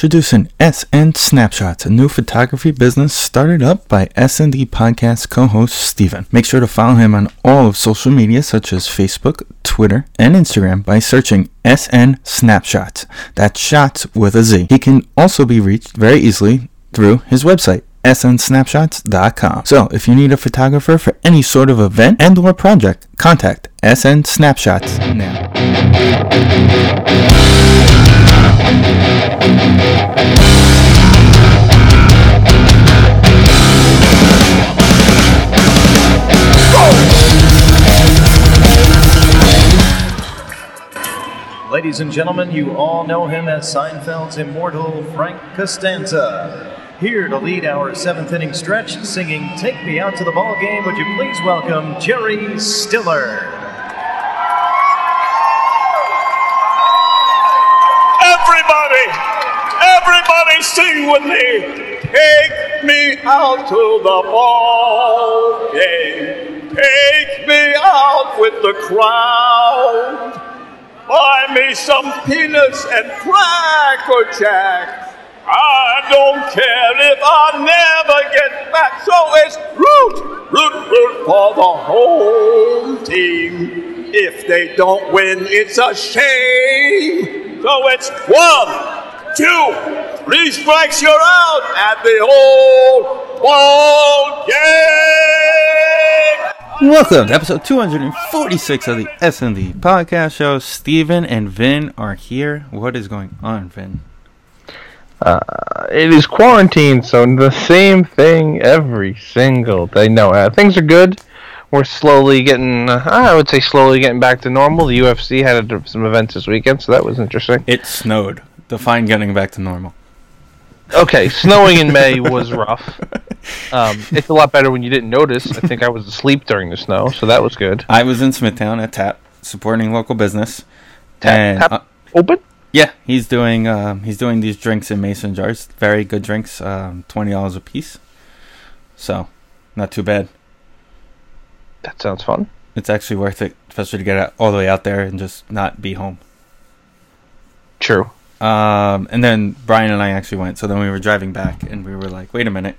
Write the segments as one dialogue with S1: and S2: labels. S1: Introducing SN Snapshots, a new photography business started up by S&D podcast co-host Steven. Make sure to follow him on all of social media such as Facebook, Twitter, and Instagram by searching SN Snapshots. That's shots with a Z. He can also be reached very easily through his website snsnapshots.com. So, if you need a photographer for any sort of event and or project, contact SN Snapshots now.
S2: Ladies and gentlemen, you all know him as Seinfeld's immortal Frank Costanza. Here to lead our seventh inning stretch, singing Take Me Out to the Ball Game, would you please welcome Jerry Stiller?
S3: Everybody, everybody sing with me. Take me out to the ball game. Take me out with the crowd. Buy me some peanuts and cracker jack. I don't care if I never get back. So it's root, root, root for the home team. If they don't win, it's a shame. So it's one, two, three strikes, you're out at the old ball game.
S1: Welcome to episode 246 of the SND podcast show. Steven and Vin are here. What is going on, Vin?
S4: it is quarantine, so the same thing every single day. No, uh, things are good. We're slowly getting, uh, I would say, slowly getting back to normal. The UFC had a, some events this weekend, so that was interesting.
S1: It snowed. Define getting back to normal.
S4: Okay, snowing in May was rough. Um, it's a lot better when you didn't notice. I think I was asleep during the snow, so that was good.
S1: I was in Smithtown at TAP supporting local business. and
S4: Tap-
S1: uh,
S4: open?
S1: yeah, he's doing um, he's doing these drinks in mason jars. Very good drinks, um, twenty dollars a piece. So, not too bad.
S4: That sounds fun.
S1: It's actually worth it, especially to get out, all the way out there and just not be home.
S4: True.
S1: Um, and then Brian and I actually went. So then we were driving back, and we were like, "Wait a minute,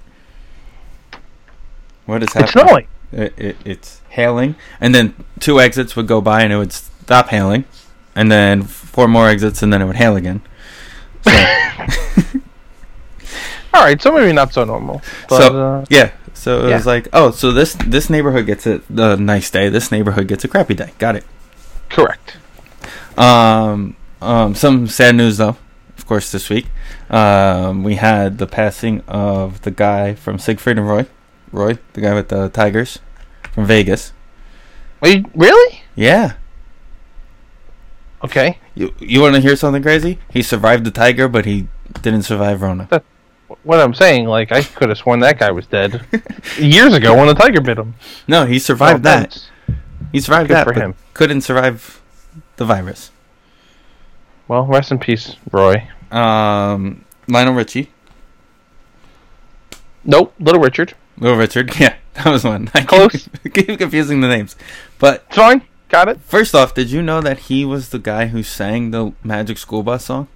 S1: what is
S4: It's
S1: happening?"
S4: snowing.
S1: It, it, it's hailing, and then two exits would go by, and it would stop hailing, and then four more exits, and then it would hail again.
S4: All right, so maybe not so normal. But,
S1: so
S4: uh,
S1: yeah, so it
S4: yeah.
S1: was like, oh, so this this neighborhood gets a, a nice day, this neighborhood gets a crappy day. Got it.
S4: correct.
S1: Um, um, some sad news though, of course, this week. Um, we had the passing of the guy from Siegfried and Roy, Roy, the guy with the tigers from Vegas.
S4: Wait, really?
S1: Yeah,
S4: Okay.
S1: you you want to hear something crazy? He survived the tiger, but he didn't survive Rona.
S4: What I'm saying, like, I could have sworn that guy was dead years ago when a tiger bit him.
S1: No, he survived
S4: No
S1: that.
S4: offense.
S1: He survived
S4: Good
S1: that,
S4: for
S1: but
S4: him.
S1: couldn't survive the virus.
S4: Well, rest in peace, Roy.
S1: Um, Lionel Richie,
S4: Nope, Little Richard.
S1: Little Richard. Yeah, that was one. I keep-
S4: Close.
S1: keep confusing the names, but
S4: It's fine. Got it.
S1: First off, did you know that he was the guy who sang the Magic School Bus song?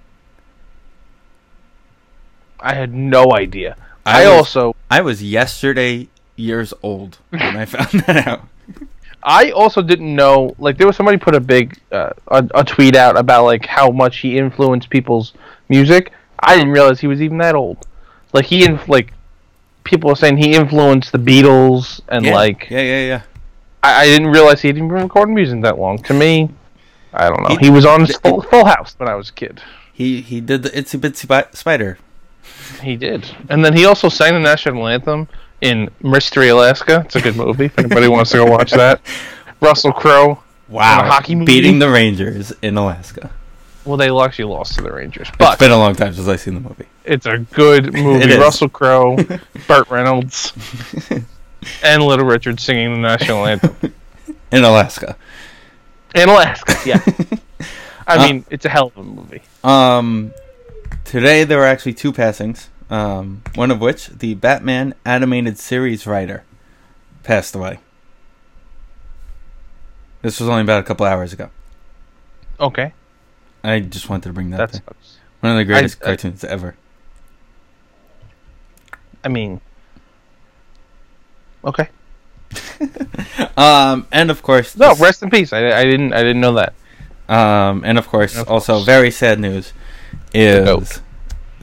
S4: I had no idea.
S1: I
S4: I,
S1: was-
S4: also
S1: I was yesterday years old when I found that out.
S4: I also didn't know like there was somebody put a big uh, a, a tweet out about like how much he influenced people's music. I didn't realize he was even that old. Like he inf- like people were saying he influenced the Beatles and
S1: Yeah,
S4: like
S1: yeah, yeah, yeah.
S4: I, I didn't realize he had even been recording music that long. To me, I don't know.
S1: He-
S4: He, was on full, full House when I was a kid.
S1: He he did the Itsy Bitsy Bi- Spider.
S4: He did. And then he also sang the national anthem in Mystery Alaska. It's a good movie. If anybody wants to go watch that. Russell Crowe. Wow. Hockey movie?
S1: beating the Rangers in Alaska.
S4: Well, they actually lost to the Rangers, but
S1: It's been a long time since I've seen the movie.
S4: it's a good
S1: It
S4: movie.
S1: is.
S4: Russell Crowe, Burt Reynolds, and Little Richard singing the national anthem
S1: In Alaska.
S4: in Alaska. Yeah. Uh, I mean, it's a hell of a movie.
S1: Um, today there were actually two passings. Um, one of which the Batman animated series writer passed away. This was only about a couple hours ago.
S4: Okay,
S1: I just wanted to bring that.
S4: that's
S1: up. One of the greatest
S4: I-
S1: cartoons ever.
S4: I mean, okay.
S1: Um, and of course,
S4: No,
S1: this-
S4: rest in peace. I, I didn't I didn't know that.
S1: um, and of course,
S4: Of
S1: also
S4: course.
S1: very sad news
S4: goat.
S1: is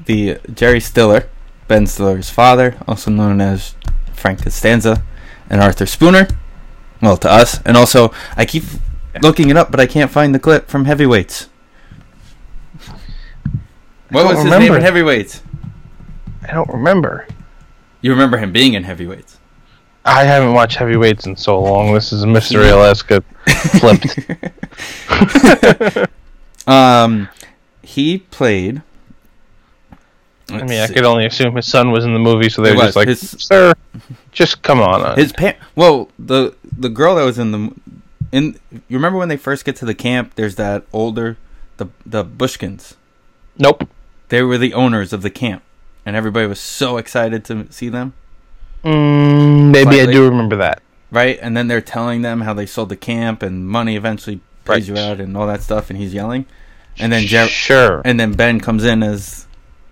S1: the Jerry Stiller, Ben Stiller's father, also known as Frank Costanza, and Arthur Spooner. Well, to us, and also I keep looking it up, but I can't find the clip from Heavyweights. What
S4: don't
S1: was his name
S4: remember.
S1: in Heavyweights?
S4: I don't remember.
S1: You remember him being in Heavyweights.
S4: I haven't watched heavyweights in so long. This is Mystery Alaska flipped.
S1: Um, he played.
S4: I mean, I could only assume his son was in the movie, so they
S1: It
S4: were
S1: was.
S4: just like,
S1: His-
S4: "Sir, just come on." uh,
S1: his parent. Well, the the girl that was in the in you remember when they first get to the camp? There's that older the the Bushkins.
S4: nope.
S1: They were the owners of the camp, and everybody was so excited to see them,
S4: Mm, maybe I
S1: Slightly.
S4: do remember that.
S1: right? And then they're telling them how they sold the camp and money eventually pays
S4: Right.
S1: you out and all that stuff, and he's yelling, and then Jer-
S4: sure.
S1: and then Ben comes in as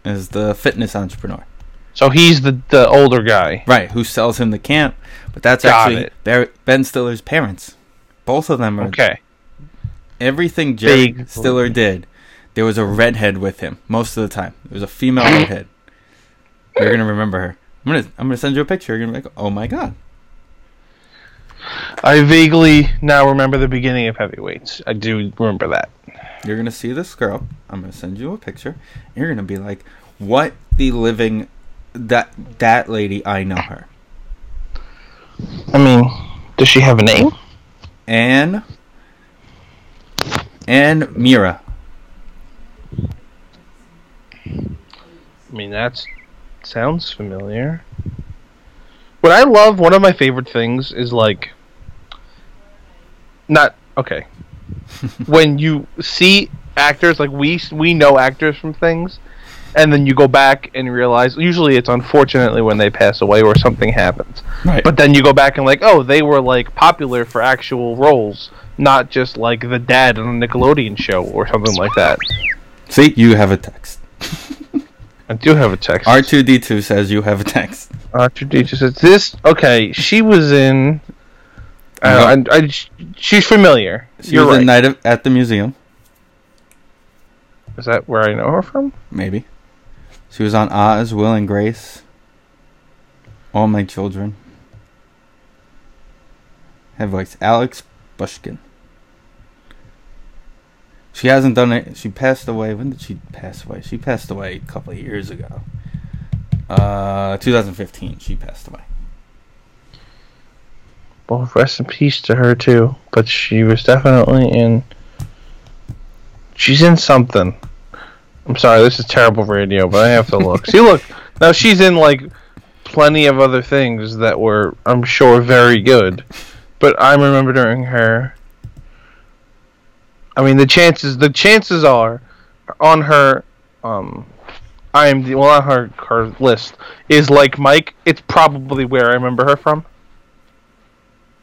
S1: as the fitness entrepreneur.
S4: so he's the the older guy.
S1: Right, who sells him the camp? But that's
S4: Got
S1: actually
S4: it.
S1: Bar- Ben Stiller's parents. Both of them are
S4: Okay.
S1: everything Jerry
S4: Big-
S1: Stiller did. There was a redhead with him most of the time. It was a female redhead. You're gonna remember her. I'm gonna I'm gonna send you a picture. You're gonna be like, oh my god.
S4: I vaguely now remember the beginning of heavyweights. I do remember that.
S1: You're gonna see this girl. I'm gonna send you a picture. And you're gonna be like, what the living that that lady. I know her.
S4: I mean, does she have a name?
S1: Anne. Anne Mira.
S4: I mean, that sounds familiar. What I love, one of my favorite things is like, not okay. when you see actors, like we we know actors from things, and then you go back and realize. Usually, it's unfortunately when they pass away or something happens.
S1: Right.
S4: But then you go back and like, oh, they were like popular for actual roles, not just like the dad on a Nickelodeon show or something like that.
S1: See, you have a text.
S4: I do have a text.
S1: R two D two says you have a text.
S4: Archer D just says this. Okay, she was in. Uh,
S1: No.
S4: and I, sh- she's familiar.
S1: She
S4: You're
S1: was
S4: right.
S1: a night of, at the museum.
S4: Is that where I know her from?
S1: Maybe. She was on Oz, Will and Grace. All my children. Head voice Alex Bushkin. She hasn't done it. She passed away. When did she pass away? She passed away a couple of years ago. Uh, 2015. She passed away.
S4: Well, rest in peace to her too. But she was definitely in. She's in something. I'm sorry, this is terrible radio, but I have to look. See, look now she's in like plenty of other things that were, I'm sure, very good. But I'm remembering her. I mean, the chances the chances are on her, um, IMD well on her her list is like Mike. It's probably where I remember her from.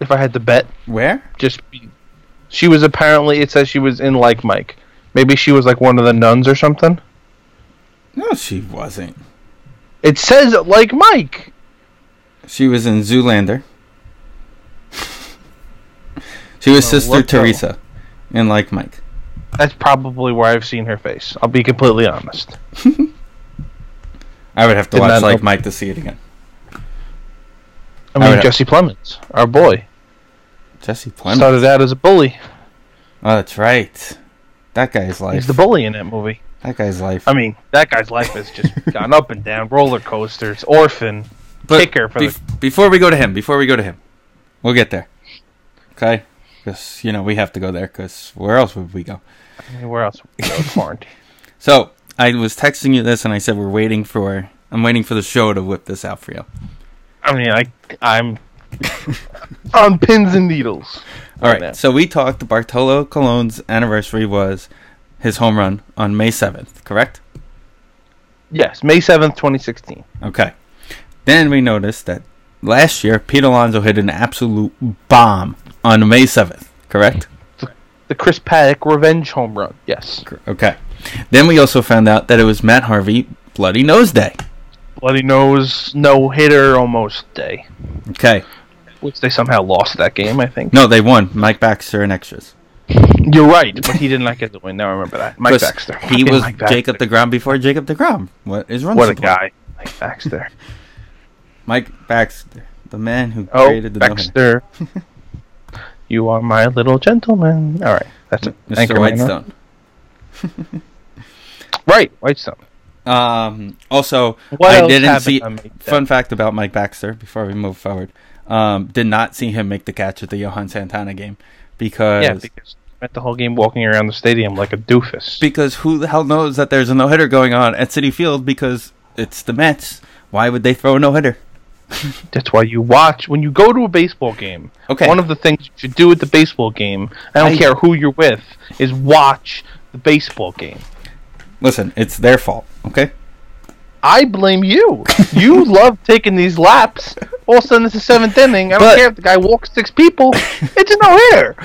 S4: If I had to bet
S1: Where?
S4: just be, she was apparently it says she was in like Mike. Maybe she was like one of the nuns or something.
S1: No, she wasn't.
S4: It says like Mike.
S1: She was in Zoolander. She was
S4: Well,
S1: Sister
S4: what the-
S1: Teresa, and like Mike.
S4: That's probably where I've seen her face. I'll be completely honest.
S1: I would have to
S4: Did
S1: watch
S4: not
S1: like
S4: know.
S1: Mike to see it again.
S4: I mean
S1: Alright.
S4: Jesse Plemons, our boy,
S1: Jesse Plemons.
S4: started out as a bully.
S1: oh, that's right. That guy's life.
S4: He's the bully in that movie.
S1: that guy's life.
S4: I mean, that guy's life has just gone up and down, roller coasters, orphan. kicker for the-
S1: Before we go to him, before we go to him, we'll get there. Okay, because you know we have to go there. Because where else would we go?
S4: I mean, where else would we go? Quarantine.
S1: So I was texting you this, and I said we're waiting for. I'm waiting for the show to whip this out for you.
S4: I mean, I I'm on pins and needles.
S1: All right.
S4: now.
S1: So we talked. Bartolo Colon's anniversary was his home run on May 7th. Correct.
S4: Yes, May seventh, twenty sixteen.
S1: Okay. Then we noticed that last year Pete Alonso hit an absolute bomb on May 7th, correct?
S4: The Chris Paddock revenge home run. Yes.
S1: Okay. Then we also found out that it was Matt Harvey Bloody Nose Day.
S4: Bloody nose, no hitter, almost day.
S1: Okay.
S4: Which they somehow lost that game, I think.
S1: No, they won. Mike Baxter and extras.
S4: You're right, but he did not get the win. Now I remember that. Mike
S1: 'Cause
S4: Baxter.
S1: He
S4: Fucking
S1: was
S4: Mike Baxter.
S1: Jacob DeGrom before Jacob DeGrom. What is run
S4: What a
S1: support?
S4: guy. Mike Baxter.
S1: Mike Baxter, the man who
S4: Oh,
S1: created the no-hitter.
S4: Baxter. you are my little gentleman. All right, that's it. Thank you,
S1: Mr.
S4: Rainer.
S1: Whitestone.
S4: Right, Whitestone.
S1: Um, also,
S4: What
S1: I
S4: else
S1: didn't
S4: happened
S1: see.
S4: on Mike
S1: Fun fact about Mike Baxter before we move forward. Um, did not see him make the catch at the Johan Santana game because
S4: Yeah, because he spent the whole game walking around the stadium like a doofus.
S1: because who the hell knows that there's a no hitter going on at City Field because it's the Mets. Why would they throw a no hitter?
S4: That's why you watch when you go to a baseball game.
S1: Okay.
S4: One of the things you should do at the baseball game, I don't
S1: I-
S4: care who you're with, is watch the baseball game.
S1: Listen, it's their fault. Okay.
S4: I blame you. You love taking these laps. All of a sudden, it's the seventh inning. I don't
S1: But-
S4: care if the guy walks six people. It's a no-hitter.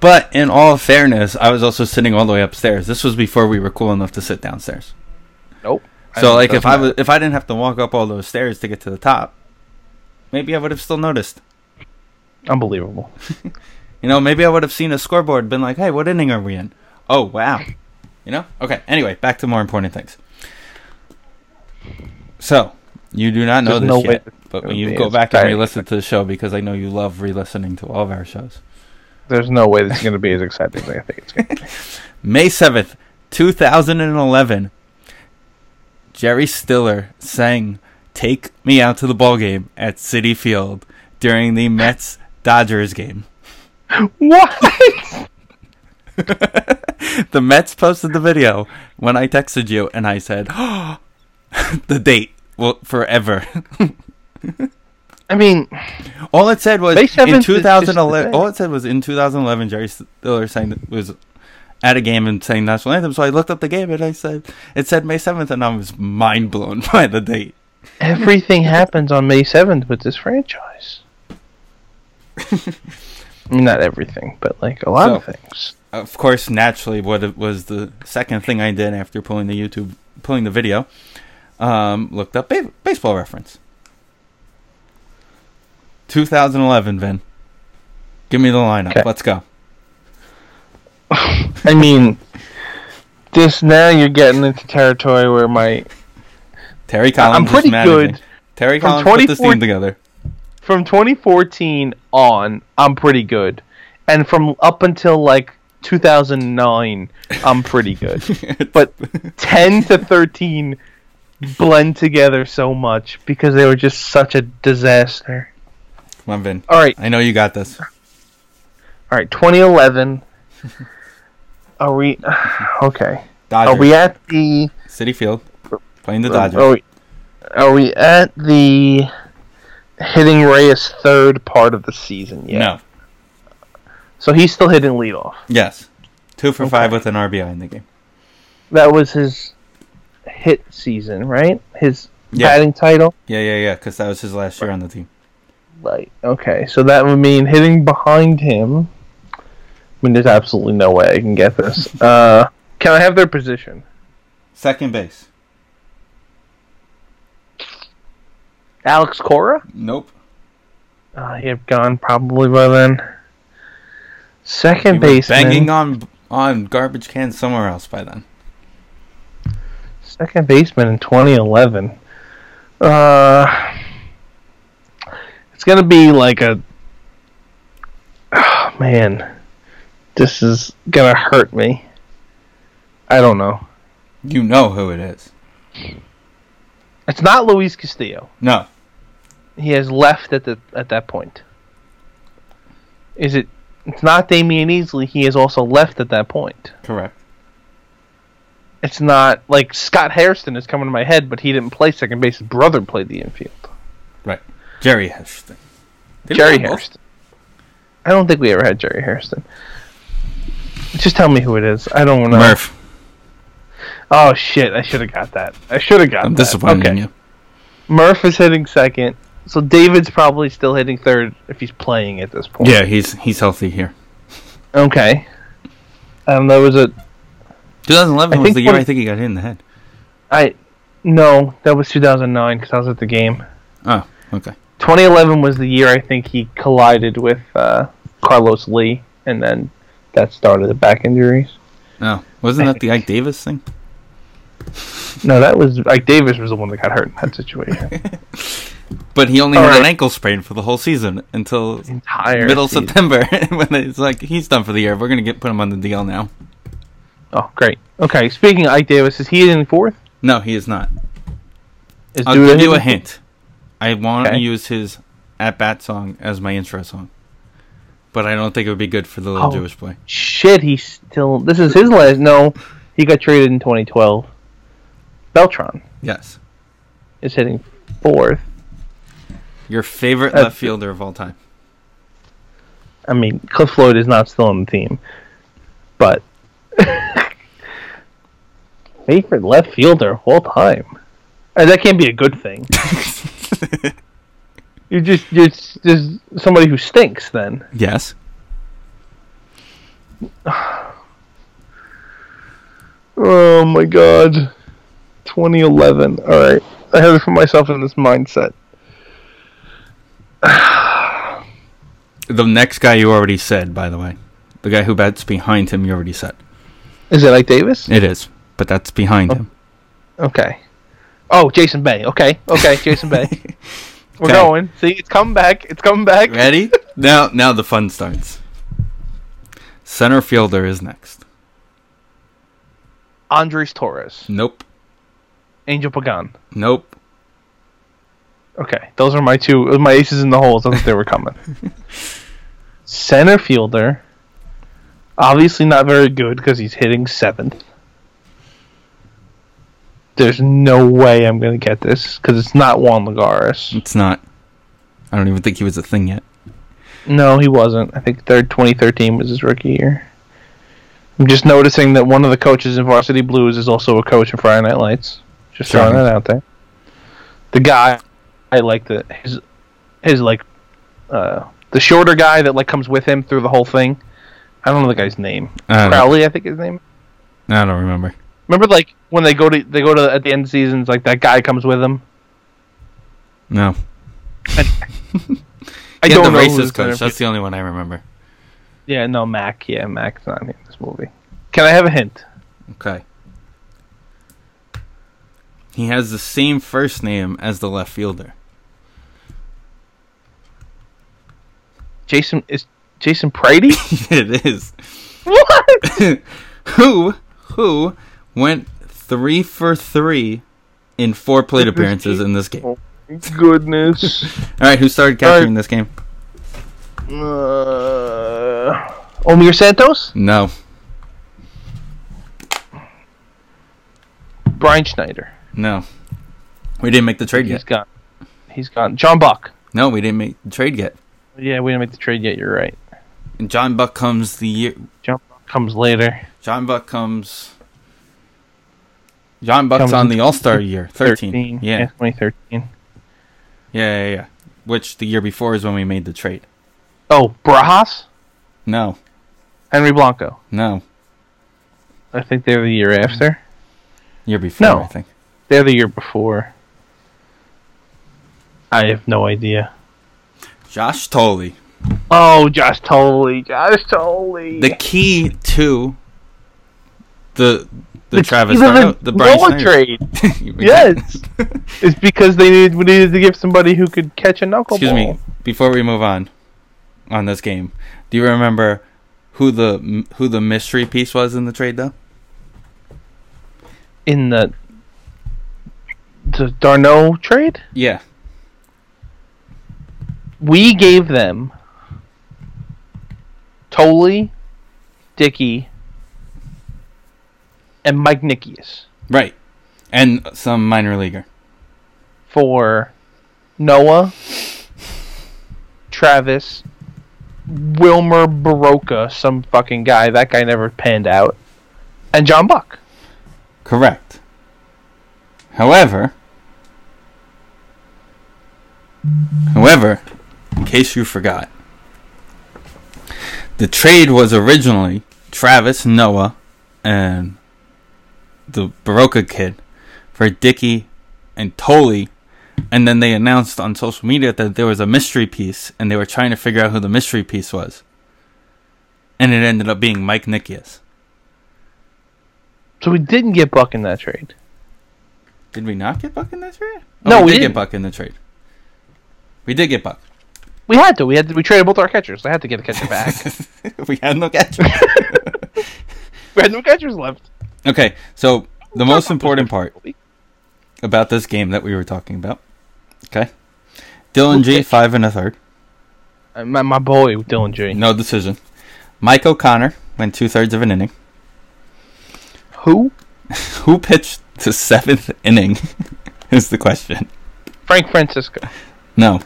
S1: But in all fairness, I was also sitting all the way upstairs. This was before we were cool enough to sit downstairs.
S4: Nope.
S1: So like if I
S4: was.
S1: was if I didn't have to walk up all those stairs to get to the top, maybe I would have still noticed.
S4: Unbelievable.
S1: You know, maybe I would have seen a scoreboard, been like, "Hey, what inning are we in?" Oh, wow. You know? Okay. Anyway, back to more important things. So, you do not know
S4: There's
S1: this
S4: no way
S1: yet,
S4: that
S1: but
S4: it
S1: when
S4: would
S1: you
S4: be
S1: go
S4: as
S1: back and
S4: exciting.
S1: re-listen to the show, because I know you love re-listening to all of our shows.
S4: There's no way that's going to be as exciting as I think it's going to be.
S1: May 7th, 2011, Jerry Stiller sang Take Me Out to the Ball Game at City Field during the Mets Dodgers game.
S4: What?
S1: The Mets posted the video when I texted you and I said, the date will forever.
S4: I mean,
S1: All it said was
S4: May
S1: in
S4: 7th is just
S1: 2011.
S4: the
S1: All it said was in 2011. Jerry Stiller sang was at a game and sang national anthem. So I looked up the game and I said it said May 7th, and I was mind blown by the date.
S4: everything happens on May 7th with this franchise. I mean, Not everything, but like a lot of
S1: So-
S4: things.
S1: Of course, naturally, what it was the second thing I did after pulling the YouTube, pulling the video, um, looked up ba- baseball reference. 2011, Vin. Give me the lineup.
S4: 'Kay.
S1: Let's go.
S4: I mean, this now you're getting into territory where my
S1: Terry Collins.
S4: I'm
S1: is
S4: pretty
S1: managing.
S4: good.
S1: Terry
S4: From
S1: Collins put this
S4: 24
S1: team together.
S4: from 2014 on, I'm pretty good, and from up until like 2009, I'm pretty good. but 10 to 13 blend together so much because they were just such a disaster.
S1: Come on, Vin.
S4: All right,
S1: I know you got this.
S4: all right, 2011. Are we okay?
S1: Dodgers.
S4: Are we at oh, the?
S1: City Field playing the Dodgers.
S4: Are we, are we at the hitting Reyes third part of the season yet?
S1: No.
S4: So he's still hitting leadoff.
S1: Yes. Two for five with an RBI in the game.
S4: That was his hit season, right? His
S1: Yeah.
S4: batting title.
S1: Yeah, yeah, yeah. Because that was his last year on the team.
S4: Like, okay, so that would mean hitting behind him. I mean, there's absolutely no way I can get this. Uh, can I have their position?
S1: Second base.
S4: Alex Cora?
S1: Nope.
S4: Uh, he had gone probably by then.
S1: He
S4: Second
S1: was
S4: baseman.
S1: banging on on garbage cans somewhere else by then.
S4: Second baseman in 2011. Uh, it's gonna be like a. Oh, man, this is gonna hurt me. I don't know.
S1: You know who it is.
S4: It's not Luis Castillo.
S1: No.
S4: He has left at the at that point. Is it? It's not Damian Easley. He has also left at that point.
S1: Correct.
S4: It's not like Scott Harrison is coming to my head, but he didn't play second base. His brother played the infield.
S1: Right. Jerry Heston. Did we
S4: Jerry
S1: have both?
S4: Hairston. I don't think we ever had Jerry Hairston. Just tell me who it is. I don't know.
S1: Murph.
S4: Oh shit! I should have got that. I should have got
S1: I'm
S4: that.
S1: disappointed
S4: okay.
S1: in you.
S4: Murph is hitting second, so David's probably still hitting third if he's playing at this point.
S1: Yeah, he's he's healthy here.
S4: Okay. Um, there was a I
S1: 2011 was
S4: think
S1: the year
S4: when-
S1: I think he got hit in the head.
S4: I no, that was 2009 because I was at the game.
S1: Oh, okay.
S4: 2011 was the year I think he collided with uh, Carlos Lee, and then that started the back injuries.
S1: Oh, wasn't that the Ike Davis thing?
S4: No, that was like Davis was the one that got hurt in that situation.
S1: But he only
S4: All
S1: had an
S4: right.
S1: ankle sprain for the whole season until
S4: Entire
S1: middle
S4: season.
S1: September when it's like he's done for the year. We're gonna get put him on the DL now.
S4: Oh, great. Okay, speaking of Ike Davis, is he in fourth?
S1: No, he is not.
S4: Is
S1: I'll
S4: Duda
S1: give you
S4: in
S1: a hint. I want
S4: Okay.
S1: to use his at bat song as my intro song, but I don't think it would be good for the little
S4: Oh.
S1: Jewish boy.
S4: Shit, he's still. This is his last. No, he got traded in 2012. Beltron
S1: Yes,
S4: is hitting fourth.
S1: your favorite
S4: That's-
S1: left fielder of all time.
S4: I mean, Cliff Floyd is not still on the team, but favorite left fielder of all time. And that can't be a good thing. you're just you're just just somebody who stinks. Then
S1: Yes.
S4: Oh my god. 2011. Alright. I have it for myself in this mindset.
S1: The next guy you already said, by the way. The guy who bats behind him, you already said.
S4: Is it Ike Davis?
S1: It is, but that's behind him.
S4: Okay. Oh, Jason Bay. Okay. Okay, Jason Bay. We're
S1: Okay.
S4: going. See, it's coming back. It's coming back.
S1: Ready? now, now the fun starts. Center fielder is next.
S4: Andres Torres.
S1: Nope.
S4: Angel Pagan.
S1: Nope.
S4: Okay. Those are my two my aces in the holes. I thought they were coming. Center fielder. Obviously not very good because he's hitting seventh. There's no way I'm gonna get this because it's not Juan Lagares.
S1: It's not. I don't even think he was a thing yet.
S4: No, he wasn't. I think third 2013 was his rookie year. I'm just noticing that one of the coaches in Varsity Blues is also a coach in Friday Night Lights. Just throwing
S1: Sure.
S4: that out there. The guy I like the his his like uh, the shorter guy that like comes with him through the whole thing. I don't know the guy's name.
S1: I don't,
S4: Crowley, I think his name.
S1: I don't remember.
S4: Remember like when they go to they go to at the end of seasons like that guy comes with him.
S1: No.
S4: I
S1: He had
S4: don't
S1: the
S4: know who
S1: racist
S4: this
S1: coach.
S4: other-
S1: That's the only one I remember.
S4: Yeah, no Mac. Yeah, Mac's not in this movie. Can I have a hint?
S1: Okay. He has the same first name as the left fielder.
S4: Jason is Jason Prady?
S1: it is.
S4: what?
S1: who who went three for three in four plate appearances in this
S4: Oh.
S1: game. All
S4: Goodness.
S1: right, who started catching in this game?
S4: Uh, Omir Santos?
S1: No,
S4: Brian Schneider.
S1: no, we didn't make the trade
S4: He's
S1: yet.
S4: gone. He's gone. John Buck.
S1: No, we didn't make the trade yet.
S4: Yeah, we didn't make the trade yet. You're right.
S1: And John Buck comes the year.
S4: John Buck comes later.
S1: John Buck comes. John Buck's
S4: Comes
S1: on
S4: in
S1: the All Star year, thirteen. Yeah. yeah,
S4: 2013.
S1: yeah, yeah, Which the year before is when we made the trade.
S4: Oh, Brajas?
S1: No,
S4: Henry Blanco.
S1: no,
S4: I think they're the year after.
S1: year before.
S4: No.
S1: I think.
S4: They're the year before. I have no idea.
S1: Josh Tolley.
S4: Oh, Josh Tolley. Josh Tolley.
S1: the key to the the, Travis
S4: even
S1: Darno- the, Brian
S4: Noah
S1: Snyder.
S4: trade.
S1: Exactly.
S4: Yes. it's because they needed we needed to give somebody who could catch a knuckleball.
S1: Excuse me. Before we move on on this game, do you remember who the who the mystery piece was in the trade though?
S4: In the the Darno trade,
S1: Yeah.
S4: we gave them Tolley, Dickey, and Mike Nickius
S1: Right. And some minor leaguer.
S4: for Noah, Travis, Wilmer Baroka, some fucking guy. That guy never panned out, and John Buck.
S1: Correct. However, however, in case you forgot, the trade was originally Travis Noah and the Baroka kid for Dicky and Tolly, and then they announced on social media that there was a mystery piece, and they were trying to figure out who the mystery piece was, and it ended up being Mike Nickius.
S4: So we didn't get Buck in that trade.
S1: Did we not get Buck in that trade? Oh,
S4: No,
S1: we,
S4: we
S1: did
S4: didn't.
S1: get Buck in the trade. We did get Buck.
S4: We had to. We had to, we traded both our catchers. I had to get a catcher back.
S1: we had no catcher.
S4: we had no catchers left.
S1: okay, so the most important part
S4: Uh,
S1: about this game that we were talking about. Okay, Dylan G
S4: Okay.
S1: five and a third,
S4: Uh, My, my boy Dylan G.
S1: no decision. Mike O'Connor went two thirds of an inning.
S4: Who?
S1: Who pitched the seventh inning? is the question.
S4: Frank Francisco.
S1: No,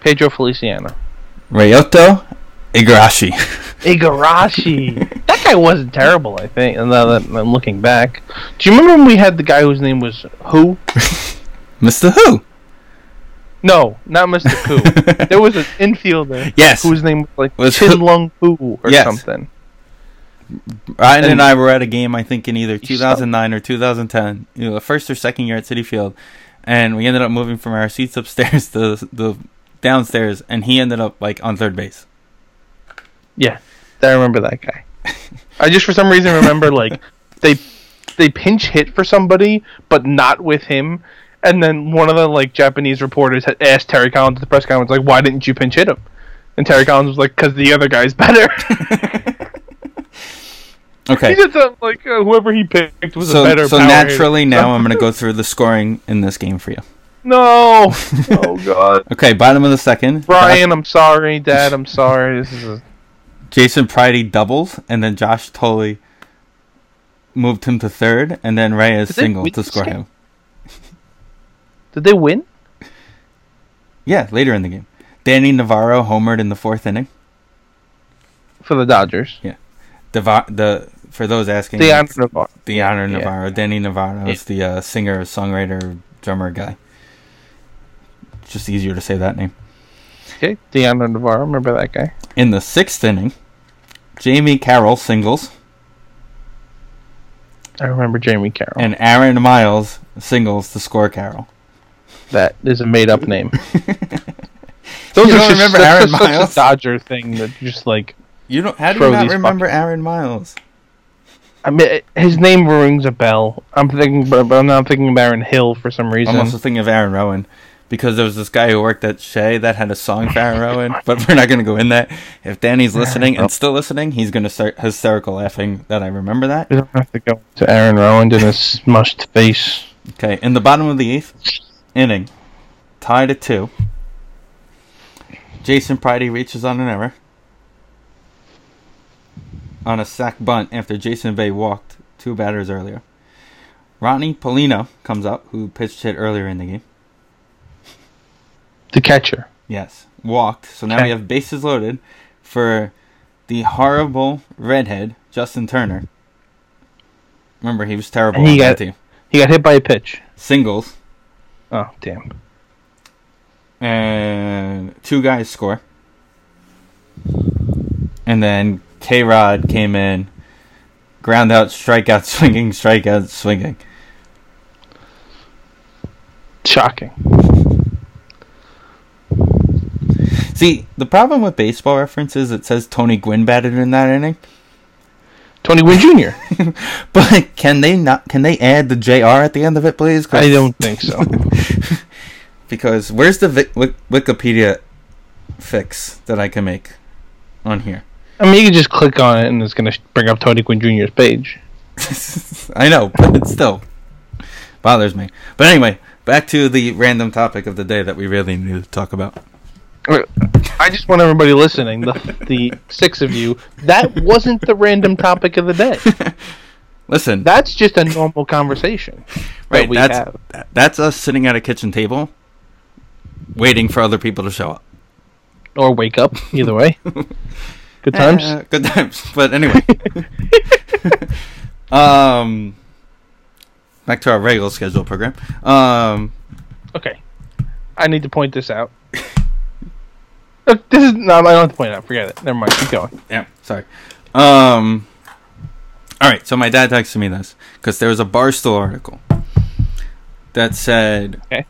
S4: Pedro Feliciano.
S1: Ryoto Igarashi.
S4: Igarashi. that guy wasn't terrible, I think. Now that I'm looking back, do you remember when we had the guy whose name was Who?
S1: Mr. Who?
S4: No, not Mr. Koo. there was an infielder.
S1: Yes.
S4: Whose name was like
S1: Was
S4: Chin Lung Koo or
S1: Yes.
S4: something.
S1: Ryan and
S4: And-
S1: I were at a game, I think, in either
S4: suck.
S1: 2009 or 2010, you know, the first or second year at City Field, and we ended up moving from our seats upstairs to the downstairs, and he ended up like on third base.
S4: Yeah, I remember that guy. I just for some reason remember like they they pinch hit for somebody, but not with him. And then one of the like Japanese reporters had asked Terry Collins at the press conference like, "Why didn't you pinch hit him?" And Terry Collins was like, "Cause the other guy's better." he
S1: Okay,
S4: just uh, like uh, whoever he picked was a
S1: so
S4: better.
S1: so
S4: power hitter.
S1: naturally now I'm gonna go through the scoring in this game for you.
S4: no. oh God,
S1: Okay, bottom of the second,
S4: Brian, I'm sorry, Dad, I'm sorry. This is a
S1: Josh- Jason Pridey doubles, and then Josh Tolley moved him to third, and then Reyes
S4: Did they
S1: single
S4: win
S1: to
S4: this
S1: score
S4: game?
S1: him.
S4: did they win?
S1: Yeah, later in the game, Danny Navarro homered in the fourth inning.
S4: For the Dodgers,
S1: Deva- the for those asking,
S4: Deion
S1: it's
S4: Navarro.
S1: Deion
S4: Yeah.
S1: Navarro, Danny Navarro
S4: Yeah.
S1: is the uh, singer, songwriter, drummer guy. It's Just easier to say that name.
S4: Okay, Deion Navarro. Remember that guy?
S1: In the sixth inning, Jamie Carroll singles
S4: I remember Jamie Carroll.
S1: and Aaron Miles singles to score Carroll.
S4: That is a made up name.
S1: You
S4: Those
S1: don't remember Aaron
S4: such
S1: Miles?
S4: a Dodger thing that you just like.
S1: You don't. How do
S4: Throw
S1: you not
S4: these
S1: remember Aaron Miles?
S4: I mean, it- his name rings a bell. I'm thinking, but, but I'm not thinking of Aaron Hill for some reason.
S1: I'm also thinking of Aaron Rowan because there was this guy who worked at Shea that had a song for Aaron Rowan, but we're not going to go in that. If Danny's listening and still listening, he's going to start hysterical laughing that I remember that.
S4: we don't have to go to Aaron Rowand in his smushed face.
S1: Okay, in the bottom of the eighth inning, tied at two. Jason Pridey reaches on an error on a sack bunt after Jason Bay walked two batters earlier. Ronnie Polino comes up, who pitched hit earlier in the game.
S4: The catcher.
S1: Yes, walked. So now
S4: Okay.
S1: we have bases loaded for the horrible redhead Justin Turner. Remember, he was terrible
S4: And he
S1: on that
S4: got-
S1: team.
S4: He got hit by a pitch.
S1: Singles
S4: Oh damn.
S1: and two guys score. And then K Rod came in, ground out, strikeout, swinging, strikeout, swinging.
S4: Shocking.
S1: See, the problem with baseball reference is it says Tony Gwynn batted in that inning,
S4: Tony Gwynn Jr.
S1: but can they not? Can they add the Jr. at the end of it, please? 'Cause-
S4: I don't think so.
S1: because where's the Vic- Wik- Wikipedia fix that I can make on here?
S4: I mean, you can just click on it and it's gonna sh- bring up Tony Gwynn Jr.'s page.
S1: I know, but it still bothers me. But anyway, back to the random topic of the day that we really need to talk about.
S4: I just want everybody listening, the, the six of you, that wasn't the random topic of the day.
S1: Listen,
S4: That's just a normal conversation that
S1: right,
S4: we
S1: that's
S4: have.
S1: that's us sitting at a kitchen table waiting for other people to show up.
S4: Or wake up, either way. Good times.
S1: Eh, good times. But anyway. um back to our regular schedule program. Um
S4: okay. I need to point this out. Look, this is no. I don't have to point it out. Forget it. Never mind. Keep going.
S1: Yeah, sorry. Um, All right, so my dad texted me this because there was a Barstool article that said
S4: Okay.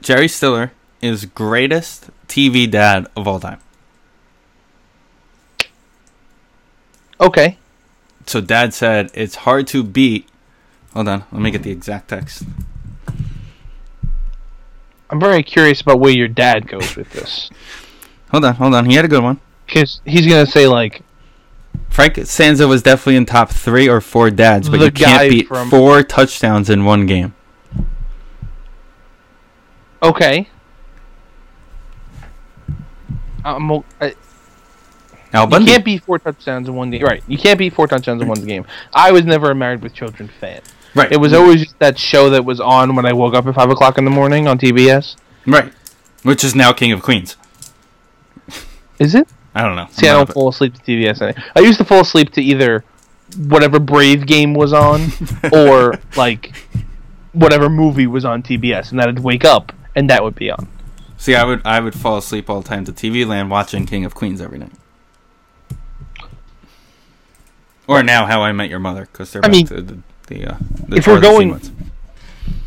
S1: Jerry Stiller is greatest TV dad of all time.
S4: Okay.
S1: So dad said it's hard to beat. Hold on, let me get the exact text.
S4: I'm very curious about where your dad goes with this.
S1: Hold on, hold on. He had a good one.
S4: Because he's going to say, like,
S1: Frank Sanza was definitely in top three or four dads, but
S4: The
S1: you
S4: guy
S1: can't beat
S4: from-
S1: four touchdowns in one game.
S4: okay. I'm, o- I-
S1: Al
S4: you
S1: Bundy.
S4: can't beat four touchdowns in one game. Right. You can't beat four touchdowns in one game. I was never a Married with Children fan.
S1: right.
S4: It was always just that show that was on when I woke up at 5 o'clock in the morning on TBS.
S1: right. Which is now King of Queens.
S4: Is it?
S1: I don't know. I'm
S4: See, I
S1: not
S4: don't
S1: up-
S4: fall asleep to TBS. any- I used to fall asleep to either whatever Brave game was on or like whatever movie was on TBS, and then I'd wake up and that would be on.
S1: See, I would I would fall asleep all the time to TV Land watching King of Queens every night. Or now How I Met Your Mother because they're
S4: I
S1: back
S4: mean,
S1: to the, the, uh, the
S4: if
S1: Charlie
S4: we're going-
S1: Sequence.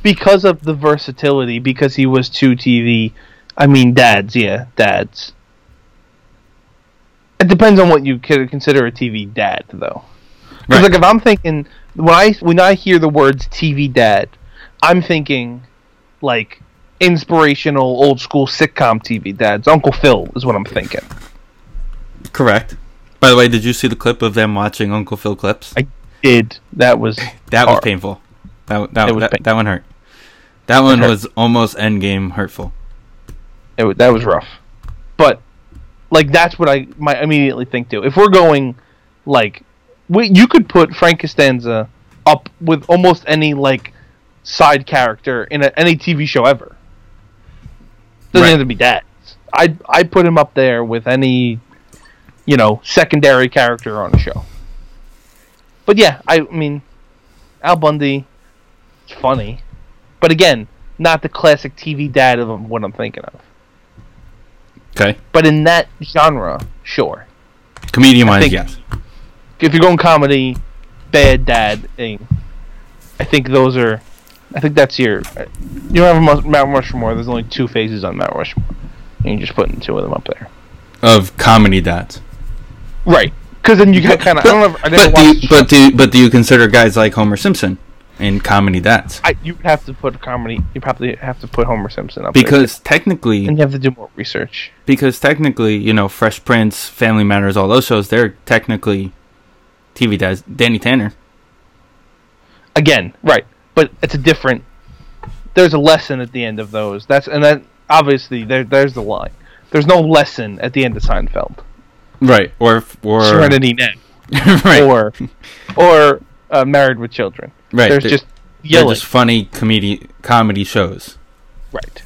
S4: Because of the versatility, because he was two TV, I mean dads, yeah, dads. It depends on what you could consider a TV dad, though. 'Cause,
S1: Right.
S4: like if I'm thinking when I when I hear the words TV dad, I'm thinking like inspirational old school sitcom TV dads. Uncle Phil is what I'm thinking.
S1: Correct. By the way, did you see the clip of them watching Uncle Phil clips?
S4: I did that was
S1: That was
S4: hard.
S1: painful. That w- that,
S4: It was
S1: that,
S4: pain-
S1: that one hurt. That one
S4: hurt.
S1: was almost endgame hurtful.
S4: It, wa- that was rough. But like that's what I my immediately think to. If we're going like we, you could put Frank Costanza up with almost any like side character in a, any TV show ever. Doesn't
S1: Right.
S4: have to be dads. I I put him up there with any you know secondary character on a show. But yeah, I mean Al Bundy it's funny. But again, not the classic TV dad of what I'm thinking of.
S1: Okay.
S4: But in that genre, sure.
S1: Comedian wise,
S4: think-
S1: yes.
S4: If you're going comedy, bad dad thing, I think those are. I think that's your. You don't have a Mus- Mount Rushmore. There's only two phases on Mount Rushmore, and you're just putting two of them up there.
S1: Of comedy dads.
S4: Right. Because then you kind of. I don't know. if- I never
S1: But do
S4: watched.
S1: you, but do you, but do you consider guys like Homer Simpson in comedy dads?
S4: I, you would have to put comedy. You probably have to put Homer Simpson up there,
S1: Because technically,
S4: and you have to do more research.
S1: because technically, you know, Fresh Prince, Family Matters, all those shows, they're technically TV dads. Danny Tanner.
S4: again, right? But it's a different. There's a lesson at the end of those. That's and that obviously there. There's the line. There's no lesson at the end of Seinfeld.
S1: Right. Or or
S4: Serenity Now,
S1: right.
S4: or or uh, Married with Children.
S1: right.
S4: There's
S1: They're-
S4: just
S1: they're
S4: yelling.
S1: just funny comedy comedy shows.
S4: Right.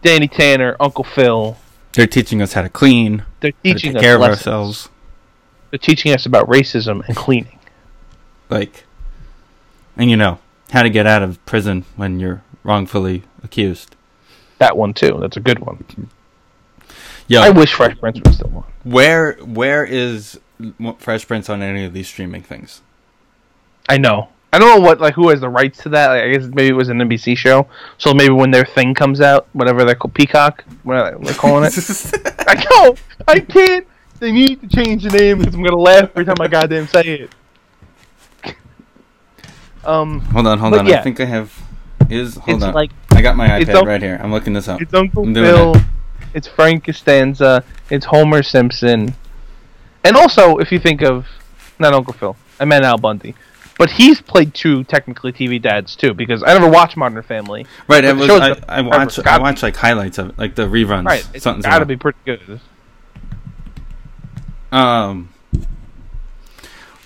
S4: Danny Tanner, Uncle Phil.
S1: They're teaching us how to clean, how to
S4: They're
S1: take
S4: teaching us
S1: care of
S4: lessons.
S1: ourselves.
S4: They're teaching us about racism and cleaning.
S1: like and you know how to get out of prison when you're wrongfully accused
S4: That one too. That's a good one.
S1: yo
S4: I wish Fresh Prince was still on.
S1: where where is M- fresh prince on any of these streaming things
S4: I know. I don't know what like who has the rights to that. Like, I guess maybe it was an NBC show. So maybe when their thing comes out, whatever they're called, Peacock, whatever they're calling it. I know. I can't. They need to change the name because I'm gonna laugh every time I goddamn say it. Um,
S1: hold on hold
S4: But
S1: on i
S4: yeah.
S1: think i have is hold
S4: It's
S1: on
S4: like-
S1: i got my
S4: it's
S1: ipad
S4: al-
S1: right here i'm looking this up
S4: it's Uncle
S1: I'm doing
S4: Bill.
S1: it.
S4: It's Frank Costanza. It's Homer Simpson. And also, if you think of not Uncle Phil, I meant Al Bundy. But he's played two technically TV dads too because I never watched Modern Family.
S1: right i
S4: the
S1: was
S4: show's
S1: i,
S4: got-
S1: I watch i
S4: gotta
S1: watch like highlights of it, like the reruns
S4: Right, it's
S1: something's
S4: gotta
S1: wrong.
S4: be pretty good.
S1: um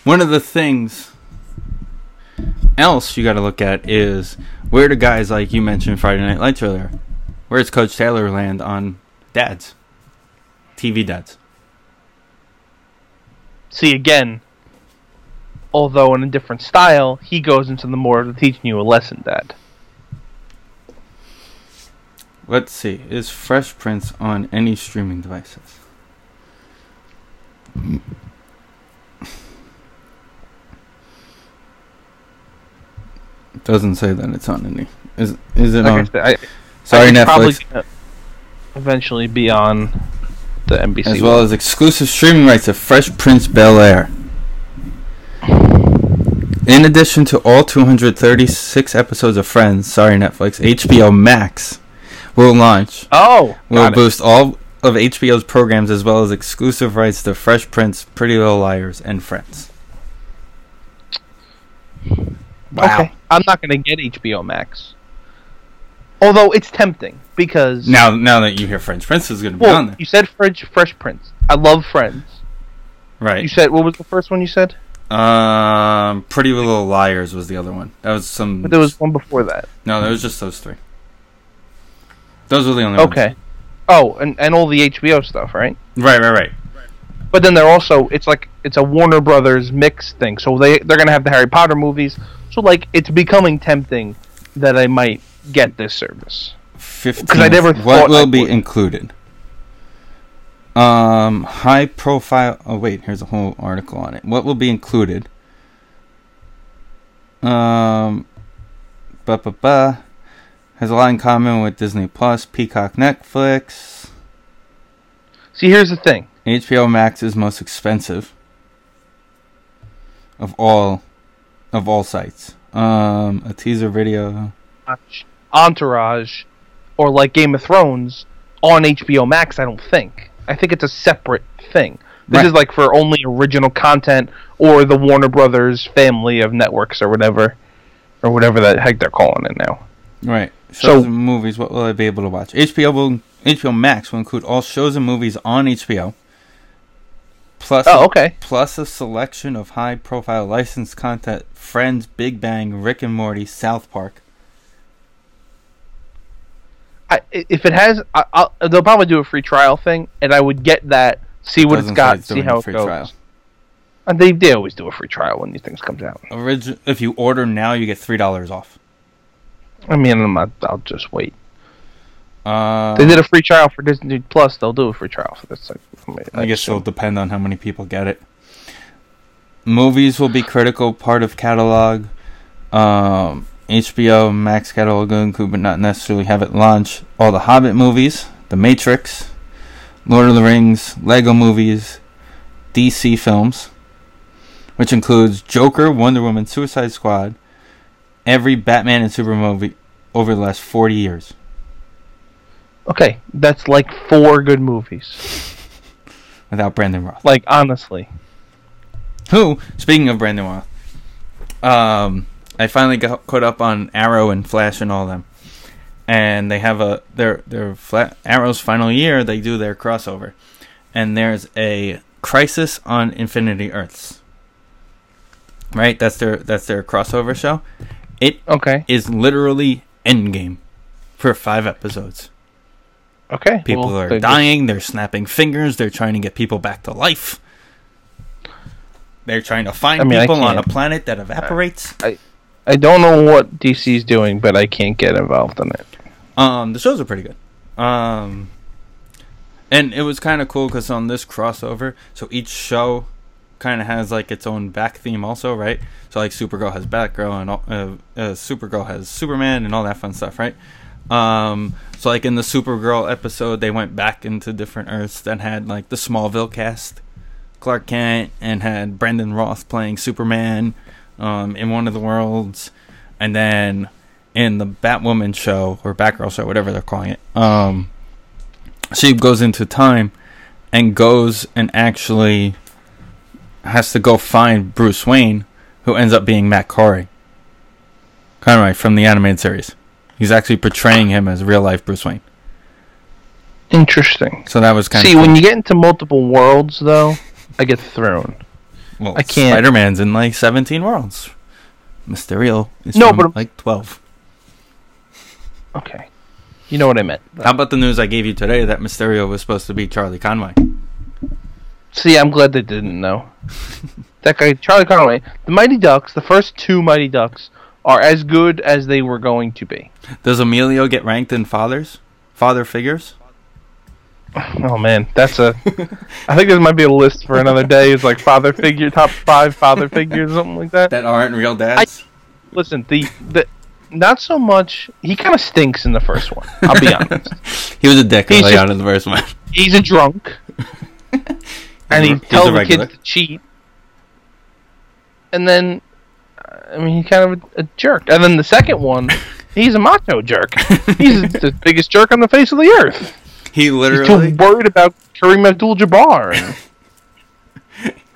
S1: one of the things else you got to look at is where do guys like you mentioned Friday Night Lights earlier? Where's Coach Taylor land on dads, TV dads?
S4: See again, although in a different style, he goes into the more of the teaching you a lesson dad.
S1: Let's see. Is Fresh Prince on any streaming devices? Doesn't say that it's on any. Is is it
S4: Like I
S1: on?
S4: said, I,
S1: Sorry,
S4: it's probably
S1: Netflix.
S4: gonna eventually be on the NBC.
S1: As well as exclusive streaming rights of Fresh Prince Bel Air. In addition to all 236 episodes of Friends, sorry Netflix, HBO Max will launch.
S4: oh,
S1: Will
S4: got it.
S1: boost all of HBO's programs as well as exclusive rights to Fresh Prince, Pretty Little Liars, and Friends. Wow.
S4: Okay. I'm not gonna get HBO Max. Although it's tempting because
S1: Now, now that you hear French Prince is going to be on
S4: well,
S1: there,
S4: you said French Fresh Prince. I love Friends. You
S1: right?
S4: said what was the first one you said?
S1: Um, Pretty Little Liars was the other one. That was some.
S4: But there was one before that.
S1: no, there was just those three. Those were the only. ones.
S4: Okay. Oh, and, and all the HBO stuff, right?
S1: Right, right, right.
S4: But then they're also it's like it's a Warner Brothers mix thing. So they they're gonna have the Harry Potter movies. So like it's becoming tempting that I might get this service.
S1: Fifteen.
S4: never
S1: what
S4: thought
S1: will
S4: I
S1: be
S4: would.
S1: included? Um, high profile. Oh wait, here's a whole article on it. What will be included? Um, ba ba ba, has a lot in common with Disney Plus, Peacock, Netflix.
S4: See, here's the thing.
S1: HBO Max is most expensive of all of all sites. Um, a teaser video.
S4: watch Entourage or like Game of Thrones on HBO Max, I don't think. I think it's a separate thing. This
S1: Right.
S4: is like for only original content or the Warner Brothers family of networks or whatever or whatever the heck they're calling it now.
S1: Right. Shows
S4: So-
S1: and movies. What will I be able to watch? HBO will HBO Max will include all shows and movies on HBO. Plus,
S4: Oh, okay.
S1: Plus a selection of high-profile licensed content: Friends, Big Bang, Rick and Morty, South Park.
S4: I, i- if it has I, I'll, they'll probably do a free trial thing and I would get that, see what it's
S1: Doesn't say
S4: got,
S1: it's
S4: see
S1: doing a
S4: how it
S1: free
S4: goes.
S1: trial.
S4: And they they always do a free trial when these things comes out.
S1: Origi- if you order now, you get three dollars off.
S4: I mean, I'm not, I'll just wait.
S1: Uh,
S4: They did a free trial for Disney Plus. They'll do a free trial for this. I,
S1: I guess it'll depend on how many people get it. Movies will be critical part of catalog. Um, HBO Max catalog will include, but not necessarily have it launch all the Hobbit movies, The Matrix, Lord of the Rings, Lego movies, DC films, which includes Joker, Wonder Woman, Suicide Squad, every Batman and Superman movie over the last forty years.
S4: Okay, that's like four good movies.
S1: Without Brandon Roth.
S4: Like honestly,
S1: Who, speaking of Brandon Roth, um, I finally got caught up on Arrow and Flash and all them, and they have a their their fla- Arrow's final year. They do their crossover, and there's a Crisis on Infinity Earths. Right, that's their that's their crossover show. It
S4: okay,
S1: is literally Endgame for five episodes.
S4: okay.
S1: People
S4: well,
S1: are
S4: they-
S1: dying. They're snapping fingers. They're trying to get people back to life. They're trying to find
S4: I mean, I
S1: people on a
S4: can't-
S1: planet that evaporates.
S4: I don't know what DC's doing, but I can't get involved in it.
S1: Um, the shows are pretty good. Um, and it was kind of cool because on this crossover, so each show kind of has like its own back theme, also, right? So like Supergirl has Batgirl and all, uh, uh, Supergirl has Superman and all that fun stuff, right? Um, so like in the Supergirl episode, they went back into different Earths that had like the Smallville cast, Clark Kent, and had Brendan Roth playing Superman um, in one of the worlds, and then in the Batwoman show or Batgirl show, whatever they're calling it, um, she goes into time and goes and actually has to go find Bruce Wayne, who ends up being Matt Corey. Conroy from the animated series. He's actually portraying him as real life Bruce Wayne.
S4: Interesting.
S1: So that was kind
S4: See,
S1: of
S4: when you get into multiple worlds, though, I get thrown.
S1: well,
S4: I can't-
S1: Spider Man's in like seventeen worlds. Mysterio is
S4: No,
S1: from
S4: but-
S1: like twelve.
S4: Okay, you know what I meant.
S1: How about the news I gave you today that Mysterio was supposed to be Charlie Conway?
S4: See, I'm glad they didn't know. that guy, Charlie Conway, the Mighty Ducks, the first two Mighty Ducks are as good as they were going to be.
S1: Does Emilio get ranked in fathers? Father figures?
S4: Oh man, that's a. I think this might be a list for another day. It's like father figure, top five father figures, something like that.
S1: That aren't real dads?
S4: Listen, the, the not so much. He kind of stinks in the first one. I'll be honest.
S1: He was a dick
S4: He's
S1: early
S4: just-
S1: on in the first one.
S4: He's a drunk, and he
S1: He's a
S4: tells the
S1: regular.
S4: kids to cheat. And then, I mean, he's kind of a, a jerk. And then the second one, he's a macho jerk. He's the biggest jerk on the face of the earth.
S1: He
S4: He's too
S1: literally
S4: worried about Kareem Abdul-Jabbar. and
S1: he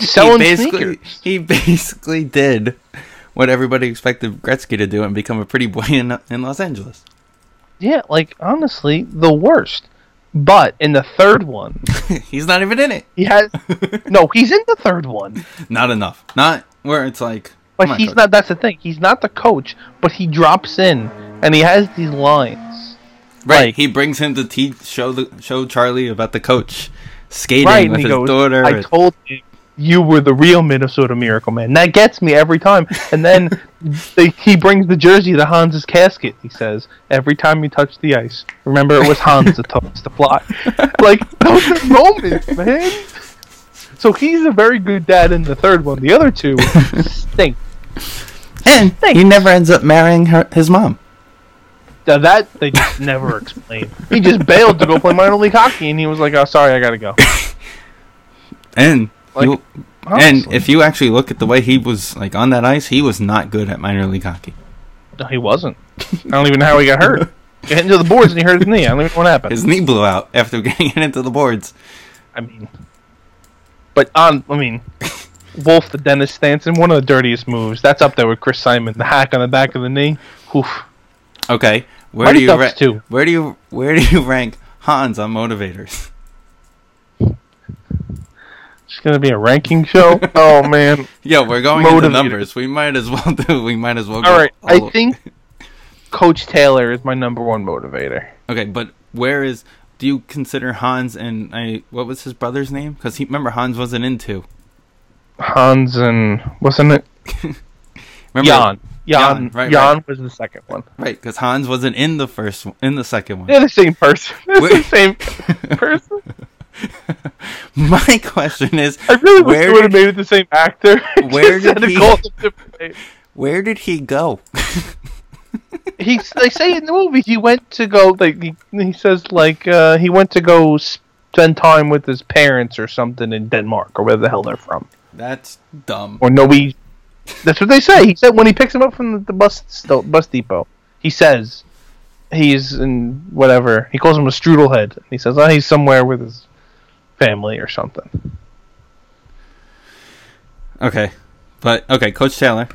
S4: Selling
S1: basically,
S4: sneakers.
S1: he basically did what everybody expected Gretzky to do and become a pretty boy in, in Los Angeles.
S4: Yeah, like honestly, the worst. But in the third one,
S1: He's not even in it.
S4: he has no. He's in the third one,
S1: Not enough. Not where it's like.
S4: but
S1: come on,
S4: he's
S1: coach.
S4: not. That's the thing. He's not the coach, but he drops in and he has these lines.
S1: right.
S4: like-
S1: he brings him to teach, show the show Charlie about the coach skating
S4: right,
S1: with
S4: and he
S1: his
S4: goes,
S1: daughter.
S4: "I told you." You were the real Minnesota Miracle Man. That gets me every time. And then they, he brings the jersey to Hans's casket. He says, "Every time you touch the ice, remember it was Hans that touched the fly." Like those are moments, man. So he's a very good dad in the third one. The other two stink.
S1: and he never ends up marrying her, his mom.
S4: Now that they just never explain. He just bailed to go play minor league hockey, and he was like, "Oh, sorry, I gotta go."
S1: And
S4: Like,
S1: you- and
S4: Honestly.
S1: if you actually look at the way he was like on that ice, he was not good at minor league hockey.
S4: No, he wasn't. I don't even know how he got hurt. He hit into the boards and he hurt his knee. I don't even know what happened.
S1: His knee blew out after getting it into the boards.
S4: I mean, but on, I mean, Wolf the Dennis Stanton, one of the dirtiest moves. That's up there with Chris Simon, the hack on the back of the knee. Oof.
S1: Okay, where
S4: Mighty
S1: do you
S4: Ducks
S1: ra-
S4: too.
S1: where do you where do you rank Hans on motivators?
S4: It's gonna be a ranking show. oh man.
S1: Yeah, we're going
S4: Motivators.
S1: into numbers. We might as well do. We might as well.
S4: All right. I
S1: o-
S4: think Coach Taylor is my number one motivator.
S1: Okay, but where is? Do you consider Hans and I? What was his brother's name? Because he remember Hans wasn't into.
S4: Hans and wasn't it
S1: Remember,
S4: Jan? Jan.
S1: Jan, right,
S4: Jan was the second one.
S1: Right, because Hans wasn't in the first one, in the second one.
S4: They're the same person. They're
S1: Wait.
S4: the same person.
S1: My question is,
S4: I really wish
S1: where
S4: they would
S1: did,
S4: have made it the same actor.
S1: where
S4: Just had
S1: did
S4: to
S1: he-
S4: call him different names.
S1: where did he go?
S4: He, they say in the movie he went to go. Like he, he says, like uh, he went to go spend time with his parents or something in Denmark or where the hell they're from.
S1: That's dumb.
S4: Or Norway. That's what they say. He said when he picks him up from the, the bus sto- bus depot, he says he's in whatever. He calls him a strudel head. He says oh, he's somewhere with his family or something.
S1: Okay, but okay, Coach Taylor.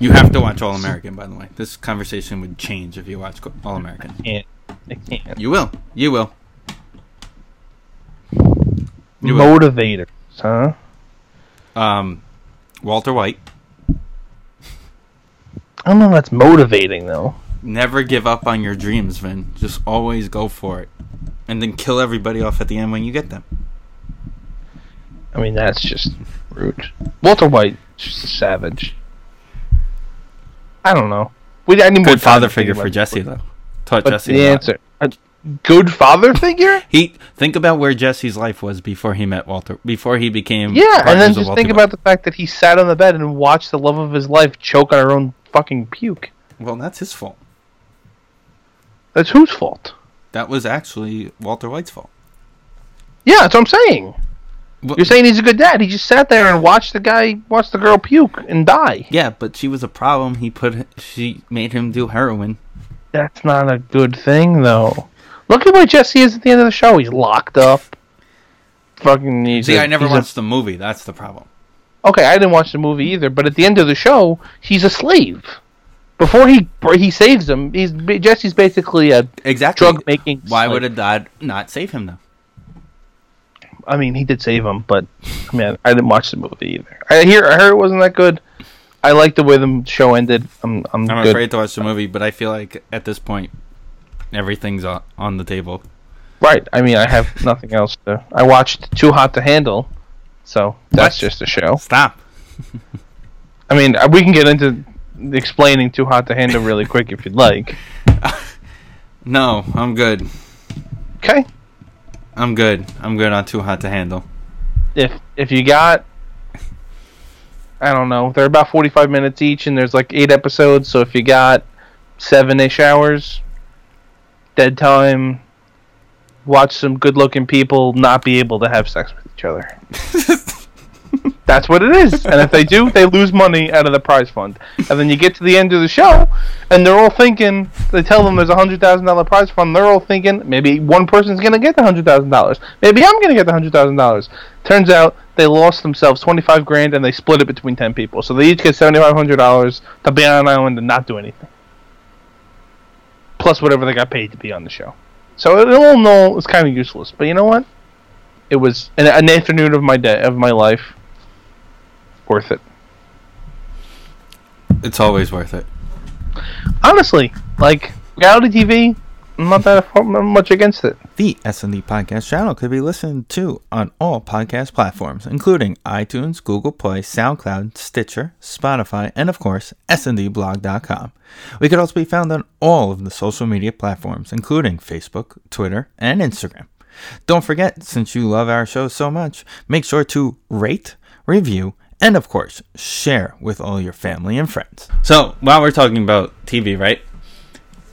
S1: You have to watch All American, by the way. This conversation would change if you watch All American.
S4: Can't. I can't.
S1: You will. You will. You will.
S4: Motivators, huh?
S1: Um, Walter White.
S4: I don't know. if That's motivating though.
S1: Never give up on your dreams, Vin. Just always go for it, and then kill everybody off at the end when you get them.
S4: I mean, that's just rude. Walter White, just a savage. I don't know. We I need more time
S1: Good father
S4: to think
S1: figure
S4: about
S1: for
S4: it.
S1: Jesse, though. Taught
S4: But
S1: Jesse uh,
S4: the
S1: a lot.
S4: answer, a good father figure.
S1: He think about where Jesse's life was before he met Walter, before he became
S4: Yeah, and
S1: partners
S4: then
S1: of
S4: just
S1: Walter
S4: think
S1: White.
S4: about the fact that he sat on the bed and watched the love of his life choke on her own fucking puke.
S1: well, that's his fault.
S4: That's whose fault?
S1: That was actually Walter White's fault.
S4: Yeah, that's what I'm saying.
S1: Wha-
S4: You're saying he's a good dad. He just sat there and watched the guy, watched the girl puke and die.
S1: yeah, but she was a problem. He put she made him do heroin.
S4: That's not a good thing, though. Look at where Jesse is at the end of the show. He's locked up. Fucking. He's
S1: See,
S4: I
S1: I never watched the movie. That's the problem.
S4: okay, I didn't watch the movie either. But at the end of the show, he's a slave. Before he he saves him, he's Jesse's basically a.
S1: Exactly.
S4: Drug-making
S1: Why
S4: slave.
S1: would a dad not save him though?
S4: I mean, he did save him, but man, I didn't watch the movie either. I hear I heard it wasn't that good. I like the way the show ended. I'm I'm,
S1: I'm
S4: good.
S1: afraid to watch the movie, but I feel like at this point, everything's o- on the table.
S4: Right. I mean, I have nothing else to. I watched Too Hot to Handle, so that's
S1: What?
S4: just a show.
S1: Stop.
S4: I mean, uh, we can get into explaining Too Hot to Handle really quick if you'd like.
S1: No, I'm good.
S4: Okay.
S1: I'm good. I'm good on too hot to handle.
S4: If if you got I don't know. They're about 45 minutes each, and there's like eight episodes. So if you got seven ish hours, dead time, watch some good looking people not be able to have sex with each other. That's what it is. And if they do, they lose money out of the prize fund. And then you get to the end of the show, and they're all thinking, they tell them there's a $100,000 prize fund. They're all thinking, maybe one person's going to get the $100,000. Maybe I'm going to get the $100,000. Turns out they lost themselves 25 grand and they split it between 10 people. So they each get $7,500 to be on an island and not do anything. Plus whatever they got paid to be on the show. So it all in all is kind of useless. But you know what? It was an, an afternoon of my day, of my life worth it.
S1: It's always worth it.
S4: Honestly, like reality TV, I'm not that I'm not much against it.
S1: The S&D Podcast channel could be listened to on all podcast platforms, including iTunes, Google Play, SoundCloud, Stitcher, Spotify, and of course, sndblog.com. We could also be found on all of the social media platforms, including Facebook, Twitter, and Instagram. Don't forget, since you love our show so much, make sure to rate, review, and of course, share with all your family and friends. So, while we're talking about TV, right?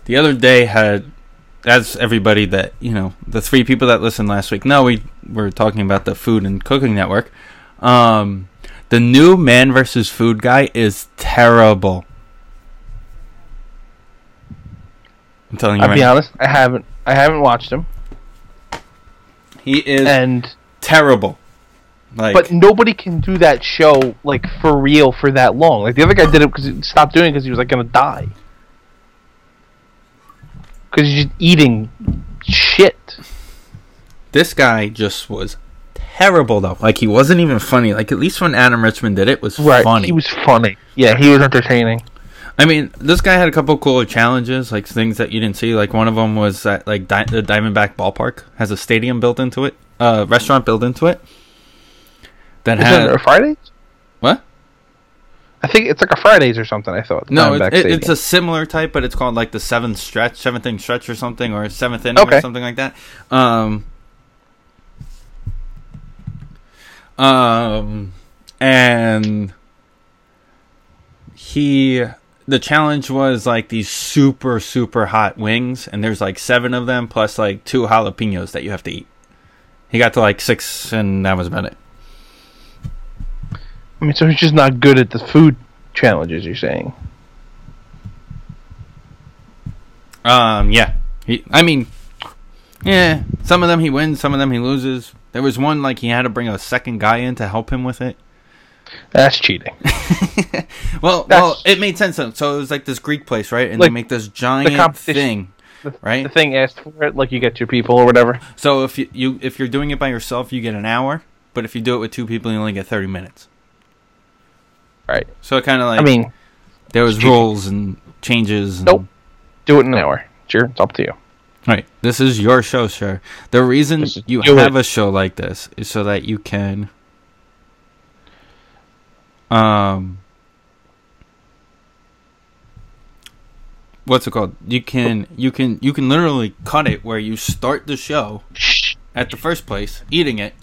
S1: The other day had, as everybody that, you know, the three people that listened last week know, we were talking about the Food and Cooking Network. Um, the new Man versus Food guy is terrible. I'm telling you
S4: I'll
S1: right
S4: be
S1: now.
S4: honest, I haven't I haven't watched him,
S1: He is
S4: and
S1: terrible. Like,
S4: but nobody can do that show like for real for that long. Like the other guy did it because he stopped doing it because he was like gonna die because he's just eating shit.
S1: this guy just was terrible, though. Like, he wasn't even funny. Like, at least when Adam Richmond did it, was funny.
S4: he was funny. Yeah, he was entertaining.
S1: I mean, this guy had a couple cooler challenges, like things that you didn't see. Like one of them was that like di- the Diamondback Ballpark has a stadium built into it, uh, restaurant built into it. That
S4: Isn't
S1: had
S4: it a Fridays?
S1: what?
S4: I think it's like a Fridays or something. I thought.
S1: No,
S4: Diamondback
S1: it, it, it's
S4: Stadium.
S1: a similar type, but it's called like the seventh stretch, seventh inning stretch or something, or seventh inning or
S4: Okay.
S1: something like that. Um, um, and he, the challenge was like these super super hot wings, and there's like seven of them plus like two jalapenos that you have to eat. He got to like six, and that was about it.
S4: I mean, so he's just not good at the food challenges. You're saying?
S1: Um, yeah. He, I mean, yeah. Some of them he wins, some of them he loses. There was one like he had to bring a second guy in to help him with it.
S4: That's cheating.
S1: Well,
S4: That's-
S1: well, it made sense. Though. So it was like this Greek place, right? And they
S4: Like,
S1: make this giant
S4: competition-
S1: thing, right?
S4: the thing asked for it, like you get your people or whatever.
S1: so if you, you if you're doing it by yourself, you get an hour. But if you do it with two people, you only get thirty minutes.
S4: Right.
S1: So it kind of like
S4: I mean,
S1: there was rules and changes. And,
S4: Nope. do it in an hour. Sure, it's up to you.
S1: All right. This is your show, sir. The reason
S4: This is-
S1: you
S4: do
S1: have
S4: it.
S1: a show like this is so that you can um what's it called? You can you can you can literally cut it where you start the show
S4: Shh.
S1: at the first place, eating it,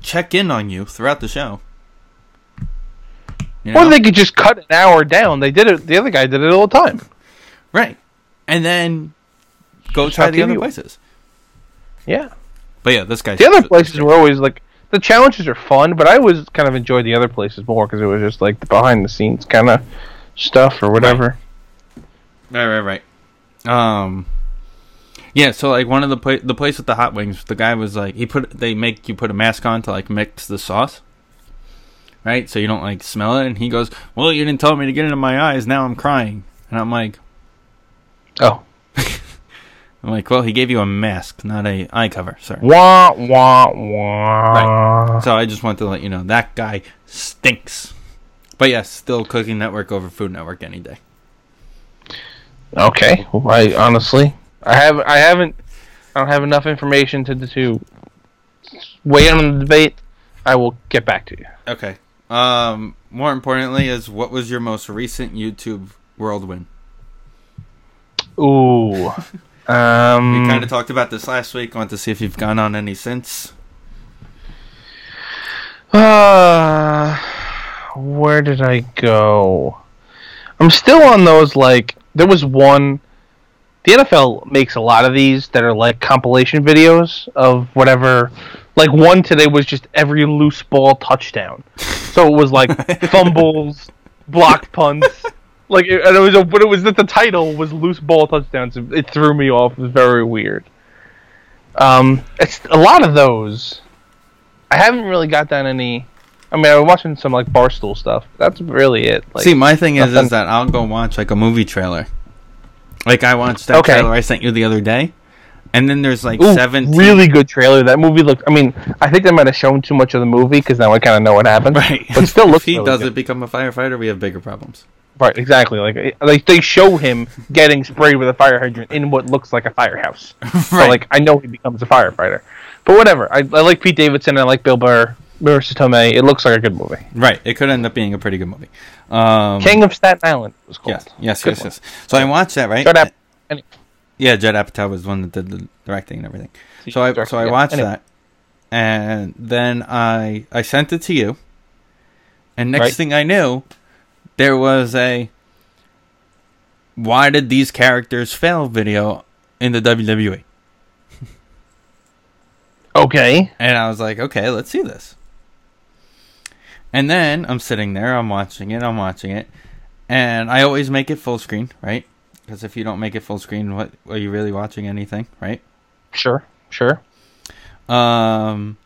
S1: check in on you throughout the show. You
S4: Or
S1: know?
S4: they could just cut an hour down. They did it. The other guy did it all the time.
S1: right. And then go
S4: Just
S1: try
S4: how
S1: the other
S4: TV
S1: places.
S4: Yeah.
S1: But yeah, this guy
S4: The other places were always like the challenges are fun, but I always kind of enjoyed the other places more because it was just like the behind the scenes kind of stuff or whatever.
S1: Right, right, right. Um, yeah. So like one of the pla- the place with the hot wings, the guy was like, he put they make you put a mask on to like mix the sauce, right? So you don't like smell it. And he goes, "Well, you didn't tell me to get it in my eyes. Now I'm crying." And I'm like,
S4: Oh,
S1: I'm like, well, he gave you a mask, not a eye cover, sir.
S4: wah wah wah.
S1: Right. So I just want to let you know that guy stinks. But yes, still Cooking Network over Food Network any day.
S4: Okay. Well, I honestly, I have, I haven't, I don't have enough information to to weigh in on the debate. I will get back to you.
S1: Okay. Um, more importantly, is what was your most recent YouTube whirlwind?
S4: Ooh.
S1: We kind
S4: Um.
S1: of talked about this last week. I want to see if you've gone on any since.
S4: Uh, where did I go? I'm still on those. Like there was one. The NFL makes a lot of these that are like compilation videos of whatever. Like one today was just every loose ball touchdown. So it was like fumbles, block punts. Like it, and it was a, but it was that the title was loose ball touchdowns. It threw me off. It was very weird. Um, it's a lot of those. I haven't really got down any. I mean, I was watching some like barstool stuff. That's really it. Like,
S1: See, my thing is is
S4: nothing-
S1: that I'll go watch like a movie trailer. Like I watched that
S4: Okay.
S1: trailer I sent you the other day, and then there's like
S4: Ooh,
S1: seven
S4: really good trailer. That movie looked. I mean, I think they might have shown too much of the movie because now I kind of know what happened.
S1: Right,
S4: But it still looks.
S1: if he
S4: really
S1: doesn't
S4: good.
S1: become a firefighter, we have bigger problems.
S4: Right, exactly. Like, it- like they show him getting sprayed with a fire hydrant in what looks like a firehouse. So,
S1: Right.
S4: like, I know he becomes a firefighter. But whatever. I, I like Pete Davidson. I like Bill Burr. Marissa Tomei. It looks like a good movie.
S1: Right, it could end up being a pretty good movie. Um,
S4: King of Staten Island was called.
S1: yes, yes,
S4: Good
S1: yes,
S4: one.
S1: yes. So I watched that right.
S4: Shut up. Any-
S1: Yeah, Judd Apatow was the one that did the directing and everything. So I so I
S4: yeah,
S1: watched
S4: anyway.
S1: that, and then I I sent it to you, and next
S4: Right.
S1: thing I knew, there was a why did these characters fail video in the E? WWE,
S4: Okay.
S1: and I was like, okay, let's see this. And then I'm sitting there, I'm watching it, I'm watching it, and I always make it full screen, right? Because if you don't make it full screen, what are you really watching anything, right?
S4: Sure. Sure.
S1: Um,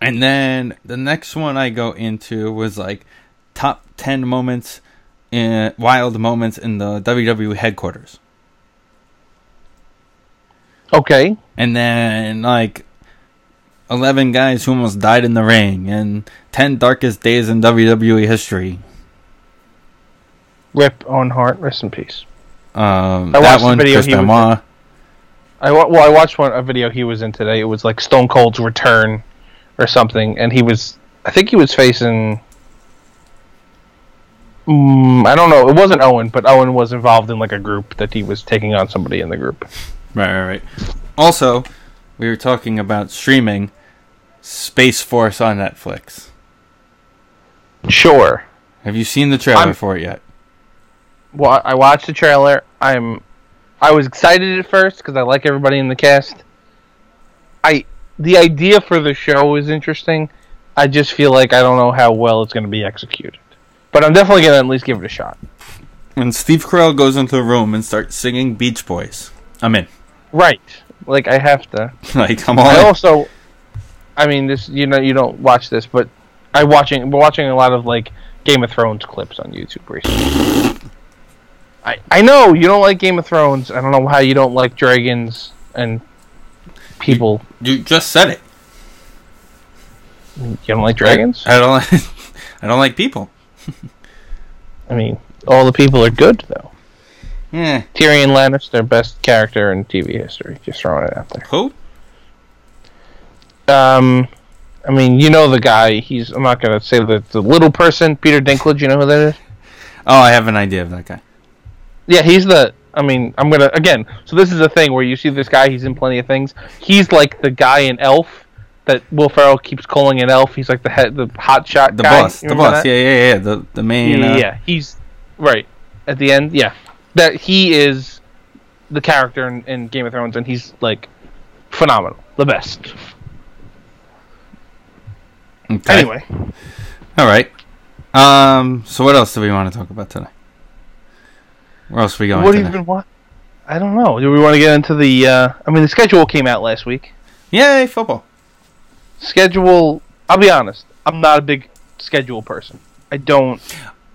S1: and then the next one I go into was like top ten moments, in, wild moments in the WWE headquarters,
S4: Okay.
S1: and then like eleven guys who almost died in the ring, and ten darkest days in WWE history.
S4: Rip on heart. Rest in peace.
S1: Um,
S4: I
S1: that
S4: watched the
S1: one,
S4: video
S1: Chris
S4: he was
S1: Benoit.
S4: I wa- well, I watched one a video he was in today. It was like Stone Cold's return, or something, and he was. I think he was facing. Mm, I don't know. It wasn't Owen, but Owen was involved in like a group that he was taking on somebody in the group.
S1: Right, right, right. Also, we were talking about streaming Space Force on Netflix.
S4: Sure.
S1: Have you seen the trailer
S4: I'm-
S1: for it yet?
S4: Well, I- I watched the trailer. I'm. I was excited at first because I like everybody in the cast. I the idea for the show is interesting. I just feel like I don't know how well it's going to be executed, but I'm definitely going to at least give it a shot.
S1: When Steve Carell goes into a room and starts singing Beach Boys, I'm in.
S4: Right. Like I have to.
S1: Like I'm all
S4: I
S1: in.
S4: also, I mean, this you know you don't watch this, but I watching we're watching a lot of like Game of Thrones clips on YouTube recently. I I know you don't like Game of Thrones. I don't know how you don't like dragons and people.
S1: You just said it.
S4: You don't like dragons?
S1: I don't. Like, I don't like people.
S4: I mean, all the people are good though.
S1: Yeah.
S4: Tyrion Lannister, best character in TV history. Just throwing it out there.
S1: Who?
S4: Um, I mean, you know the guy. He's I'm not gonna say the the little person, Peter Dinklage. You know who that is?
S1: Oh, I have an idea of that guy.
S4: Yeah, he's the. I mean, I'm gonna again. So this is a thing where you see this guy. He's in plenty of things. He's like the guy in Elf that Will Ferrell keeps calling an Elf. He's like the head, the hot shot
S1: The
S4: guy.
S1: boss.
S4: You
S1: The
S4: remember
S1: boss.
S4: that?
S1: Yeah, yeah, yeah. The the main.
S4: yeah,
S1: uh,
S4: yeah. He's right at the end. Yeah, that he is the character in, in Game of Thrones, and he's like phenomenal, the best.
S1: okay.
S4: Anyway,
S1: All right. Um. So what else do we want to talk about today? Where else are we going?
S4: what have
S1: today?
S4: you been watching? I don't know. Do we want to get into the? Uh, I mean, the schedule came out last week.
S1: Yay, football.
S4: schedule I'll be honest, I'm not a big schedule person. I don't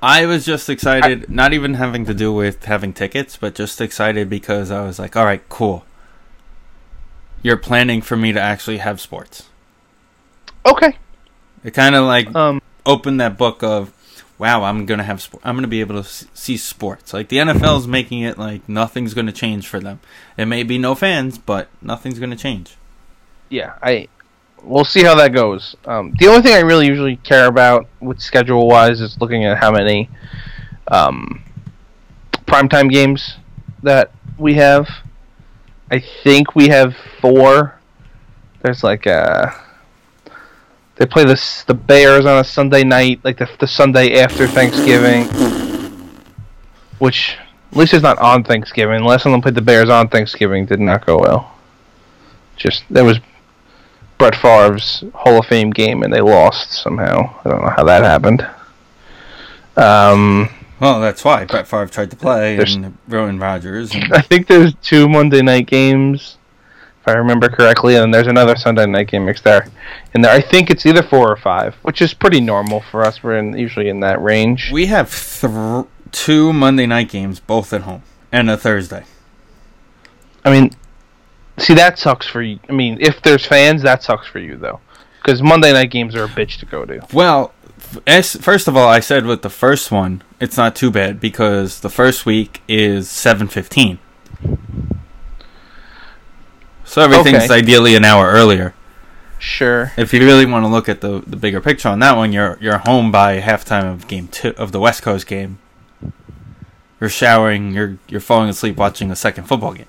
S1: I was just excited, not even having to do with having tickets, but just excited because I was like, all right, cool. You're planning for me to actually have sports.
S4: Okay.
S1: It kind of like
S4: Um
S1: opened that book of, wow, I'm going to have, sp- I'm going to be able to s- see sports. Like the NFL's making it like nothing's going to change for them. It may be no fans, but nothing's going to change.
S4: yeah, I we'll see how that goes. Um the only thing I really usually care about with schedule wise is looking at how many um primetime games that we have. I think we have four. There's like uh They play the s- the Bears on a Sunday night, like the the Sunday after Thanksgiving, which at least it's not on Thanksgiving. Last time they played the Bears on Thanksgiving did not go well. Just that was Brett Favre's Hall of Fame game, and they lost somehow. I don't know how that happened. Um,
S1: Well, that's why Brett Favre tried to play
S4: There's-
S1: and ruined Rodgers. And
S4: I think there's two Monday night games, if I remember correctly, and there's another Sunday night game mixed there. And there, I think it's either four or five, which is pretty normal for us. We're in, usually in that range.
S1: we have thr two Monday night games, both at home, and a Thursday.
S4: I mean, see, that sucks for you. I mean, if there's fans, that sucks for you though, because Monday night games are a bitch to go to.
S1: Well, f- as, first of all, I said with the first one, it's not too bad because the first week is seven fifteen, so everything's
S4: Okay.
S1: ideally an hour earlier.
S4: Sure.
S1: If you really want to look at the the bigger picture on that one, you're you're home by halftime of game two of the West Coast game. You're showering. You're you're falling asleep watching the second football game.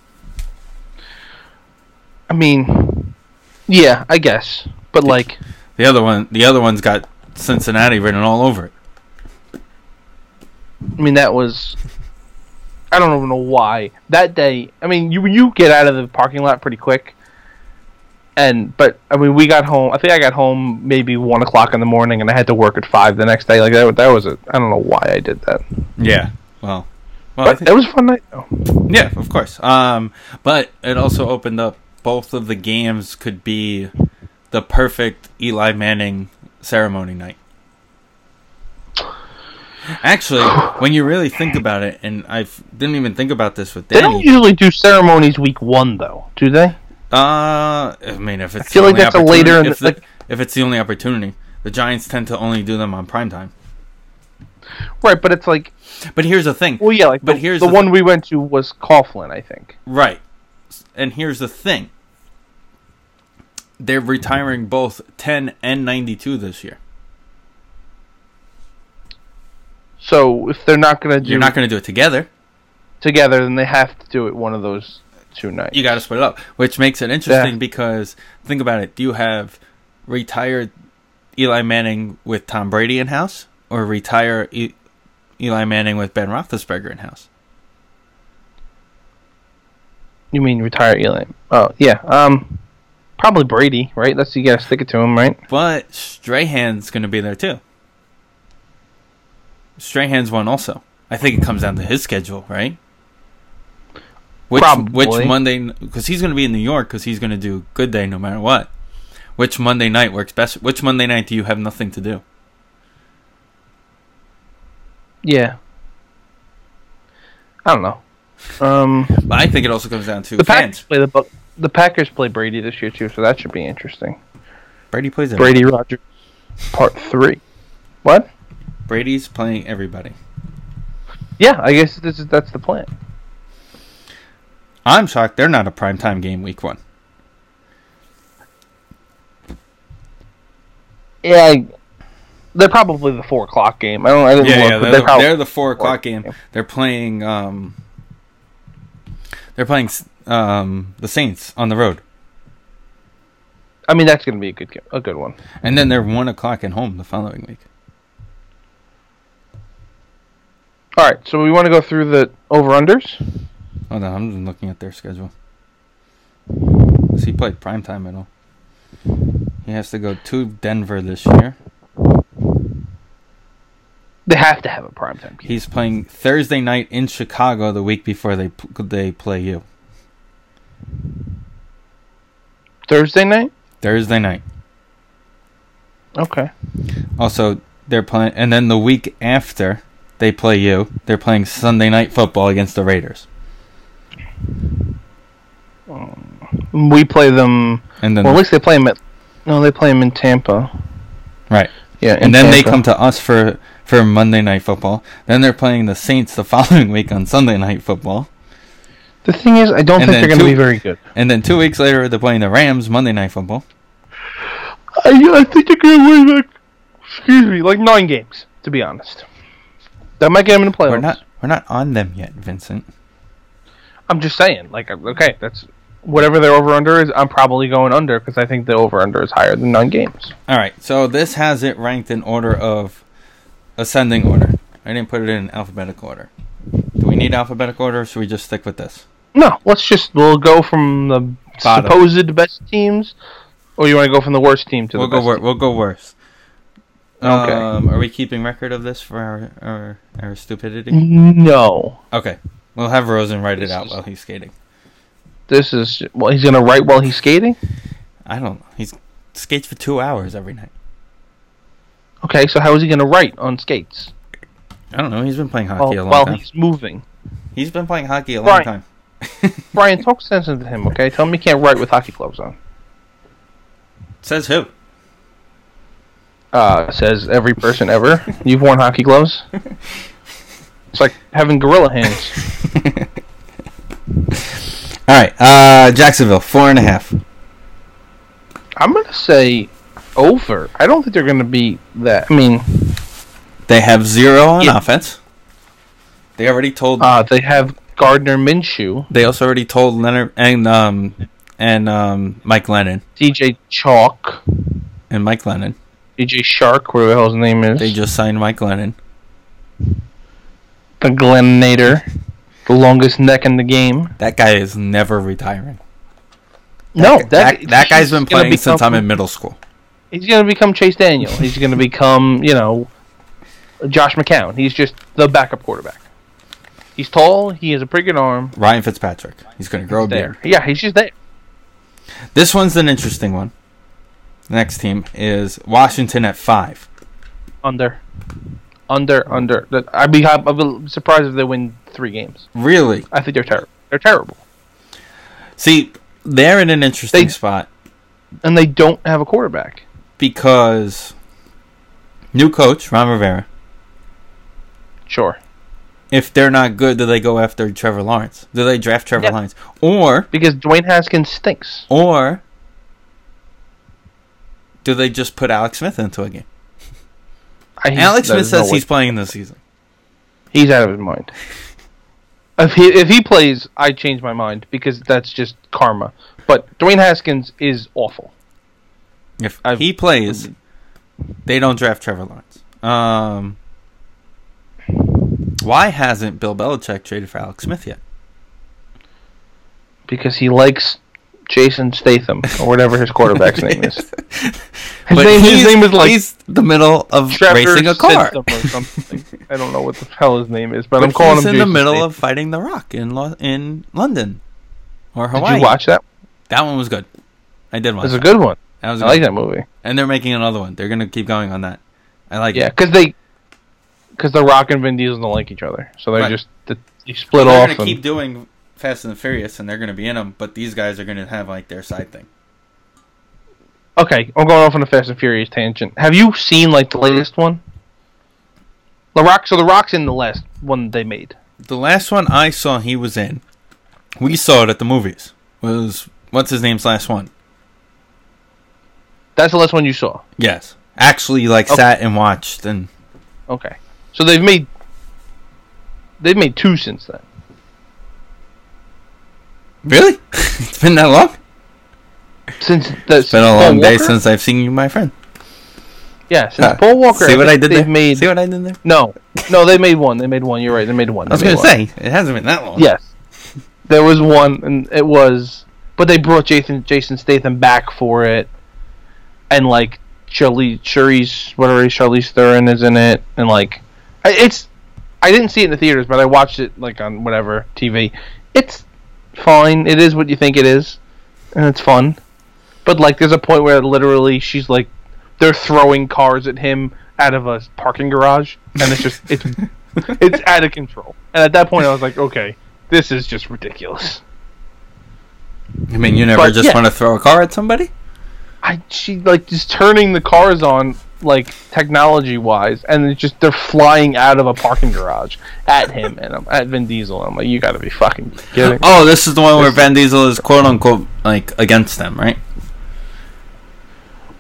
S4: I mean, yeah, I guess, but like,
S1: The other one, the other one's got Cincinnati written all over it.
S4: I mean, that was. I don't even know why that day. I mean, you you get out of the parking lot pretty quick, and but I mean, we got home. I think I got home maybe one o'clock in the morning, and I had to work at five the next day. Like that, that was a. I don't know why I did that,
S1: Yeah. Well. Well, Oh, I
S4: but
S1: think-
S4: it was a fun night. though.
S1: Yeah, of course. Um, but it also opened up both of the games could be the perfect Eli Manning ceremony night. Actually, when you really think about it, and I f- didn't even think about this with
S4: They don't
S1: Danny.
S4: usually do ceremonies week one though, do they?
S1: Uh, I mean, if it's
S4: feel
S1: the
S4: like
S1: only
S4: that's a later
S1: opportunity-
S4: in
S1: If,
S4: the-
S1: the- if it's the only opportunity, the Giants tend to only do them on primetime.
S4: Right, but it's like
S1: But here's the thing.
S4: well, yeah, like
S1: But
S4: the,
S1: here's
S4: the
S1: the-
S4: one we went to was Coughlin, I think.
S1: Right. And here's the thing. They're retiring both 10 and 92 this year.
S4: So if they're not gonna do
S1: You're not going to do it together.
S4: together, then they have to do it one of those two nights.
S1: You got to split it up, which makes it interesting
S4: Yeah.
S1: because think about it. Do you have retired Eli Manning with Tom Brady in house or retire e- Eli Manning with Ben Roethlisberger in house?
S4: You mean retire Eli? Oh yeah. Um, probably Brady, right? That's you gotta stick it to him, right?
S1: But Strahan's going to be there too. Strahan's one also. I think it comes down to his schedule, right? Which
S4: Probably.
S1: which Monday because he's going to be in New York because he's going to do good day no matter what. Which Monday night works best? Which Monday night do you have nothing to do?
S4: Yeah. I don't know. Um,
S1: But I think it also comes down to
S4: the Packers
S1: fans.
S4: play the Buc- the Packers play Brady this year too, so that should be interesting.
S1: Brady plays everybody.
S4: Brady Rogers, part three. What?
S1: Brady's playing everybody.
S4: Yeah, I guess this is that's the plan.
S1: I'm shocked they're not a primetime game week one.
S4: Yeah, I, they're probably the four o'clock game. I don't. I didn't
S1: Yeah,
S4: look,
S1: yeah
S4: but
S1: they're,
S4: they're
S1: the,
S4: probably-
S1: they're the four o'clock game. They're playing. Um, they're playing um, the Saints on the road,
S4: I mean, that's gonna be a good game, a good one.
S1: and then they're one o'clock at home the following week.
S4: All right, so we want to go through the over unders.
S1: Oh no, I'm just looking at their schedule. Does he play primetime at all? He has to go to Denver this year.
S4: They have to have a primetime game.
S1: He's playing Thursday night in Chicago the week before they p- they play you.
S4: Thursday night.
S1: Thursday night.
S4: Okay.
S1: Also, they're playing, and then the week after they play you, they're playing Sunday night football against the Raiders,
S4: We play them.
S1: and then
S4: Well, at least they play them at. No, they play them in Tampa.
S1: right,
S4: Yeah,
S1: and then they come to us for for Monday night football. Then they're playing the Saints the following week on Sunday night football,
S4: The thing is, I don't
S1: And
S4: think
S1: then
S4: they're going to
S1: two-
S4: be very good.
S1: and then two weeks later they're playing the Rams Monday night football.
S4: I, I think they're going to win like, excuse me, like nine games. To be honest, that might get them in the playoffs.
S1: We're not we're not on them yet, Vincent.
S4: I'm just saying, like, okay, that's whatever their over under is, I'm probably going under because I think the over under is higher than nine games.
S1: All right, so this has it ranked in order of ascending order. I didn't put it in alphabetical order. Do we need alphabetical order, or should we just stick with this?
S4: No, let's just we'll go from the
S1: Bottom.
S4: supposed best teams, or you want to go from the worst team to
S1: We'll
S4: the
S1: go.
S4: best.
S1: Wor- we'll go worse.
S4: Okay.
S1: Um, are we keeping record of this for our our, our stupidity?
S4: team? No,
S1: Okay. We'll have Rosen write it out while he's skating.
S4: this is well. He's gonna write while he's skating.
S1: I don't know. He skates for two hours every night.
S4: Okay, so how is he gonna write on skates
S1: I don't know. He's been playing hockey
S4: while,
S1: a long
S4: while
S1: time.
S4: he's moving?
S1: He's been playing hockey a long
S4: Right.
S1: time.
S4: Brian, talk sense into him. Okay, tell him he can't write with hockey gloves on.
S1: Says who?
S4: Uh, says every person ever. You've worn hockey gloves. It's like having gorilla hands.
S1: All right. Uh, Jacksonville four and a half.
S4: I'm gonna say over. I don't think they're gonna be that. I mean,
S1: They have zero on
S4: Yeah.
S1: offense. They already told.
S4: uh, they have Gardner Minshew,
S1: they also already told Leonard and um and um Mike Lennon
S4: DJ Chalk,
S1: and Mike Lennon.
S4: DJ Shark, whatever the hell his name is,
S1: They just signed Mike Lennon.
S4: the Glennator, the longest neck in the game.
S1: That guy is never retiring.
S4: no,
S1: That that, guy's
S4: he's
S1: been
S4: gonna
S1: playing since
S4: become-
S1: I'm in middle school.
S4: He's gonna become Chase Daniel. He's gonna become, you know, Josh McCown. He's just the backup quarterback. He's tall. He has a pretty good arm.
S1: Ryan Fitzpatrick. He's gonna grow a beard.
S4: There. Yeah, he's just there.
S1: This one's an interesting one. The next team is Washington at five.
S4: Under. Under, under. That- I'd be, I'd be surprised if they win three games.
S1: Really?
S4: I think they're terrible. They're terrible.
S1: See, they're in an interesting
S4: They-
S1: spot
S4: And they don't have a quarterback.
S1: because new coach Ron Rivera.
S4: Sure.
S1: If they're not good, do they go after Trevor Lawrence? Do they draft Trevor
S4: Yeah.
S1: Lawrence? Or
S4: Because Dwayne Haskins stinks.
S1: Or do they just put Alex Smith into a game?
S4: I- he's-
S1: Alex
S4: there's
S1: Smith says
S4: no way.
S1: he's playing this season.
S4: He's out of his mind. If he if he plays, I change my mind because that's just karma. But Dwayne Haskins is awful.
S1: If
S4: I've-
S1: he plays, they don't draft Trevor Lawrence. Um, why hasn't Bill Belichick traded for Alex Smith yet?
S4: because he likes Jason Statham or whatever his quarterback's name is. His,
S1: But
S4: name, his
S1: he's-
S4: name is like
S1: he's the middle of
S4: Trevor
S1: racing a car.
S4: Statham or something. I don't know what the hell his name is, but, I'm
S1: But
S4: calling
S1: he's
S4: him
S1: in the
S4: Jason
S1: middle
S4: Statham.
S1: of fighting the Rock in Lo- in London or
S4: Did
S1: Hawaii.
S4: you watch that?
S1: That one was good. I did watch.
S4: It's a
S1: That.
S4: good one.
S1: That was
S4: I like
S1: good.
S4: that movie.
S1: And they're making another one. They're gonna keep going on that. I like
S4: Yeah,
S1: it.
S4: because they, because The Rock and Vin Diesel don't like each other, so they're
S1: Right.
S4: just they, they split
S1: they're
S4: off.
S1: gonna
S4: and-
S1: keep doing Fast and the Furious, and they're gonna be in them. But these guys are gonna have like their side thing.
S4: okay, I'm going off on a Fast and Furious tangent. Have you seen like the latest one? The Rock. So The Rock's in the last one they made.
S1: The last one I saw, he was in. We saw it at the movies. Was what's his name's last one?
S4: That's the last one you saw.
S1: Yes, actually, like
S4: Okay.
S1: sat and watched, and
S4: Okay. So they've made they've made two since then.
S1: really, it's been that long.
S4: Since the
S1: It's been a long day since I've seen you, my friend.
S4: yeah since
S1: Huh.
S4: Paul Walker.
S1: See what I
S4: think
S1: did
S4: they've
S1: there?
S4: Made,
S1: See what I did there?
S4: no, no, they made one. They made one. You're right. They made one.
S1: I was
S4: They made
S1: gonna
S4: one.
S1: say it hasn't been that long.
S4: yes. There was one, and it was, but they brought Jason Jason Statham back for it, and like Charlie Charlize whatever it is, Charlize Theron is in it, and like I- it's I didn't see it in the theaters, but I watched it like on whatever TV. It's fine. It is what you think it is, and it's fun. But like, there's a point where literally she's like, they're throwing cars at him out of a parking garage, and it's just it's it's out of control. And at that point, I was like, okay, this is just ridiculous.
S1: I mean, you never
S4: But,
S1: just
S4: yeah.
S1: want to throw a car at somebody.
S4: I she like just turning the cars on like technology wise, and it's just they're flying out of a parking garage at him and I'm at Vin Diesel. I'm like, you gotta be fucking kidding. me."
S1: Oh, this is the one where Van Diesel is quote unquote like against them, right?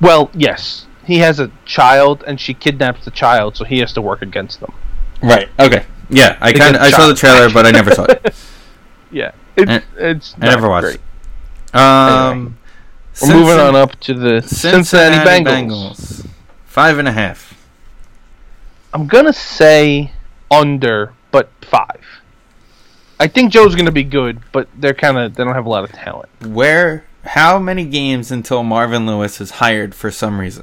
S4: Well, yes, he has a child, and she kidnaps the child, so he has to work against them.
S1: Right. Okay. Yeah, I kind of
S4: gets
S1: I saw
S4: shot.
S1: the trailer, but I never saw it.
S4: Yeah, it's
S1: And-
S4: it's
S1: I
S4: not
S1: never watched
S4: great.
S1: it. Um,
S4: We're moving on up to the Cincinnati, Bengals.
S1: Bengals. Five and a half.
S4: I'm gonna say under, but five. I think Joe's gonna be good, but they're kind of they don't have a lot of talent.
S1: Where? How many games until Marvin Lewis is hired for some reason?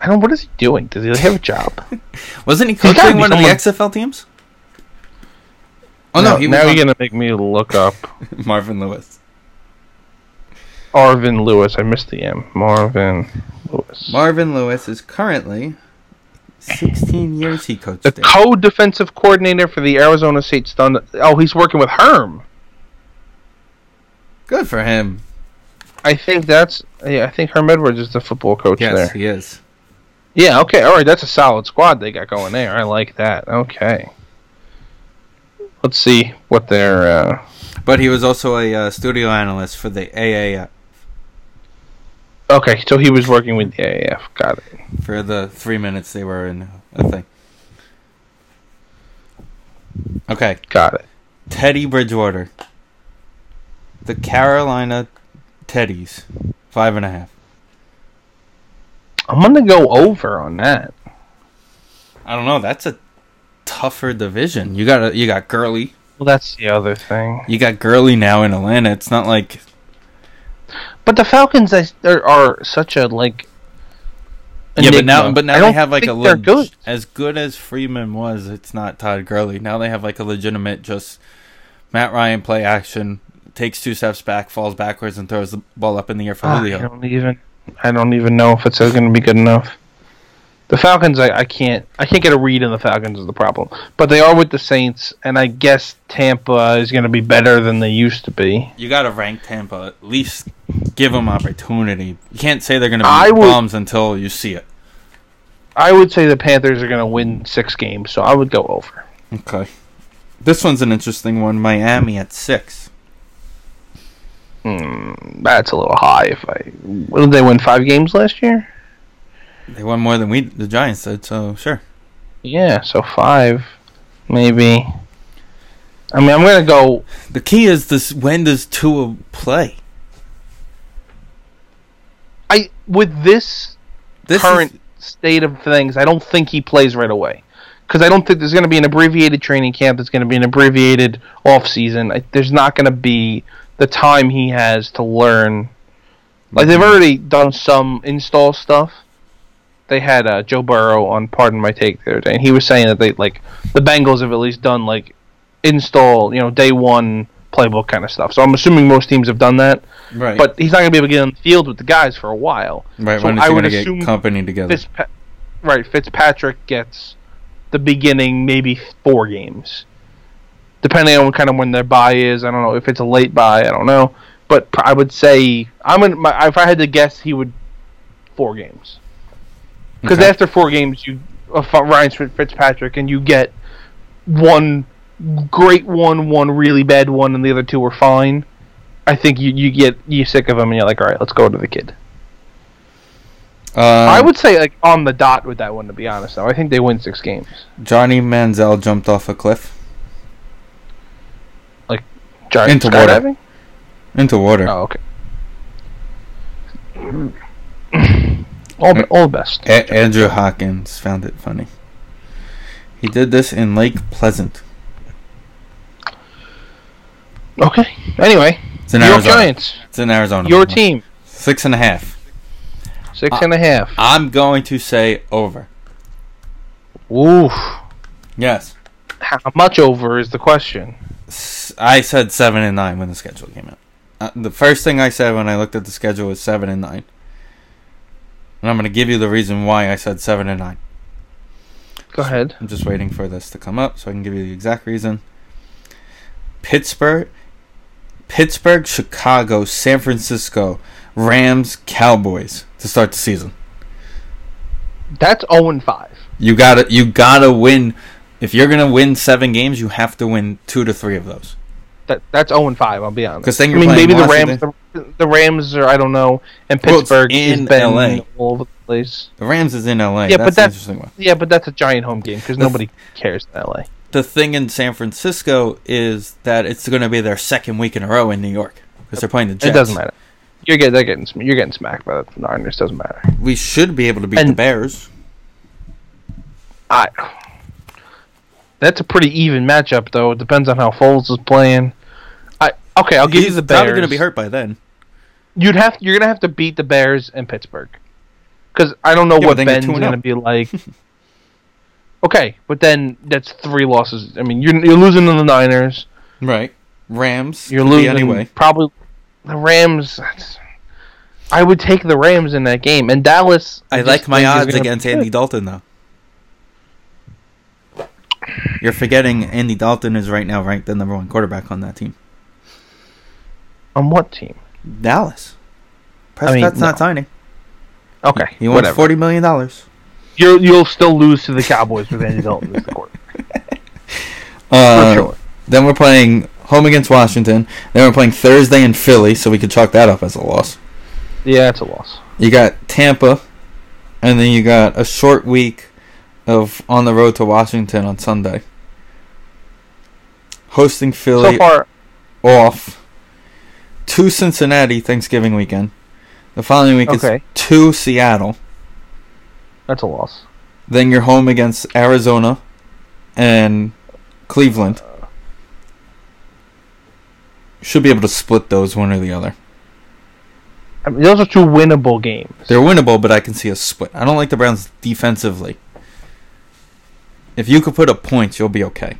S4: I don't. What is he doing? Does he have a job?
S1: Wasn't he
S4: gotta
S1: coaching
S4: be
S1: one of the
S4: someone-
S1: XFL teams? Oh no, he was on
S4: now you're gonna make me look up
S1: Marvin Lewis.
S4: Arvin Lewis. I missed the M. Marvin Lewis.
S1: Marvin Lewis is currently 16 years he coached.
S4: the
S1: there.
S4: co-defensive coordinator for the Arizona State Thunder. Oh, he's working with Herm.
S1: Good for him.
S4: I think that's yeah. I think Herm Edwards is the football coach
S1: Yes,
S4: there.
S1: he is.
S4: Yeah. Okay. All right. That's a solid squad they got going there. I like that. Okay. Let's see what their. Uh,
S1: But he was also a uh, studio analyst for the uh, AAF
S4: okay, so he was working with the AAF. Got it.
S1: for the three minutes they were in a thing. Okay,
S4: Got it.
S1: Teddy Bridgewater. The Carolina Teddies. Five and a half.
S4: I'm gonna go over on that.
S1: I don't know. That's a tougher division. You got a, you got Gurley.
S4: Well, that's the other thing.
S1: You got Gurley now in Atlanta. It's not like
S4: But the Falcons, I, are, are such a like.
S1: yeah, but now
S4: enigma.
S1: but
S4: I
S1: now they
S4: don't
S1: have like a
S4: think they're
S1: leg-
S4: good.
S1: as good as Freeman was. It's not Todd Gurley. Now they have like a legitimate just Matt Ryan play action. Takes two steps back, falls backwards, and throws the ball up in the air for
S4: Ah, I
S1: Julio.
S4: don't even. I don't even know if it's going to be good enough. The Falcons, I, I can't. I can't get a read on the Falcons is the problem. But they are with the Saints, and I guess Tampa is going to be better than they used to be.
S1: You got to rank Tampa. At least give them opportunity. You can't say they're going to be
S4: I would-
S1: bombs until you see it.
S4: I would say the Panthers are going to win six games, so I would go over.
S1: Okay. This one's an interesting one. Miami at six.
S4: Hmm, That's a little high. If I what did they win five games last year?
S1: They won more than we the Giants did, so sure.
S4: Yeah, so five, maybe. I mean, I'm going to go
S1: The key is this: when does Tua play?
S4: I with this,
S1: This
S4: current
S1: Is,
S4: state of things, I don't think he plays right away. Because I don't think there's going to be an abbreviated training camp. There's going to be an abbreviated off season. I, there's not going to be the time he has to learn. Like
S1: Mm-hmm.
S4: they've already done some install stuff. They had uh, Joe Burrow on Pardon My Take the other day, and he was saying that they like the Bengals have at least done like install, you know, day one playbook kind of stuff. So I'm assuming most teams have done that.
S1: right,
S4: But he's not going to be able to get on the field with the guys for a while.
S1: right.
S4: so
S1: when is
S4: I
S1: he
S4: would
S1: going to get
S4: assume
S1: company together?
S4: Fitzpa- right, Fitzpatrick gets the beginning, maybe four games, depending on what kind of when their buy is. I don't know if it's a late buy. I don't know, but pr- I would say I'm in my, if I had to guess, he would four games. Because
S1: Okay.
S4: after four games, you of Ryan Fitz- Fitzpatrick, and you get one great one, one really bad one, and the other two were fine. I think you you get you sick of him, and you're like, all right, let's go to the kid.
S1: Um,
S4: I would say like on the dot with that one to be honest though. I think they win six games.
S1: Johnny Manziel jumped off a cliff
S4: Giants
S1: Into water.
S4: skydiving?
S1: into water.
S4: Oh okay. all, the, all the best.
S1: A- Andrew Hawkins found it funny. He did this in Lake Pleasant.
S4: Okay. Anyway,
S1: It's in
S4: New York
S1: Arizona.
S4: Giants,
S1: It's in Arizona.
S4: your team,
S1: Six and a half. Uh,
S4: six and a half.
S1: I'm going to say over.
S4: Ooh,
S1: Yes.
S4: how much over is the question?
S1: S- I said seven and nine when the schedule came out. Uh, the first thing I said when I looked at the schedule was seven and nine, and I'm going to give you the reason why I said seven and nine.
S4: Go ahead.
S1: I'm just waiting for this to come up so I can give you the exact reason. Pittsburgh, Pittsburgh, Chicago, San Francisco, Rams, Cowboys to start the season.
S4: That's 0 and 5.
S1: You gotta, you gotta win. If you're gonna win seven games, you have to win two to three of those.
S4: That that's 0 and 5, I'll be honest.
S1: 'Cause then
S4: I
S1: you're
S4: mean
S1: playing
S4: maybe the Rams
S1: Washington.
S4: the, the Rams are I don't know and
S1: Well, it's
S4: Pittsburgh
S1: in
S4: has been
S1: LA.
S4: all over the place.
S1: The Rams is in LA.
S4: Yeah,
S1: that's
S4: but
S1: the
S4: that's-
S1: interesting one.
S4: Yeah, but that's a giant home game because
S1: That's-
S4: nobody cares in LA.
S1: The the thing in San Francisco is that it's going to be their second week in a row in New York because they're playing the Jets.
S4: It doesn't matter. You're getting, they're getting, sm- you're getting smacked by the Niners. Doesn't matter.
S1: We should be able to beat the
S4: And-
S1: Bears.
S4: I. That's a pretty even matchup, though. It depends on how Foles is playing. I okay, I'll give
S1: He's
S4: you the Bears.
S1: probably going to be hurt by then.
S4: You'd have you're gonna have to beat the Bears and Pittsburgh, because I don't know
S1: Yeah, but
S4: what
S1: then you're
S4: Ben's
S1: 2-0.
S4: gonna be like. okay, but then that's three losses. I mean, you're you're losing to the Niners.
S1: Right. Rams.
S4: You're
S1: could be
S4: losing
S1: anyway.
S4: probably the Rams. that's- I would take the Rams in that game, and Dallas.
S1: I
S4: just
S1: like my
S4: think is
S1: odds
S4: gonna-
S1: against Andy Dalton though. You're forgetting Andy Dalton is right now ranked the number one quarterback on that team.
S4: On what team?
S1: Dallas. Prescott's not
S4: no.
S1: signing.
S4: Okay,
S1: He wants
S4: whatever.
S1: forty million dollars.
S4: You'll you'll still lose to the Cowboys with Andy Dalton as the quarterback.
S1: Uh,
S4: sure.
S1: Then we're playing home against Washington. Then we're playing Thursday in Philly, so we could chalk that up as a loss.
S4: Yeah, it's a loss.
S1: You got Tampa, and then you got a short week of on the road to Washington on Sunday. Hosting Philly
S4: So far,
S1: off to Cincinnati Thanksgiving weekend. The following week
S4: Okay.
S1: is to Seattle.
S4: that's a loss.
S1: Then you're home against Arizona and Cleveland. Should be able to split those one or the other.
S4: I mean, those are two winnable games.
S1: They're winnable, but I can see a split. I don't like the Browns defensively. If you could put up points, you'll be okay.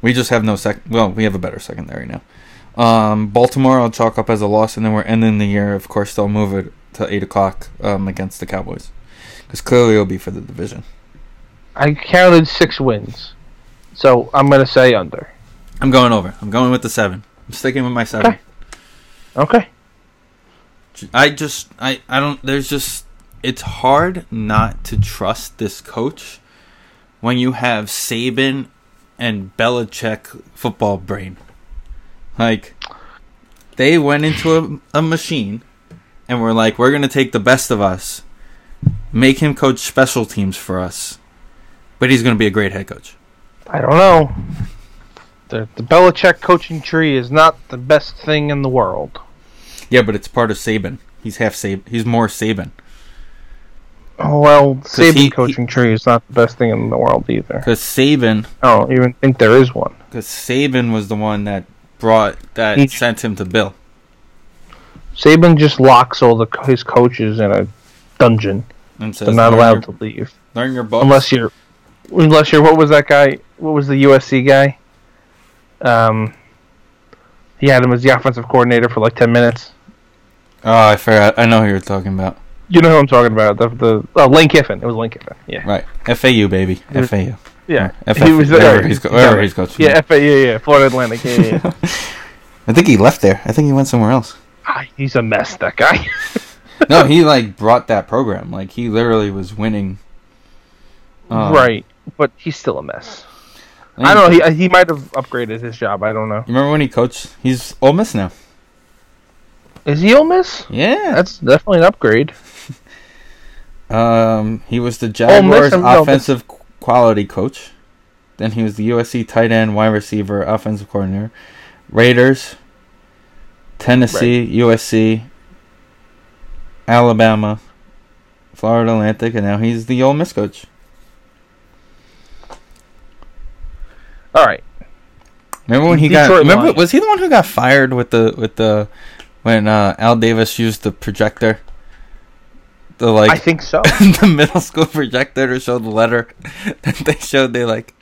S1: We just have no sec. Well, we have a better secondary now. Um, Baltimore, I'll chalk up as a loss, and then we're ending the year. Of course, they'll move it to eight o'clock um, against the Cowboys, because clearly it'll be for the division.
S4: I counted six wins, so I'm gonna say under.
S1: I'm going over. I'm going with the seven. I'm sticking with my seven.
S4: Okay. Okay.
S1: I just I I don't there's just it's hard not to trust this coach when you have Saban and Belichick football brain. Like they went into a, a machine and were like we're going to take the best of us. Make him coach special teams for us. But he's going to be a great head coach.
S4: I don't know. The the Belichick coaching tree is not the best thing in the world.
S1: Yeah, but it's part of Saban. He's half Saban. He's more Saban
S4: Oh well, Saban
S1: he-
S4: coaching tree is not the best thing in the world either.
S1: cuz Saban
S4: I don't even think there is one.
S1: Because Saban was the one that brought that
S4: He-
S1: sent him to Bill.
S4: Saban just locks all the his coaches in a dungeon.
S1: And says,
S4: They're not
S1: "Learn
S4: allowed to
S1: your,
S4: leave
S1: learn your books.
S4: unless you're unless you're what was that guy? What was the USC guy? Um, he had him as the offensive coordinator for like ten minutes.
S1: oh, I forgot. I know who you're talking about.
S4: You know who I'm talking about? The the oh, Lane Kiffin. It was Lane Kiffin. Yeah.
S1: Right, FAU baby,
S4: Mm.
S1: FAU.
S4: Yeah,
S1: FF, wherever he's go- wherever he's coaching.
S4: Yeah, FA, yeah, yeah, Florida Atlantic. Yeah, yeah, yeah.
S1: I think he left there. I think he went somewhere else.
S4: Ah, he's a mess. That guy.
S1: No, he like brought that program. Like he literally was winning. um,
S4: right, but he's still a mess.
S1: think-
S4: I don't know. He he might have upgraded his job. I don't know.
S1: You remember when he coached? He's Ole Miss now.
S4: Is he Ole Miss?
S1: Yeah.
S4: That's definitely an upgrade.
S1: Um, he was the
S4: Miss,
S1: Jaguars
S4: I'm- no, but-
S1: offensive qu- quality coach. Then he was the USC tight end, wide receiver, offensive coordinator. Raiders, Tennessee, USC, Alabama, Florida Atlantic, and now he's the Ole Miss coach.
S4: All right.
S1: Remember when he got?
S4: Detroit
S1: Remember
S4: Lions.
S1: was he the one who got fired with the with the when uh, Al Davis used the projector? The like
S4: I think so.
S1: the middle school projector to show the letter that they showed they like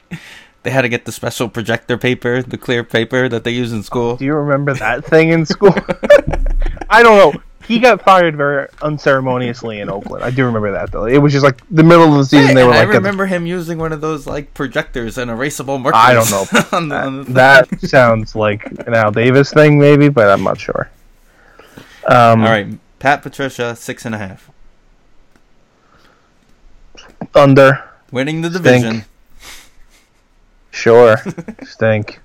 S1: they had to get the special projector paper the clear paper that they use in school
S4: Do you remember that thing in school? I don't know. He got fired very unceremoniously in Oakland. I do remember that though. It was just like the middle of the season. they
S1: Yeah,
S4: were
S1: and
S4: like,
S1: I remember him using one of those like projectors and erasable markers.
S4: I don't know.
S1: on the- on the-
S4: that sounds like an Al Davis thing, maybe, but I'm not sure. Um,
S1: All right, Pat Patricia six and a half,
S4: Thunder.
S1: winning the
S4: Stink.
S1: division.
S4: Sure. Stink.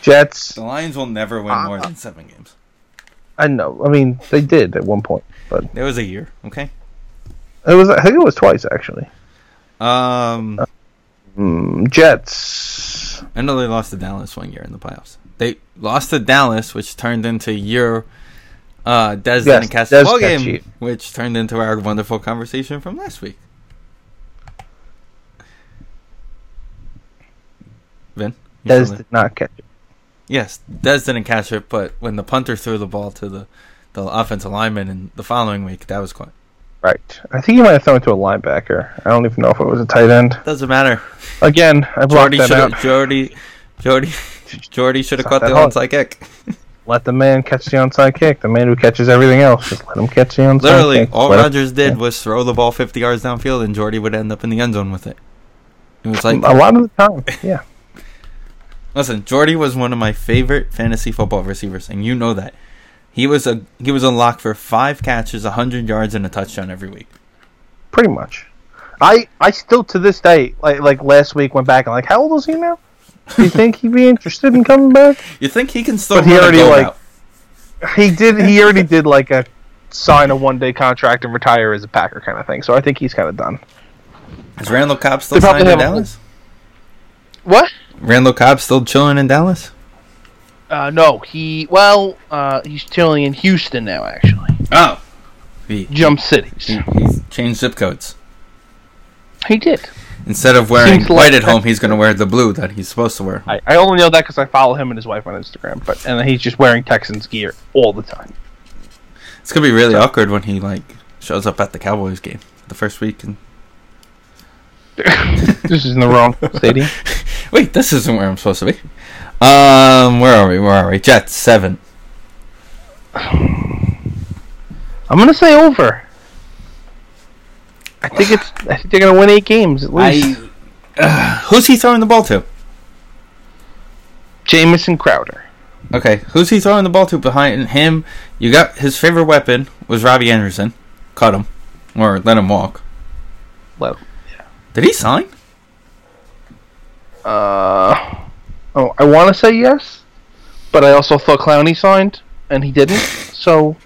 S4: Jets.
S1: The Lions will never win
S4: Ah.
S1: more than seven games.
S4: I know. I mean, they did at one point, but
S1: There was a year, okay.
S4: it was. I think it was twice actually.
S1: Um,
S5: Um, Jets.
S1: I know they lost to Dallas one year in the playoffs. They lost to Dallas, which turned into your uh, Des
S5: Yes,
S1: and Cast
S5: Des
S1: ball game,
S5: Catchy.
S1: which turned into our wonderful conversation from last week. Vin, you
S5: Des
S1: still there?
S5: did not catch it.
S1: yes, Des didn't catch it, but when the punter threw the ball to the the offensive lineman in the following week, that was caught.
S5: Right. I think he might have thrown it to a linebacker. I don't even know if it was a tight end.
S1: Doesn't matter.
S5: Again, I blocked
S1: Jordy
S5: that
S1: should
S5: out.
S1: Jordy Jordy Jordy should have
S5: It's
S1: caught
S5: not
S1: the
S5: that
S1: onside
S5: hard.
S1: kick.
S5: Let the man catch the onside kick. The man who catches everything else, just let him catch the onside
S1: Literally,
S5: kick.
S1: all
S5: Let him-
S1: Rodgers did was throw the ball 50 yards downfield, and Jordy would end up in the end zone with it. It was like,
S5: a lot of the time, yeah.
S1: listen, Jordy was one of my favorite fantasy football receivers, and you know that. He was a he was a lock for five catches, 100 yards, and a touchdown every week.
S5: pretty much. I I still to this day like like last week went back and like how old is he now? Do you think he'd be interested in coming back?
S1: You think he can still
S5: But he
S1: run a
S5: already,
S1: go
S5: like-
S1: route.
S5: He did. He already did like a sign a one day contract and retire as a Packer kind of thing. So I think he's kind of done.
S1: Is Randall Cobb still
S5: They probably
S1: signed in
S5: have a-
S1: Dallas?
S5: What?
S1: Randall Cobb still chilling in Dallas?
S6: Uh, no, he well, uh, he's chilling in Houston now. Actually,
S1: Oh. He,
S6: jump cities.
S1: he, he's changed zip codes.
S6: He did.
S1: Instead of wearing
S6: Seems like-
S1: white at home, he's going to wear the blue that he's supposed to wear.
S5: I, I only know that because I follow him and his wife on Instagram. But and he's just wearing Texans gear all the time.
S1: It's gonna be really awkward when he like shows up at the Cowboys game the first week and
S5: This is in the wrong stadium.
S1: wait, this isn't where I'm supposed to be. Um, where are we? Where are we? Jets seven.
S5: I'm gonna say over. I think it's. I think they're gonna win eight games at least.
S1: I who's he throwing the ball to?
S5: Jamison Crowder.
S1: Okay, who's he throwing the ball to behind him? You got his favorite weapon was Robbie Anderson. Cut him or let him walk.
S5: Let
S1: Did he sign?
S5: Uh, oh, I want to say yes, but I also thought Clowney signed, and he didn't. So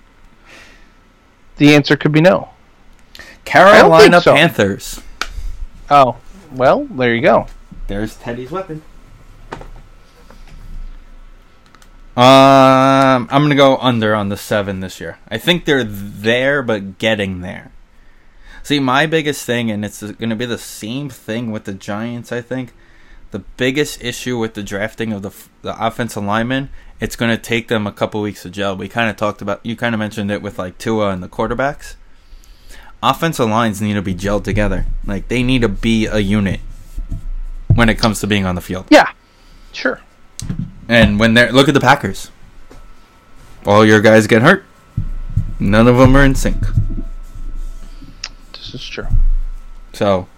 S5: the answer could be no.
S1: Carolina
S5: so.
S1: Panthers.
S5: Oh, well, there you go.
S1: There's Teddy's weapon. Um, I'm gonna go under on the seven this year. I think they're there, but getting there. See, my biggest thing, and it's gonna be the same thing with the Giants. I think the biggest issue with the drafting of the f- the offensive linemen, it's gonna take them a couple weeks to gel. We kind of talked about, you kind of mentioned it with like Tua and the quarterbacks. Offensive lines need to be gelled together. Like they need to be a unit when it comes to being on the field.
S5: Yeah, sure.
S1: And when they're look at the Packers. All your guys get hurt. None of them are in sync.
S5: This is true.
S1: So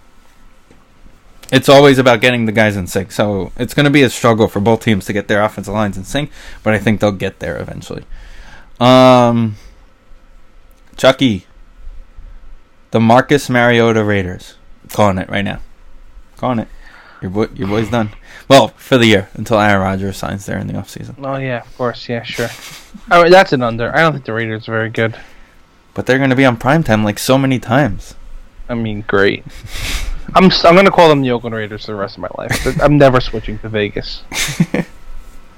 S1: it's always about getting the guys in sync. So it's going to be a struggle for both teams to get their offensive lines in sync, but I think they'll get there eventually. Um Chucky the Marcus Mariota Raiders. Calling it right now. Calling it. Your boy, your boy's done. Well, for the year until Aaron Rodgers signs there in the offseason.
S5: Oh yeah, of course. Yeah, sure. All right, that's an under. I don't think the Raiders are very good.
S1: But they're going to be on primetime like so many times.
S5: I mean, great. I'm s- I'm gonna call them the Oakland Raiders for the rest of my life. But I'm never switching to Vegas.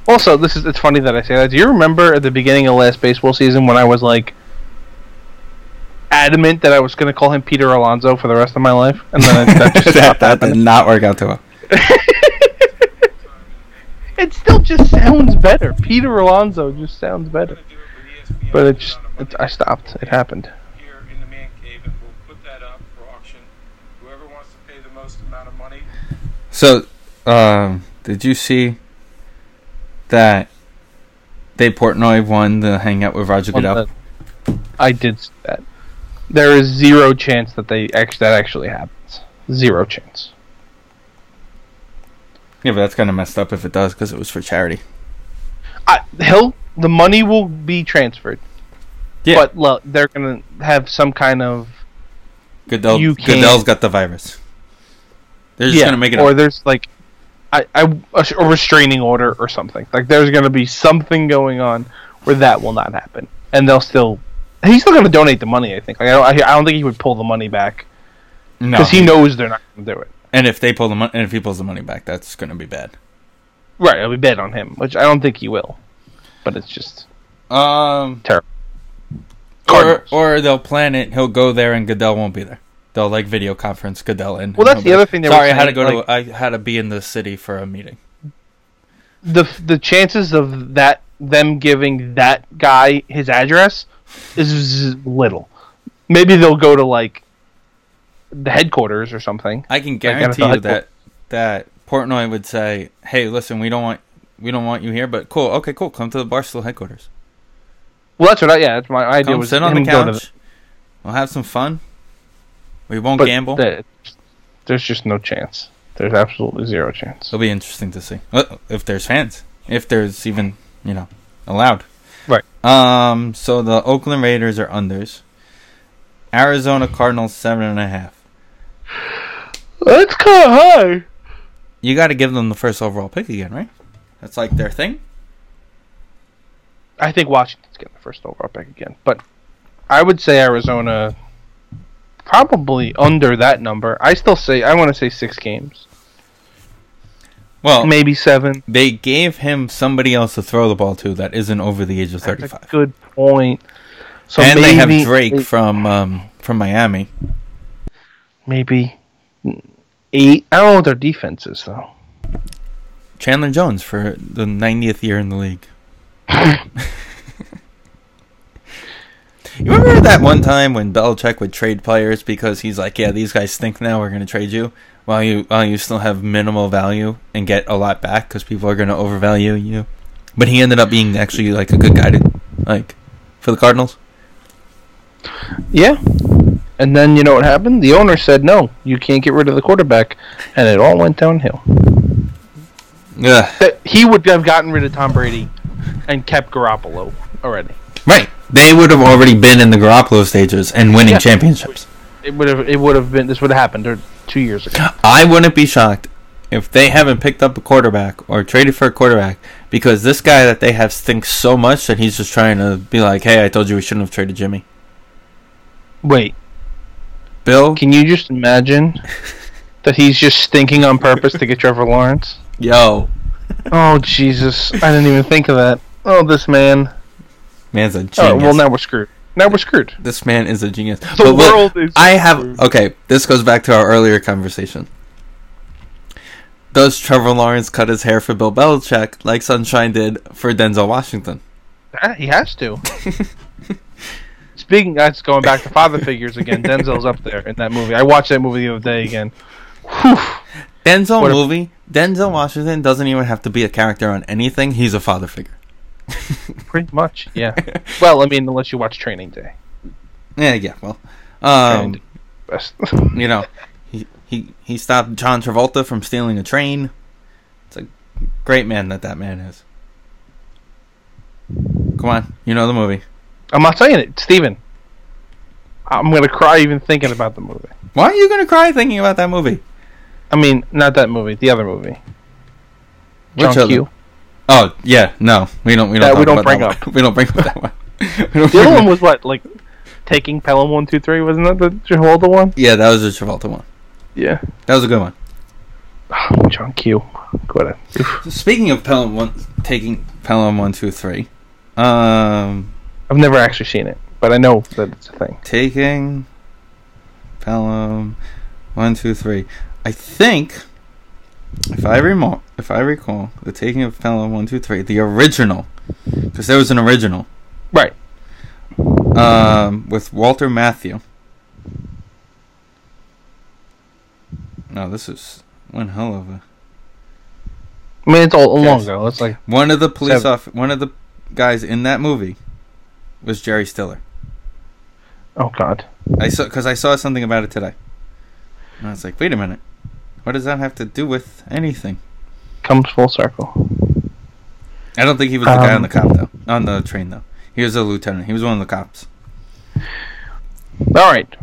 S5: also, this is it's funny that I say that. Do you remember at the beginning of last baseball season when I was like adamant that I was gonna call him Peter Alonso for the rest of my life, and then it- that just
S1: that,
S5: stopped
S1: that did
S5: happening?
S1: not work out too well.
S5: It still just sounds better. Peter Alonso just sounds better. But it just it, I stopped. It happened.
S4: here in the man cave, and we'll put that up for auction. Whoever wants to pay the most amount of money
S1: So, um, did you see that Dave Portnoy won the hangout with Roger
S5: on
S1: Goodell?
S5: the- I did see that. There is zero chance that they act- that actually happens. Zero chance.
S1: Yeah, but that's kind of messed up if it does because it was for charity.
S5: I, he'll the money will be transferred.
S1: Yeah.
S5: But look, they're gonna have some kind of
S1: Goodell,
S5: You can't-
S1: Goodell's got the virus. They're just gonna make it.
S5: or
S1: up.
S5: there's like I, I a, a restraining order or something. Like there's gonna be something going on where that will not happen, and they'll still. He's still gonna donate the money. I think. Like I don't. I, I don't think he would pull the money back
S1: no,
S5: because he knows they're not gonna do it.
S1: And if they pull the money, and if he pulls the money back, that's going to be bad.
S5: Right, it'll be bad on him, which I don't think he will. But it's just
S1: Um,
S5: terrible.
S1: or
S5: Cardinals.
S1: or they'll plan it. He'll go there, and Goodell won't be there. They'll like video conference Goodell in.
S5: Well, that's the other thing they were
S1: Sorry, I had to
S5: saying,
S1: go
S5: like-
S1: to. I had to be in the city for a meeting.
S5: the the chances of that them giving that guy his address is little. Maybe they'll go to like the headquarters or something.
S1: I can
S5: NFL
S1: guarantee you
S5: head coach.
S1: that that Portnoy would say, "Hey, listen, we don't want we don't want you here, but cool, okay, cool, come to the Barstool headquarters.
S5: Well, that's what I yeah, that's my idea
S1: Come
S5: was
S1: sit on the
S5: him going to
S1: couch. We'll have some fun. We won't
S5: but
S1: gamble.
S5: the- there's just no chance. There's absolutely zero chance.
S1: It'll be interesting to see Uh, if there's fans, if there's even you know allowed.
S5: Right.
S1: Um. So the Oakland Raiders are unders. Arizona Cardinals seven and a half.
S5: That's kind of high.
S1: You got to give them the first overall pick again, right? That's like their thing.
S5: I think Washington's getting the first overall pick again, but I would say Arizona probably under that number. I still say I want to say six games,
S1: Well,
S5: maybe seven.
S1: they gave him somebody else to throw the ball to that isn't over the age of
S5: That's a
S1: 35.
S5: good point. So
S1: and they have
S5: maybe-
S1: Drake from um, from Miami.
S5: Maybe eight. I don't know what their defense is though.
S1: Chandler Jones for the 90th year in the league. you remember that one time when Belichick would trade players because he's like, "Yeah, these guys stink now. We're going to trade you while you while you still have minimal value and get a lot back because people are going to overvalue you." But he ended up being actually like a good guy to like for the Cardinals.
S5: Yeah. And then you know what happened? The owner said no, you can't get rid of the quarterback, and it all went downhill.
S1: Yeah.
S5: That he would have gotten rid of Tom Brady and kept Garoppolo already.
S1: Right. They would have already been in the Garoppolo stages and winning
S5: Yeah.
S1: championships.
S5: It would have. It would have been. This would have happened uh, two years ago.
S1: I wouldn't be shocked if they haven't picked up a quarterback or traded for a quarterback because this guy that they have stinks so much that he's just trying to be like, hey, I told you we shouldn't have traded Jimmy.
S5: Wait,
S1: Bill,
S5: can you just imagine that he's just stinking on purpose to get Trevor Lawrence?
S1: yo,
S5: Oh Jesus! I didn't even think of that. Oh, this man.
S1: man's a genius.
S5: Oh, well, now we're screwed. Now we're screwed.
S1: this man is a genius. The
S5: world is
S1: I have okay. This goes back to our earlier conversation. Does Trevor Lawrence cut his hair for Bill Belichick like Sunshine did for Denzel Washington?
S5: Ah, He has to. Speaking, that's going back to father figures again. Denzel's up there in that movie. I watched that movie the other day again. Whew.
S1: Denzel
S5: What if-
S1: movie. Denzel Washington doesn't even have to be a character on anything. He's a father figure.
S5: Pretty much, yeah. Well, I mean, unless you watch Training Day.
S1: Yeah, yeah. Well,
S5: Training
S1: um,
S5: Day is the best.
S1: you know, he, he he stopped John Travolta from stealing a train. It's a great man that that man is. Come on, you know the movie.
S5: I'm not saying it, Steven. I'm gonna cry even thinking about the movie.
S1: Why are you gonna cry thinking about that movie?
S5: I mean, not that movie, the other movie.
S1: Which
S5: John
S1: other-
S5: Q.
S1: Oh yeah, no, we don't. We don't.
S5: That
S1: talk
S5: we don't
S1: about
S5: bring
S1: that
S5: up.
S1: one. We don't bring up that one. We don't
S5: The
S1: bring
S5: other
S1: up-
S5: one was what, like taking Pelham one two three? Wasn't that the Travolta one?
S1: Yeah, that was a Travolta one.
S5: Yeah.
S1: That was a good one.
S5: John Q. Good.
S1: Speaking of Pelham one, taking Pelham one two three, um,
S5: I've never actually seen it, but I know that it's a thing.
S1: taking Pelham one two three. I think if I remember, if I recall, the taking of Pelham one two three, the original, because there was an original,
S5: Right.
S1: um, with Walter Matthew. No, this is one hell of a
S5: I mean, it's all long
S1: Yes.
S5: ago. It's like
S1: one of the police
S5: Seven.
S1: off one of the guys in that movie was Jerry Stiller.
S5: Oh God.
S1: I saw because I saw something about it today, and I was like, "Wait a minute, what does that have to do with anything?"
S5: Comes full circle.
S1: I don't think he was the guy on
S5: Um,
S1: the cop though, on the train though. He was a lieutenant. He was one of the cops.
S5: All right.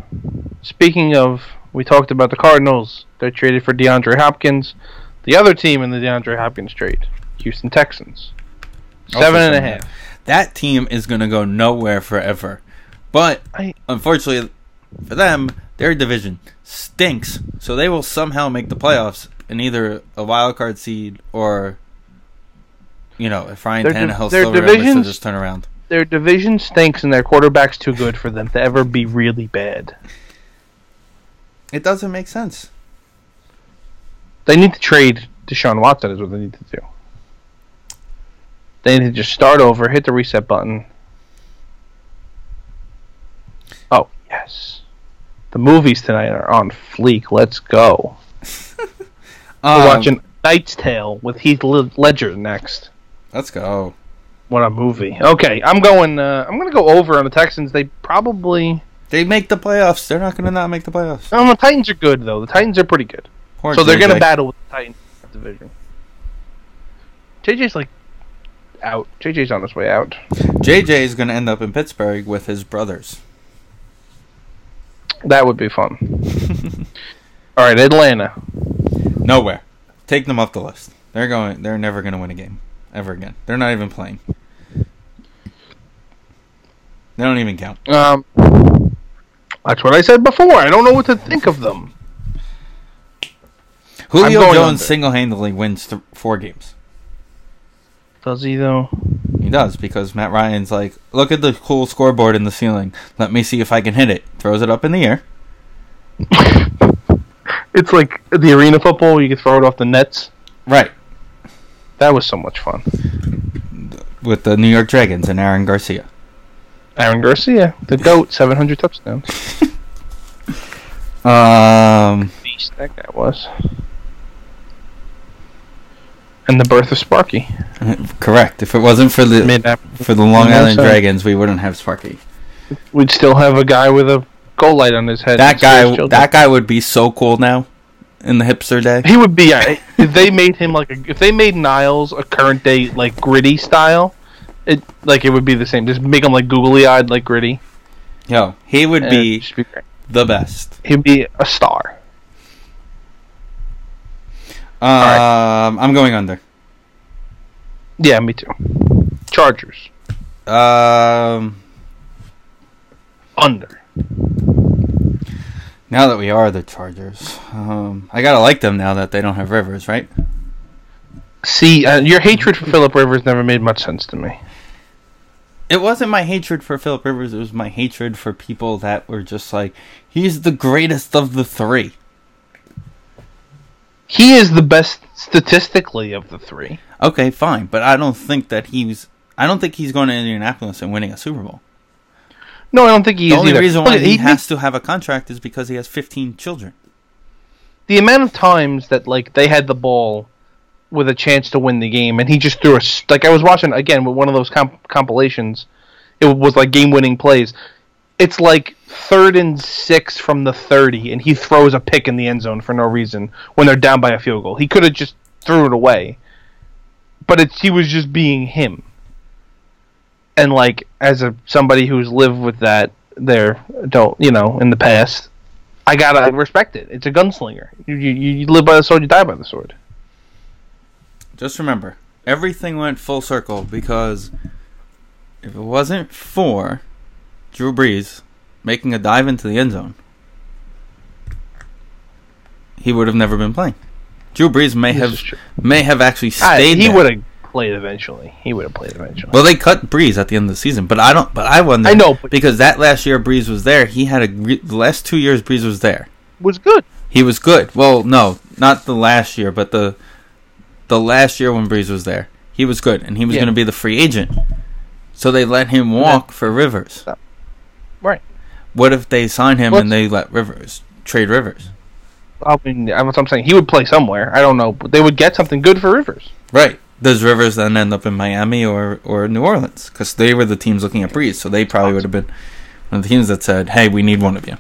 S5: Speaking of, we talked about the Cardinals. They traded for DeAndre Hopkins. The other team in the DeAndre Hopkins trade, Houston Texans.
S1: Also
S5: Seven and
S1: seven and
S5: a
S1: a
S5: half.
S1: That team is gonna go nowhere forever, but
S5: I-
S1: unfortunately, For them, their division stinks, so they will somehow make the playoffs in either a wild card seed or, you know, if Ryan
S5: Their div-
S1: Tannehill
S5: their
S1: still realistic to
S5: divisions-
S1: just turn around.
S5: Their division stinks, and their quarterback's too good for them to ever be really bad.
S1: It doesn't make sense.
S5: They need to trade Deshaun Watson. Is what they need to do. They need to just start over, hit the reset button. Oh yes, the movies tonight are on fleek. Let's go. We're
S1: Um,
S5: watching Knight's Tale with Heath Led- Ledger next.
S1: Um, Let's go.
S5: What a movie. Okay, I'm going. Uh, I'm going to go over on the Texans. They probably.
S1: They make the playoffs. They're not going to not make the playoffs.
S5: Oh, the Titans are good though. The Titans are pretty good.
S1: Poor
S5: so they're going to
S1: JJ.
S5: battle with the Titans in the division. JJ's like out. JJ's on his way out.
S1: JJ is going to end up in Pittsburgh with his brothers.
S5: That would be fun. All right, Atlanta.
S1: Nowhere. Take them off the list. They're going. They're never going to win a game ever again. They're not even playing. They don't even count.
S5: Um, that's what I said before. I don't know what to think of them.
S1: Julio
S5: going
S1: Jones
S5: under.
S1: single-handedly wins th- four games.
S5: Does he though?
S1: He does because Matt Ryan's like, look at the cool scoreboard in the ceiling. Let me see if I can hit it. Throws it up in the air.
S5: It's like the arena football. You can throw it off the nets.
S1: Right.
S5: That was so much fun.
S1: With the New York Dragons and Aaron Garcia.
S5: Aaron Garcia, the goat, 700 touchdowns.
S1: Um.
S5: beast that guy was. And the birth of Sparky.
S1: Correct. If it wasn't for the
S5: Mid-
S1: for the Long
S5: Yeah,
S1: Island
S5: so-
S1: Dragons, we wouldn't have Sparky.
S5: We'd still have a guy with a goal light on his head.
S1: That
S5: and steals
S1: guy,
S5: children.
S1: that guy would be so cool now, in the hipster day.
S5: he would be. uh, If they made him like, a, if they made Niles a current day like gritty style, it like it would be the same. Just make him like googly eyed, like gritty.
S1: Yo, he would
S5: and
S1: be
S5: it'd just be great.
S1: the best.
S5: He'd be a star.
S1: Um, I'm going under.
S5: Yeah, me too. Chargers
S1: Um,
S5: under.
S1: now that we are the Chargers, um, I gotta like them now that they don't have Rivers, right?
S5: See, uh, your hatred for Philip Rivers never made much sense to me.
S1: It wasn't my hatred for Philip Rivers; it was my hatred for people that were just like, he's the greatest of the three.
S5: He is the best statistically of the three.
S1: Okay, fine, but I don't think that he's. I don't think he's going to Indianapolis and winning a Super Bowl.
S5: No, I don't think he
S1: The
S5: is
S1: only
S5: either.
S1: reason why
S5: Look,
S1: he
S5: makes-
S1: has to have a contract is because he has 15 children.
S5: the amount of times that like they had the ball with a chance to win the game, and he just threw a s- like I was watching again with one of those comp- compilations. It was like game-winning plays. It's like third and six from the thirty, and he throws a pick in the end zone for no reason when they're down by a field goal. He could have just threw it away, but it's he was just being him. And like as a somebody who's lived with that their adult, you know, in the past, I gotta respect it. It's a gunslinger. You, you, you live by the sword, you die by the sword.
S1: Just remember, everything went full circle because if it wasn't for Drew Brees making a dive into the end zone, he would have never been playing. Drew Brees may
S5: This
S1: have
S5: is true.
S1: may have actually
S5: I-
S1: stayed.
S5: he
S1: there.
S5: would have played eventually. He would have played eventually.
S1: Well, they cut Breeze at the end of the season, but I don't. But I wonder.
S5: I know, but-
S1: because that last year Breeze was there. He had a re- the last two years Breeze was there.
S5: was good.
S1: He was good. Well, no, not the last year, but the the last year when Breeze was there, he was good, and he was
S5: Yeah.
S1: going to be the free agent. So they let him walk for Rivers.
S5: Right.
S1: What if they sign him
S5: What's-
S1: and they let Rivers trade Rivers?
S5: I mean, that's what I'm saying. He would play somewhere. I don't know. But they would get something good for Rivers.
S1: Right. Does Rivers then end up in Miami or or New Orleans? Because they were the teams looking at Breeze, so they probably would have been one of the teams that said, "Hey, we need one of you."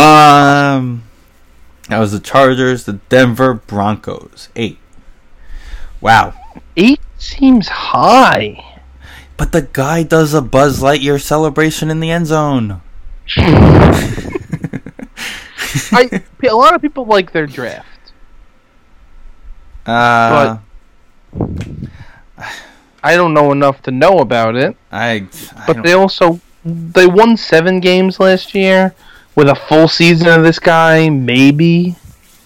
S1: Um, that was the Chargers, the Denver Broncos, eight. Wow.
S5: Eight seems high.
S1: But the guy does a Buzz Lightyear celebration in the end zone.
S5: I a lot of people like their draft.
S1: Uh,
S5: I don't know enough to know about it,
S1: I, I
S5: but
S1: don't,
S5: they also they won seven games last year with a full season of this guy, maybe.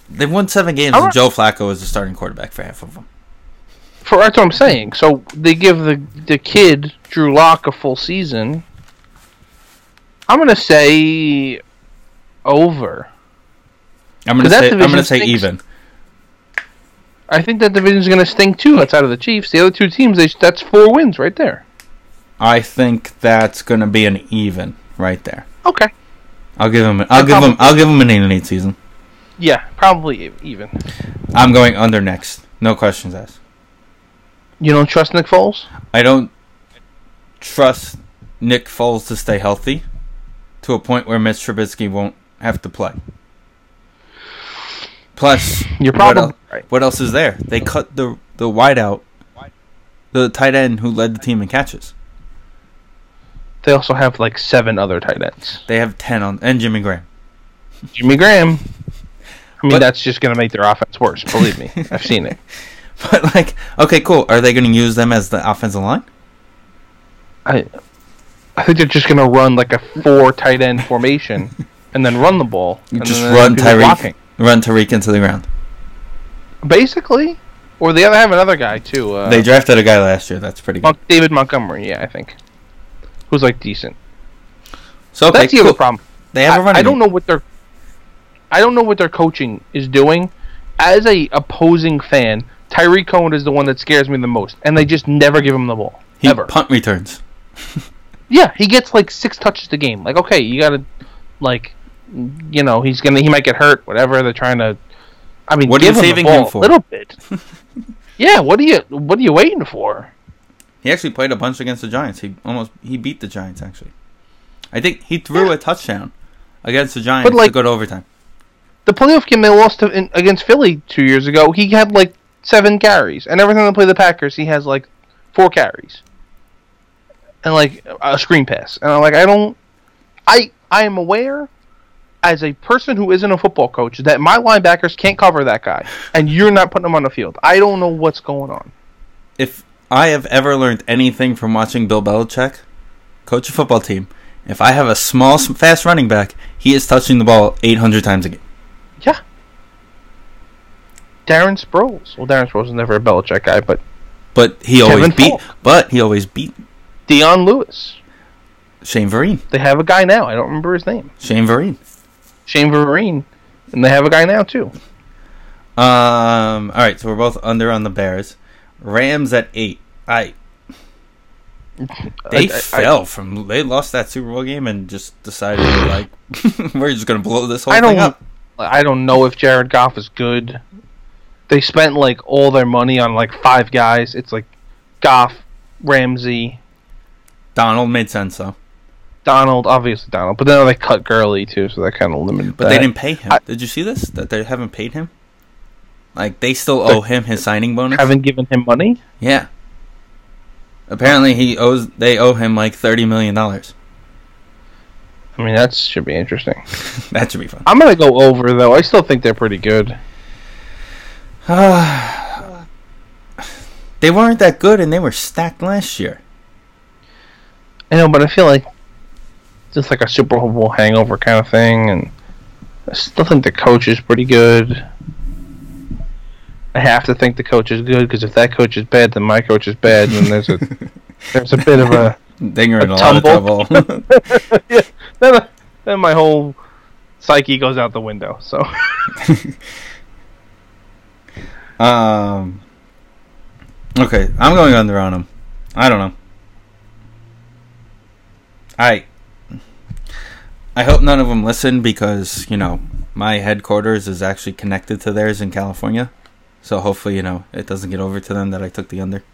S1: They've won seven games,
S5: All
S1: and
S5: right.
S1: Joe Flacco is the starting quarterback for half of them.
S5: For that's what I'm saying. So they give the the kid Drew Lock a full season. I'm gonna say over.
S1: I'm gonna
S5: that
S1: say I'm
S5: division
S1: gonna say
S5: stinks.
S1: even.
S5: I think that division's gonna stink too. Outside of the Chiefs, the other two teams, they, that's four wins right there.
S1: I think that's gonna be an even right there.
S5: Okay.
S1: I'll give him. I'll give him. I'll give him an eight and eight season.
S5: Yeah, probably e- even.
S1: I'm going under next. No questions asked.
S5: You don't trust Nick Foles?
S1: I don't trust Nick Foles to stay healthy to a point where Mitch Trubisky won't have to play. Plus,
S5: You're
S1: what,
S5: probably
S1: el-
S5: right.
S1: what else is there? They cut the the wideout, the tight end who led the team in catches.
S5: They also have like seven other tight ends.
S1: They have ten on and Jimmy Graham.
S5: Jimmy Graham. I mean,
S1: But-
S5: that's just going to make their offense worse. Believe me, I've seen it.
S1: But like, okay, cool. Are they going to use them as the offensive line?
S5: I, I think they're just going to run like a four tight end formation and then run the ball.
S1: You
S5: and
S1: just
S5: then
S1: run
S5: people
S1: Tyreek,
S5: blocking.
S1: run Tyreek into the ground.
S5: basically. Or they have another guy too. Uh,
S1: they drafted a guy last year. That's pretty good.
S5: Mon- David Montgomery. Yeah, I think, who's like decent.
S1: So okay,
S5: That's the
S1: cool.
S5: other problem.
S1: They have a
S5: I,
S1: running.
S5: I don't know what their I don't know what their coaching is doing. As a opposing fan, Tyree Cohen is the one that scares me the most, and they just never give him the ball.
S1: He
S5: ever.
S1: punt returns.
S5: yeah, he gets like six touches a game. Like, okay, you gotta like you know, he's gonna he might get hurt, whatever, they're trying to I mean
S1: What are
S5: give
S1: you
S5: him
S1: saving
S5: the
S1: him
S5: ball
S1: for?
S5: a little bit. yeah, what are you what are you waiting for?
S1: He actually played a bunch against the Giants. He almost he beat the Giants actually. I think he threw a touchdown against the Giants
S5: like-
S1: to go to overtime.
S5: the playoff game they lost to, in, against Philly two years ago, he had like seven carries, and every time they play the Packers, he has like four carries and like a screen pass. And I'm like, I don't, I I am aware as a person who isn't a football coach that my linebackers can't cover that guy, and you're not putting him on the field. I don't know what's going on.
S1: If I have ever learned anything from watching Bill Belichick coach a football team, if I have a small, s- fast running back, he is touching the ball 800 times a game.
S5: Yeah. Darren Sproles. Well, Darren Sproles is never a Belichick guy, but
S1: But he
S5: Kevin
S1: always beat.
S5: Falk.
S1: But he always beat
S5: Dion Lewis.
S1: Shane Vereen.
S5: They have a guy now. I don't remember his name.
S1: Shane Vereen.
S5: Shane Vereen, and they have a guy now too.
S1: Um. All right. So we're both under on the Bears. Rams at eight. I. They
S5: I- I-
S1: fell from. They lost that Super Bowl game and just decided like we're just gonna blow this whole
S5: I
S1: thing
S5: don't-
S1: up.
S5: I don't know if Jared Goff is good. They spent like all their money on like five guys. It's like Goff, Ramsey,
S1: Donald made sense though,
S5: Donald, obviously Donald, but then they cut Gurley too, so that kind of limited.
S1: but they didn't pay him. Did you see this? That they haven't paid him. Like they still owe him his signing bonus.
S5: haven't given him money.
S1: Yeah. Apparently he owes. They owe him like thirty million dollars.
S5: I mean, that should be interesting.
S1: That should be fun.
S5: I'm gonna go over though. I still think they're pretty good.
S1: They weren't that good and they were stacked last year.
S5: I know, but I feel like just like a Super Bowl hangover kind of thing, and I still think the coach is pretty good. I have to think the coach is good because if that coach is bad, then my coach is bad, and there's a there's a bit of a
S1: They were in a
S5: tumble.
S1: lot of trouble.
S5: then, then my whole psyche goes out the window. So
S1: Um. Okay, I'm going under on him. I don't know. I. I hope none of them listen because you know my headquarters is actually connected to theirs in California, so hopefully you know it doesn't get over to them that I took the under.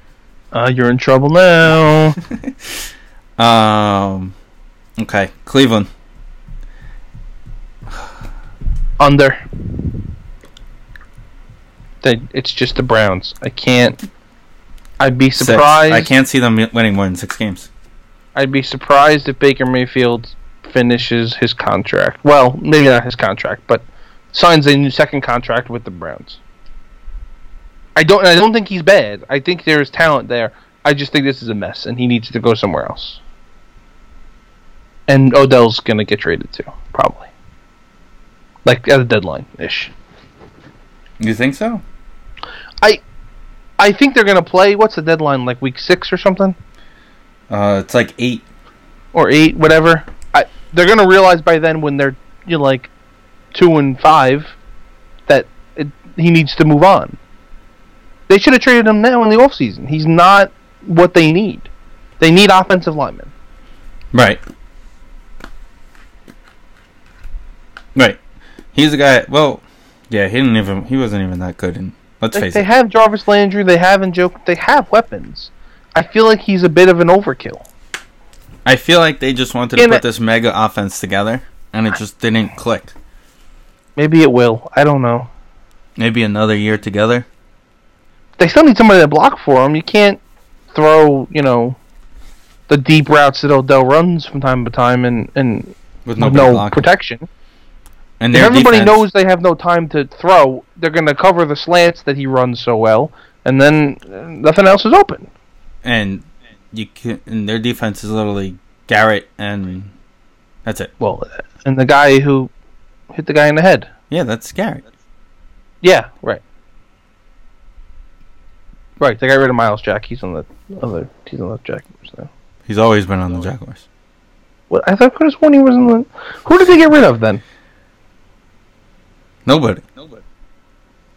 S5: uh, you're in trouble now.
S1: Um. Okay, Cleveland.
S5: Under. They- It's just the Browns. I can't. I'd be
S1: six.
S5: surprised.
S1: I can't see them winning more than six games.
S5: I'd be surprised if Baker Mayfield finishes his contract. Well, maybe not his contract, but signs a new second contract with the Browns. I don't. I don't think he's bad. I think there is talent there. I just think this is a mess, and he needs to go somewhere else. and Odell's gonna get traded too, probably. Like at a deadline ish.
S1: You think so?
S5: I think they're gonna play. What's the deadline? Like week six or something,
S1: Uh, it's like eight.
S5: or eight, whatever. I, they're gonna realize by then when they're you know, like two and five that it, he needs to move on. They should have traded him now in the offseason. He's not what they need. They need offensive linemen.
S1: Right. Right. He's a guy. Well, yeah, he didn't even. He wasn't even that good. And let's
S5: Like,
S1: face
S5: they
S1: it.
S5: have Jarvis Landry. They have Njoku. They have weapons. I feel like he's a bit of an overkill.
S1: I feel like they just wanted to
S5: Damn
S1: put
S5: it.
S1: this mega offense together, and it just didn't click.
S5: Maybe it will. I don't know.
S1: Maybe another year together.
S5: They still need somebody to block for him. You can't throw, you know, the deep routes that Odell runs from time to time and and
S1: With
S5: no,
S1: nobody blocking.
S5: protection.
S1: And
S5: If
S1: their
S5: everybody
S1: defense-
S5: knows they have no time to throw, they're going to cover the slants that he runs so well, and then uh, nothing else is open.
S1: and you can, and their defense is literally Garrett, and that's it.
S5: Well, uh, and the guy who hit the guy in the head.
S1: Yeah, that's Garrett.
S5: Yeah, right. Right, they got rid of Miles Jack. He's on the other. He's on the Jack. So.
S1: He's always been on the Jaguars.
S5: What, I thought Curtis Warning was in the. Who did they get rid of then?
S1: Nobody.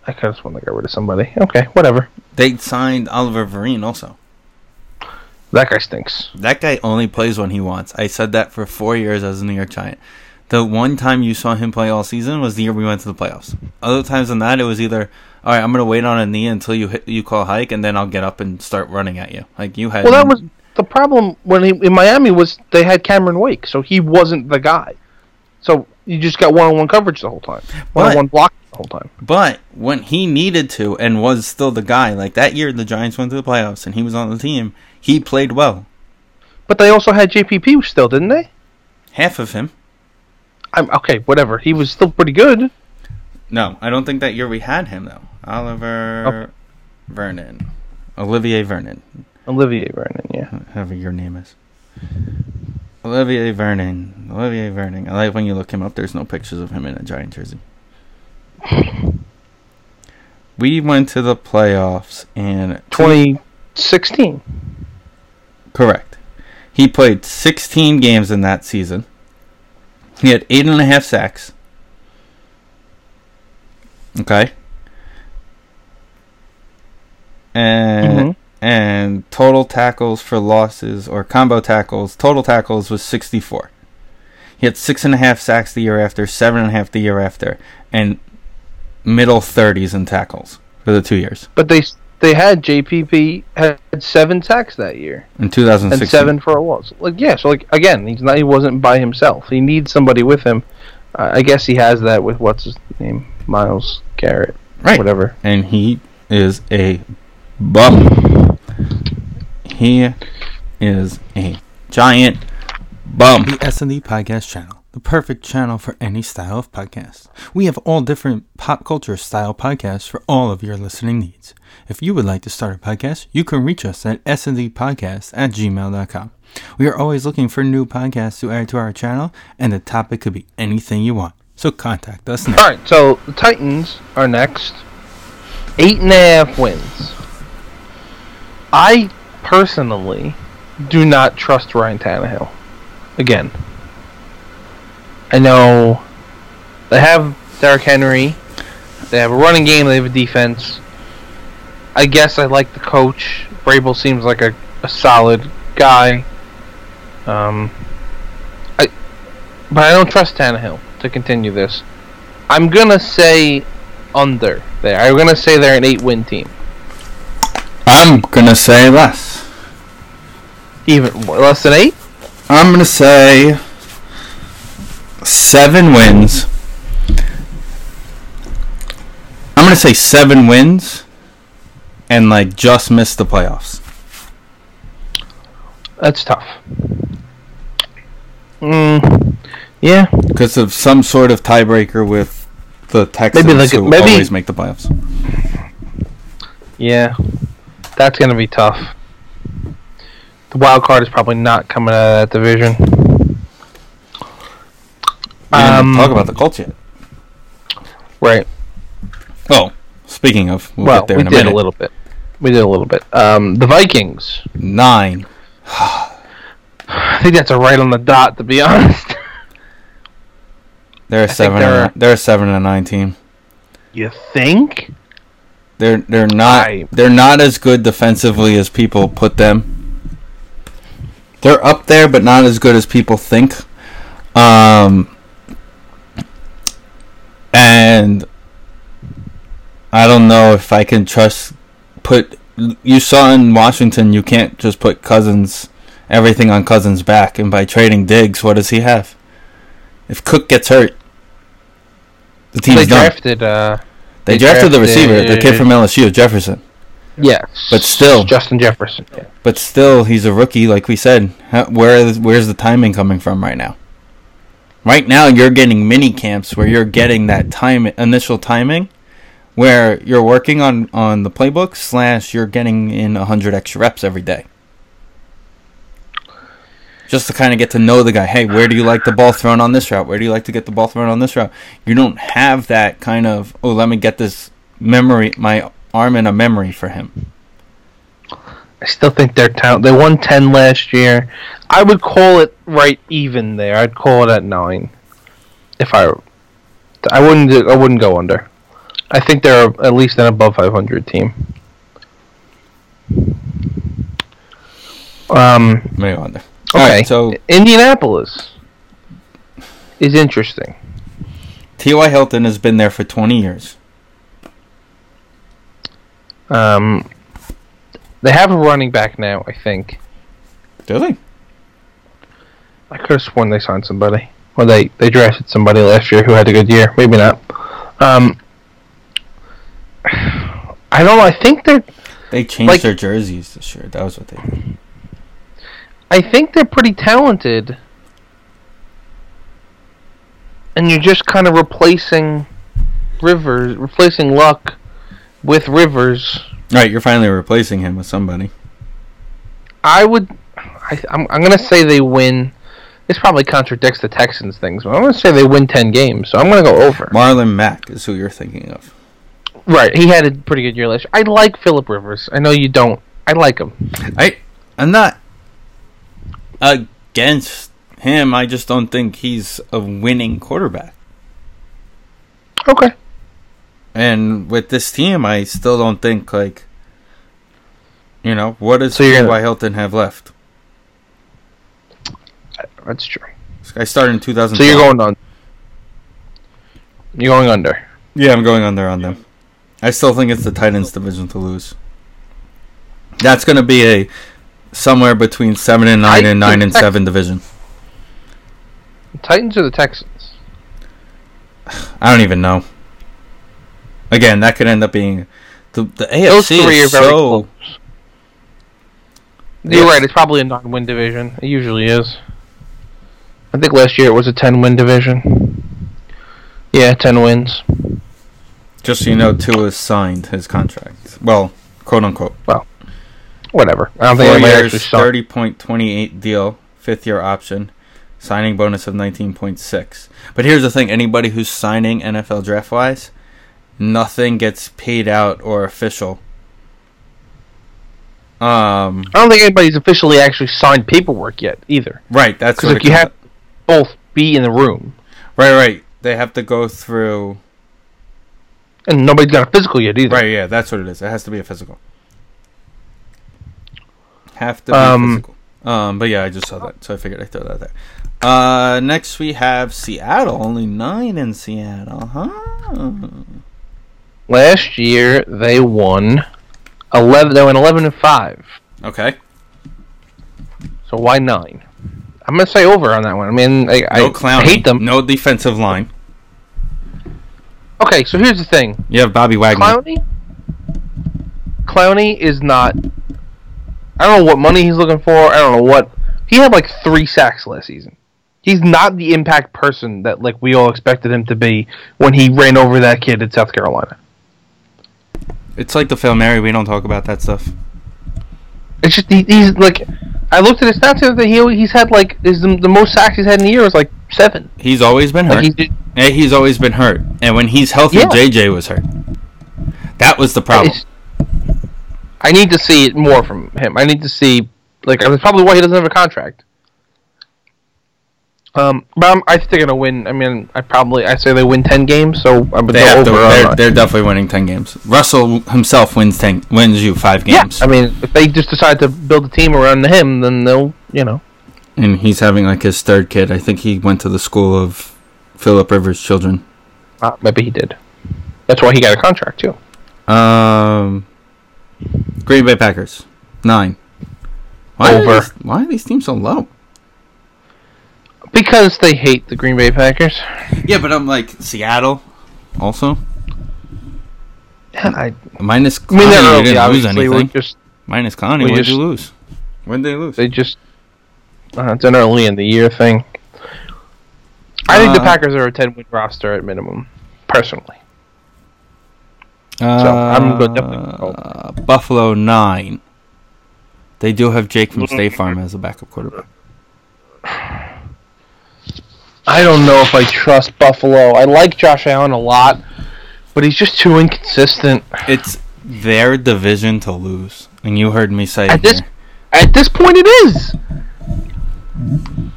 S5: I kind of want to get rid of somebody. Okay, whatever.
S1: They signed Oliver Vereen also.
S5: That guy stinks.
S1: That guy only plays when he wants. I said that for four years as a New York Giant. The one time you saw him play all season was the year we went to the playoffs. Other times than that, it was either all right. I'm gonna wait on a knee until you hit, you call hike, and then I'll get up and start running at you. Like you had.
S5: Well, that was the problem when he, in Miami was they had Cameron Wake, so he wasn't the guy. So you just got one-on-one coverage the whole time, one-on-one block the whole time.
S1: But when he needed to and was still the guy, like that year the Giants went to the playoffs and he was on the team, he played well.
S5: But they also had JPP still, didn't they?
S1: Half of him.
S5: I'm okay, whatever. He was still pretty good.
S1: No, I don't think that year we had him though. Oliver
S5: Oh.
S1: Vernon. Olivier Vernon.
S5: Olivier Vernon, yeah.
S1: However your name is. Olivier Vernon. Olivier Vernon. I like when you look him up, there's no pictures of him in a giant jersey. We went to the playoffs and
S5: 2016.
S1: Correct. He played 16 games in that season. He had eight and a half sacks. Okay. And
S5: Mm-hmm.
S1: and total tackles for losses or combo tackles, total tackles was 64. He had six and a half sacks the year after, seven and a half the year after, and middle 30s in tackles for the two years
S5: But they they had JPP had seven sacks that year
S1: in
S5: and
S1: 2016.
S5: seven for a loss. Like yeah, so like again, he's not he wasn't by himself. He needs somebody with him. Uh, I guess he has that with what's his name, Miles Garrett,
S1: Right.
S5: whatever.
S1: and he is a bum. He is a giant bum. The S&D Podcast Channel, the perfect channel for any style of podcast. We have all different pop culture style podcasts for all of your listening needs. If you would like to start a podcast, you can reach us at sndpodcast at gmail.com. We are always looking for new podcasts to add to our channel, and the topic could be anything you want. So contact us now.
S5: All right, so the Titans are next. Eight and a half wins. I personally do not trust Ryan Tannehill. Again, I know they have Derrick Henry. They have a running game. They have a defense. I guess I like the coach. Brable seems like a, a solid guy. Um, I, but I don't trust Tannehill to continue this. I'm gonna say under there. I'm gonna say they're an eight-win team.
S1: I'm going to say less.
S5: Even w- less than eight?
S1: I'm gonna say seven wins. I'm gonna say seven wins, and like just miss the playoffs.
S5: That's tough. Mm, yeah,
S1: because of some sort of tiebreaker with the Texans,
S5: like-
S1: who
S5: maybe-
S1: always make the playoffs.
S5: yeah. That's gonna be tough. The wild card is probably not coming out of that division.
S1: And
S5: Um,
S1: talk about the cult yet.
S5: Right.
S1: Oh, speaking of, we'll
S5: Well,
S1: get there
S5: we
S1: in a
S5: did
S1: minute.
S5: a little bit. We did a little bit. Um, the Vikings.
S1: Nine.
S5: I think that's a right on the dot, to be honest.
S1: They're a seven.
S5: they're-
S1: and, a- they're a seven and a nine team.
S5: you think?
S1: They're they're not
S5: I-
S1: they're not as good defensively as people put them. They're up there, but not as good as people think. Um, and I don't know if I can trust. Put you saw in Washington, you can't just put Cousins everything on Cousins' back, and by trading Diggs, what does he have? If Cook gets hurt, the team's
S5: They
S1: done.
S5: drafted. Uh,
S1: They
S5: They
S1: drafted the receiver, the kid
S5: drafted-
S1: from LSU, Jefferson.
S5: yes.
S1: But still-
S5: Justin Jefferson.
S1: But still, he's a rookie, like we said. How, where is where's the timing coming from right now? Right now, you're getting mini camps where you're getting that time initial timing, where you're working on on the playbook slash you're getting in hundred extra reps every day, just to kind of get to know the guy. Hey, where do you like the ball thrown on this route? Where do you like to get the ball thrown on this route? You don't have that kind of oh, let me get this memory, my arm in a memory for him.
S5: I still think they're talent. They won ten last year. I would call it right even there. I'd call it at nine. If I, I wouldn't. do- I wouldn't go under. I think they're at least an above five hundred team. Um.
S1: Maybe on there.
S5: Okay.
S1: All right, so
S5: Indianapolis is interesting.
S1: T.Y. Hilton has been there for 20 years.
S5: Um. They have a running back now. I think.
S1: Do they?
S5: I could have sworn they signed somebody. Or they, they drafted somebody last year who had a good year. Maybe not. Um, I don't know. I think they're
S1: They changed
S5: Like-
S1: their jerseys this year. That was what they did.
S5: I think they're pretty talented. And you're just kind of replacing Rivers, replacing Luck with Rivers.
S1: Right, you're finally replacing him with somebody.
S5: I would. I, I'm, I'm going to say they win. This probably contradicts the Texans things, but I'm going to say they win 10 games, so I'm going to go over.
S1: Marlon Mack is who you're thinking of.
S5: Right, he had a pretty good year last year. I like Philip Rivers. I know you don't. I like him.
S1: I, I'm not against him. I just don't think he's a winning quarterback.
S5: Okay.
S1: And with this team, I still don't think like, you know, what does
S5: So you're
S1: T.Y.
S5: gonna-
S1: Hilton have left?
S5: That's true.
S1: This guy started in 2000.
S5: So you're going on. You're going under.
S1: Yeah, I'm going under on them. I still think it's the Titans division to lose. That's going to be a somewhere between seven and nine
S5: I
S1: and nine
S5: think
S1: and
S5: that-
S1: seven division.
S5: The Titans or the Texans?
S1: I don't even know. Again, that could end up being the the AFC
S5: Those three
S1: is
S5: are very
S1: so
S5: close. You're
S1: Yes.
S5: right. It's probably a non-win division. It usually is. I think last year it was a 10-win division. Yeah, 10 wins.
S1: just so you know, Tua signed his contract. Well, quote unquote,
S5: Whatever. I don't think
S1: four
S5: anybody
S1: years,
S5: actually saw.
S1: thirty point twenty eight deal, fifth year option, signing bonus of nineteen point six. But here's the thing: anybody who's signing NFL draft wise, nothing gets paid out or official. Um,
S5: I don't think anybody's officially actually signed paperwork yet either.
S1: right. That's
S5: Because
S1: what
S5: if
S1: it
S5: you
S1: comes-
S5: have both be in the room
S1: right, right. They have to go through.
S5: and nobody's got a physical yet either.
S1: Right, yeah, that's what it is. It has to be a physical. Have to be
S5: Um,
S1: physical. Um, but yeah, I just saw that, so I figured I'd throw that there. Uh, next we have Seattle. Only nine in Seattle, huh?
S5: Last year they won eleven. They went eleven and five.
S1: Okay.
S5: So why nine? I'm gonna say over on that one. I mean, I,
S1: No
S5: I
S1: clown.
S5: hate them.
S1: No defensive line.
S5: Okay, so here's the thing.
S1: You have Bobby Wagner.
S5: Clowney. Clowney is not. I don't know what money he's looking for. I don't know what he had like three sacks last season. He's not the impact person that like we all expected him to be when he ran over that kid at South Carolina.
S1: It's like the Fail Mary. We don't talk about that stuff.
S5: It's just he, he's like, I looked at his stats the other day. He he's had like is the, the most sacks he's had in a year was like seven.
S1: He's always been hurt.
S5: Like he did,
S1: Eh, he's always been hurt, and when he's healthy,
S5: Yeah.
S1: JJ was hurt. That was the problem.
S5: It's- I need to see it more from him. I need to see, like, that's probably why he doesn't have a contract. Um, but I'm, I think they're gonna win. I mean, I probably I say they win ten games, so I'm
S1: They have to,
S5: over.
S1: they're, they're definitely winning ten games. Russell himself wins ten, wins you five
S5: yeah,
S1: games,
S5: I mean, if they just decide to build a team around him, then they'll, you know,
S1: and he's having like his third kid. I think he went to the school of Philip Rivers' children.
S5: uh, maybe he did. That's why he got a contract too.
S1: Um, Green Bay Packers nine. Why Are
S5: Over.
S1: these, why are these teams so low?
S5: Because they hate the Green Bay Packers.
S1: Yeah, but I'm like Seattle, also
S5: And I,
S1: minus.
S5: I mean,
S1: Connie,
S5: they're
S1: you
S5: early,
S1: didn't lose
S5: obviously. We're
S1: anything.
S5: just
S1: Minus Connie,
S5: we
S1: what did
S5: just-
S1: you lose? When did they lose?
S5: they just uh, it's an early in the year thing. I think the
S1: Uh,
S5: Packers are a ten win roster at minimum, personally.
S1: Uh,
S5: I'm go- definitely go
S1: Buffalo nine. They do have Jake from State Farm as a backup quarterback.
S5: I don't know if I trust Buffalo. I like Josh Allen a lot, but he's just too inconsistent.
S1: It's their division to lose, and you heard me say
S5: At
S1: it
S5: this
S1: here.
S5: at this point, it is.
S1: when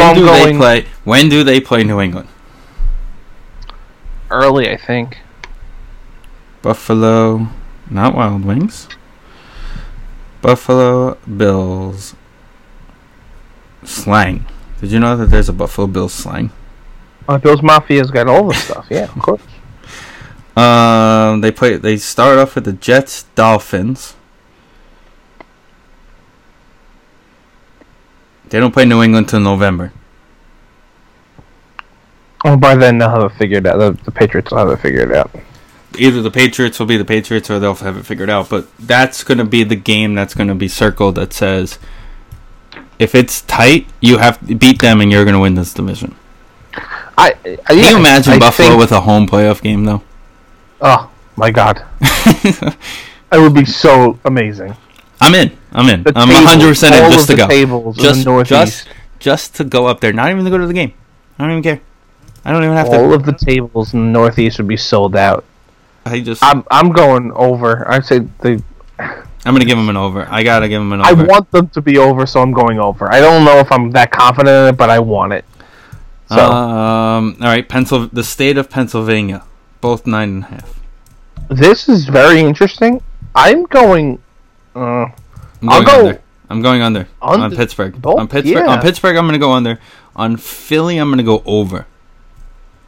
S5: I'm
S1: do they
S5: going-
S1: play? When do they play New England?
S5: early, I think.
S1: Buffalo, not Wild Wings. Buffalo Bills slang. Did you know that there's a Buffalo Bills slang?
S5: Uh, Bills Mafia's got all the stuff. Yeah, of course.
S1: Um, they play. They start off with the Jets, Dolphins. They don't play New England till November.
S5: Well, oh, by then they'll have it figured out. The, the Patriots will have it figured out.
S1: Either the Patriots will be the Patriots, or they'll have it figured out. But that's going to be the game that's going to be circled that says, if it's tight, you have to beat them, and you're going to win this division.
S5: I, I
S1: Can
S5: yeah,
S1: you imagine
S5: I
S1: Buffalo
S5: think-
S1: with a home playoff game though?
S5: Oh my God, it would be so amazing.
S1: I'm in. I'm in.
S5: The
S1: I'm
S5: tables,
S1: 100 percent in
S5: all
S1: just
S5: of
S1: to
S5: the
S1: go.
S5: tables in the
S1: just,
S5: Northeast.
S1: just, just to go up there. Not even to go to the game. I don't even care. I don't even have to.
S5: All of the tables in the Northeast would be sold out.
S1: I just. I'm,
S5: I'm I'm going over. I say they.
S1: gonna give him an over. I gotta give him an over.
S5: I want them to be over, so I'm going over. I don't know if I'm that confident in it, but I want it. So
S1: Um. All right. Pencil. The state of Pennsylvania. Both nine and a half.
S5: this is very interesting. I'm going. Uh,
S1: I'm
S5: I'll
S1: going
S5: go-
S1: under. I'm going under.
S5: Under-
S1: on Pittsburgh.
S5: both?
S1: on Pittsburgh.
S5: Yeah.
S1: On Pittsburgh. I'm gonna go under. On Philly. I'm gonna go over.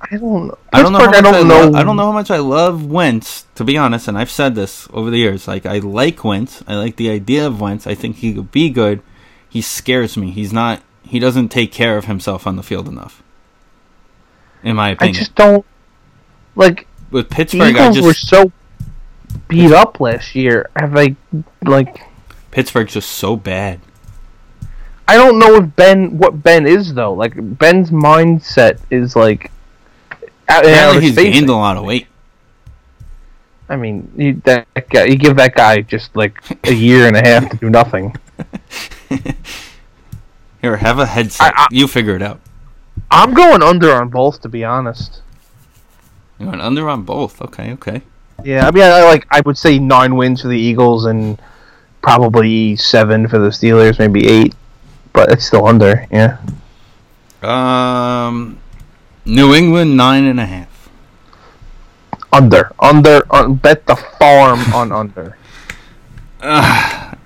S5: I don't. know.
S1: I don't know. How much
S5: Pittsburgh,
S1: I
S5: I don't
S1: lo-
S5: know.
S1: I don't know how much I love Wentz, to be honest, and I've said this over the years. Like I like Wentz. I like the idea of Wentz. I think he could be good. He scares me. He's not. He doesn't take care of himself on the field enough. In my
S5: I
S1: opinion,
S5: just don't. Like
S1: with
S5: the
S1: Pittsburgh, I
S5: Eagles were
S1: just
S5: so beat up last year. Have they like?
S1: Pittsburgh's just so bad.
S5: I don't know if Ben what Ben is though. Like Ben's mindset is like. Out, out
S1: Apparently,
S5: of
S1: he's
S5: space.
S1: gained a lot of weight.
S5: I mean, you, that guy, you give that guy just like a year and a half to do nothing.
S1: Here, have a headset.
S5: I- I-
S1: you figure it out.
S5: I'm going under on both, to be honest.
S1: You went under on both. Okay, okay.
S5: Yeah, I mean, I, I like I would say nine wins for the Eagles and probably seven for the Steelers, maybe eight, but it's still under. Yeah,
S1: Um, New England nine and a half.
S5: under, under, un, bet the farm on under.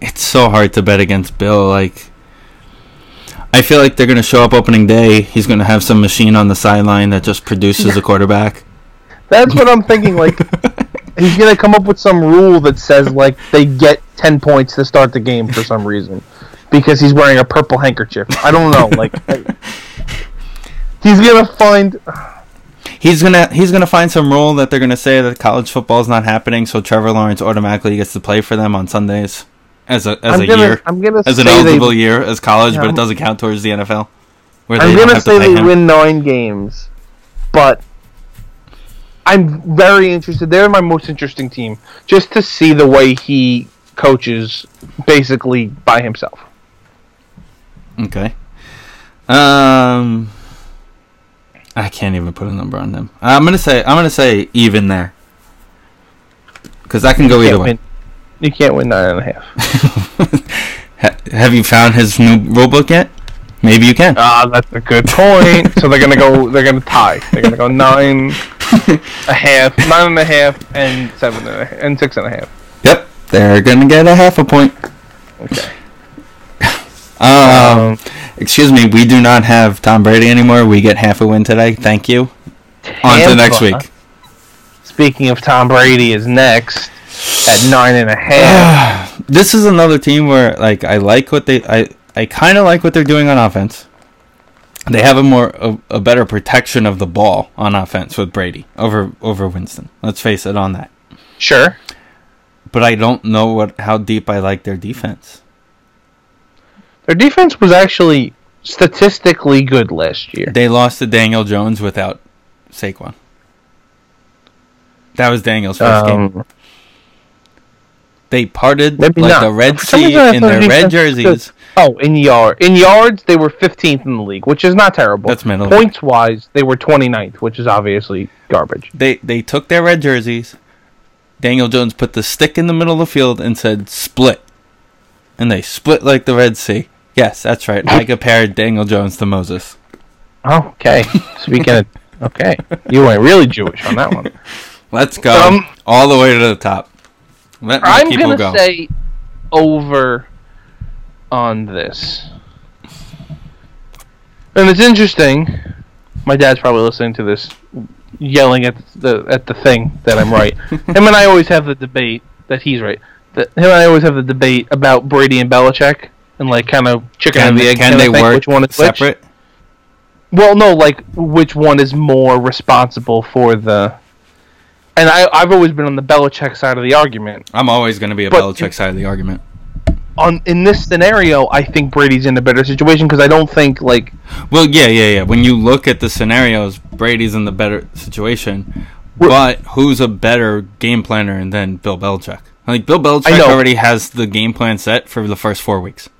S1: it's so hard to bet against Bill. Like, I feel like they're gonna show up opening day. He's gonna have some machine on the sideline that just produces a quarterback.
S5: That's what I'm thinking. Like he's gonna come up with some rule that says like they get ten points to start the game for some reason because he's wearing a purple handkerchief. I don't know. Like I- he's gonna find.
S1: He's gonna he's gonna find some rule that they're gonna say that college football's not happening, so Trevor Lawrence automatically gets to play for them on Sundays as a as
S5: I'm
S1: a
S5: gonna.
S1: year
S5: I'm gonna
S1: as
S5: say
S1: an
S5: they.
S1: eligible year as college,
S5: Yeah,
S1: but it
S5: I'm-
S1: doesn't count towards the NFL. Where
S5: I'm
S1: don't
S5: gonna
S1: have to
S5: say
S1: pay
S5: they
S1: him.
S5: win nine games, but I'm very interested. They're my most interesting team, just to see the way he coaches, basically by himself.
S1: Okay. Um, I can't even put a number on them. I'm gonna say I'm gonna say even there, because I can go either
S5: Can't
S1: way.
S5: win. You can't win nine and a half.
S1: Ha- have you found his new rulebook yet? Maybe you can.
S5: Ah, that's a good point. so they're gonna go. They're gonna tie. They're gonna go nine, a half, nine and a half, and seven and a half, and six and a half.
S1: Yep, they're gonna get a half a point.
S5: Okay.
S1: Um,
S5: Um,
S1: excuse me, we do not have Tom Brady anymore. We get half a win today. Thank you. On to next
S5: Tampa.
S1: week.
S5: Speaking of Tom Brady, is next at nine and a half.
S1: This is another team where like I like what they I I kind of like what they're doing on offense. They have a more a, a better protection of the ball on offense with Brady over over Winston. Let's face it on that.
S5: sure.
S1: But I don't know what how deep I like their defense.
S5: Their defense was actually statistically good last year.
S1: They lost to Daniel Jones without Saquon. That was Daniel's first game.
S5: Um,
S1: They parted like
S5: maybe not.
S1: the Red
S5: For some
S1: Sea
S5: reason, I
S1: in
S5: thought
S1: their
S5: defense
S1: red
S5: was good.
S1: jerseys.
S5: Oh, in yard in yards they were 15th in the league, which is not terrible.
S1: That's middle.
S5: Points wise, they were 29th, which is obviously garbage.
S1: They they took their red jerseys. Daniel Jones put the stick in the middle of the field and said split. And they split like the Red Sea. Yes, that's right. I compared Daniel Jones to Moses.
S5: Oh, okay. Speaking of okay, you went really Jewish on that one.
S1: Let's go
S5: Um,
S1: all the way to the top. Let my
S5: I'm
S1: people
S5: gonna
S1: go.
S5: say over on this, and it's interesting. My dad's probably listening to this, yelling at the at the thing that I'm right. him and I always have the debate that he's right. That him and I always have the debate about Brady and Belichick, and like kind of chicken
S1: can
S5: and the
S1: they,
S5: egg.
S1: can
S5: kinda
S1: they
S5: think
S1: work
S5: which one is which.
S1: separate?
S5: Well, no, like which one is more responsible for the. And I, I've always been on the Belichick side of the argument
S1: I'm always going to be a
S5: But-
S1: Belichick side of the argument.
S5: on in this scenario, I think Brady's in a better situation because I don't think like
S1: Well, yeah, yeah, yeah. When you look at the scenarios, Brady's in the better situation. But who's a better game planner than Bill Belichick? Like Bill Belichick
S5: know.
S1: already has the game plan set for the first four weeks.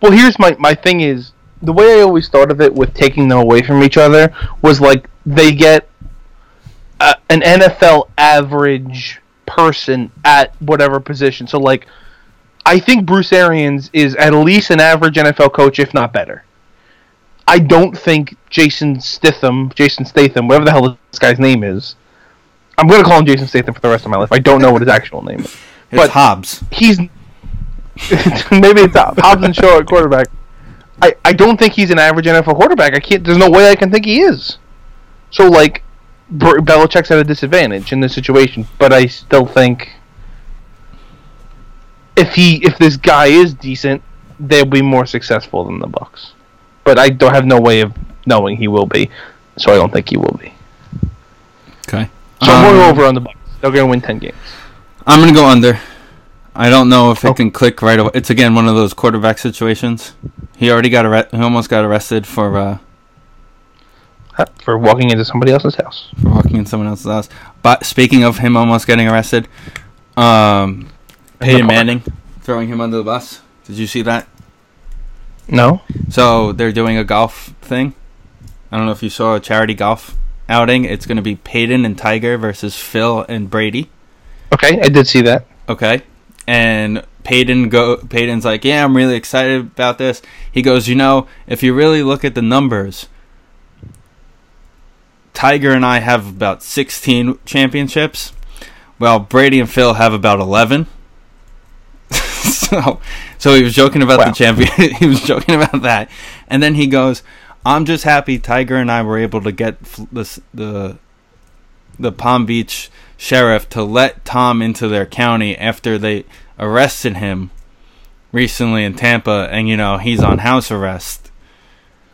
S5: well, here's my my thing is the way I always thought of it with taking them away from each other was like they get uh, an NFL average person at whatever position. So like I think Bruce Arians is at least an average NFL coach, if not better. I don't think Jason Stitham, Jason Statham, whatever the hell this guy's name is. I'm gonna call him Jason Statham for the rest of my life. I don't know what his actual name is.
S1: It's
S5: But-
S1: Hobbs.
S5: he's maybe it's not Hobbs and Shaw at quarterback. I, I don't think he's an average NFL quarterback. I can't. There's no way I can think he is. So like, Br- Belichick's at a disadvantage in this situation. But I still think if he if this guy is decent, they'll be more successful than the Bucks. But I don't have no way of knowing he will be, so I don't think he will be.
S1: Okay.
S5: So I'm going
S1: Um,
S5: over on the Bucks. They're going to win ten games.
S1: I'm gonna go under. I don't know if it can click right away. It's again one of those quarterback situations. He already got arre- he almost got arrested for uh,
S5: Huh, For walking into somebody else's house.
S1: for walking in someone else's house. But speaking of him almost getting arrested, um, Peyton
S5: park.
S1: Manning throwing him under the bus. Did you see that?
S5: No.
S1: So they're doing a golf thing. I don't know if you saw a charity golf outing. It's going to be Peyton and Tiger versus Phil and Brady.
S5: Okay, I did see that.
S1: Okay, and Peyton go. Peyton's like, yeah, I'm really excited about this. He goes, you know, if you really look at the numbers, Tiger and I have about 16 championships. Well, Brady and Phil have about 11. so, so he was joking about the
S5: Wow.
S1: champion. he was joking about that, and then he goes, "I'm just happy Tiger and I were able to get f- the s- the the Palm Beach sheriff to let Tom into their county after they arrested him recently in Tampa, and you know he's on house arrest."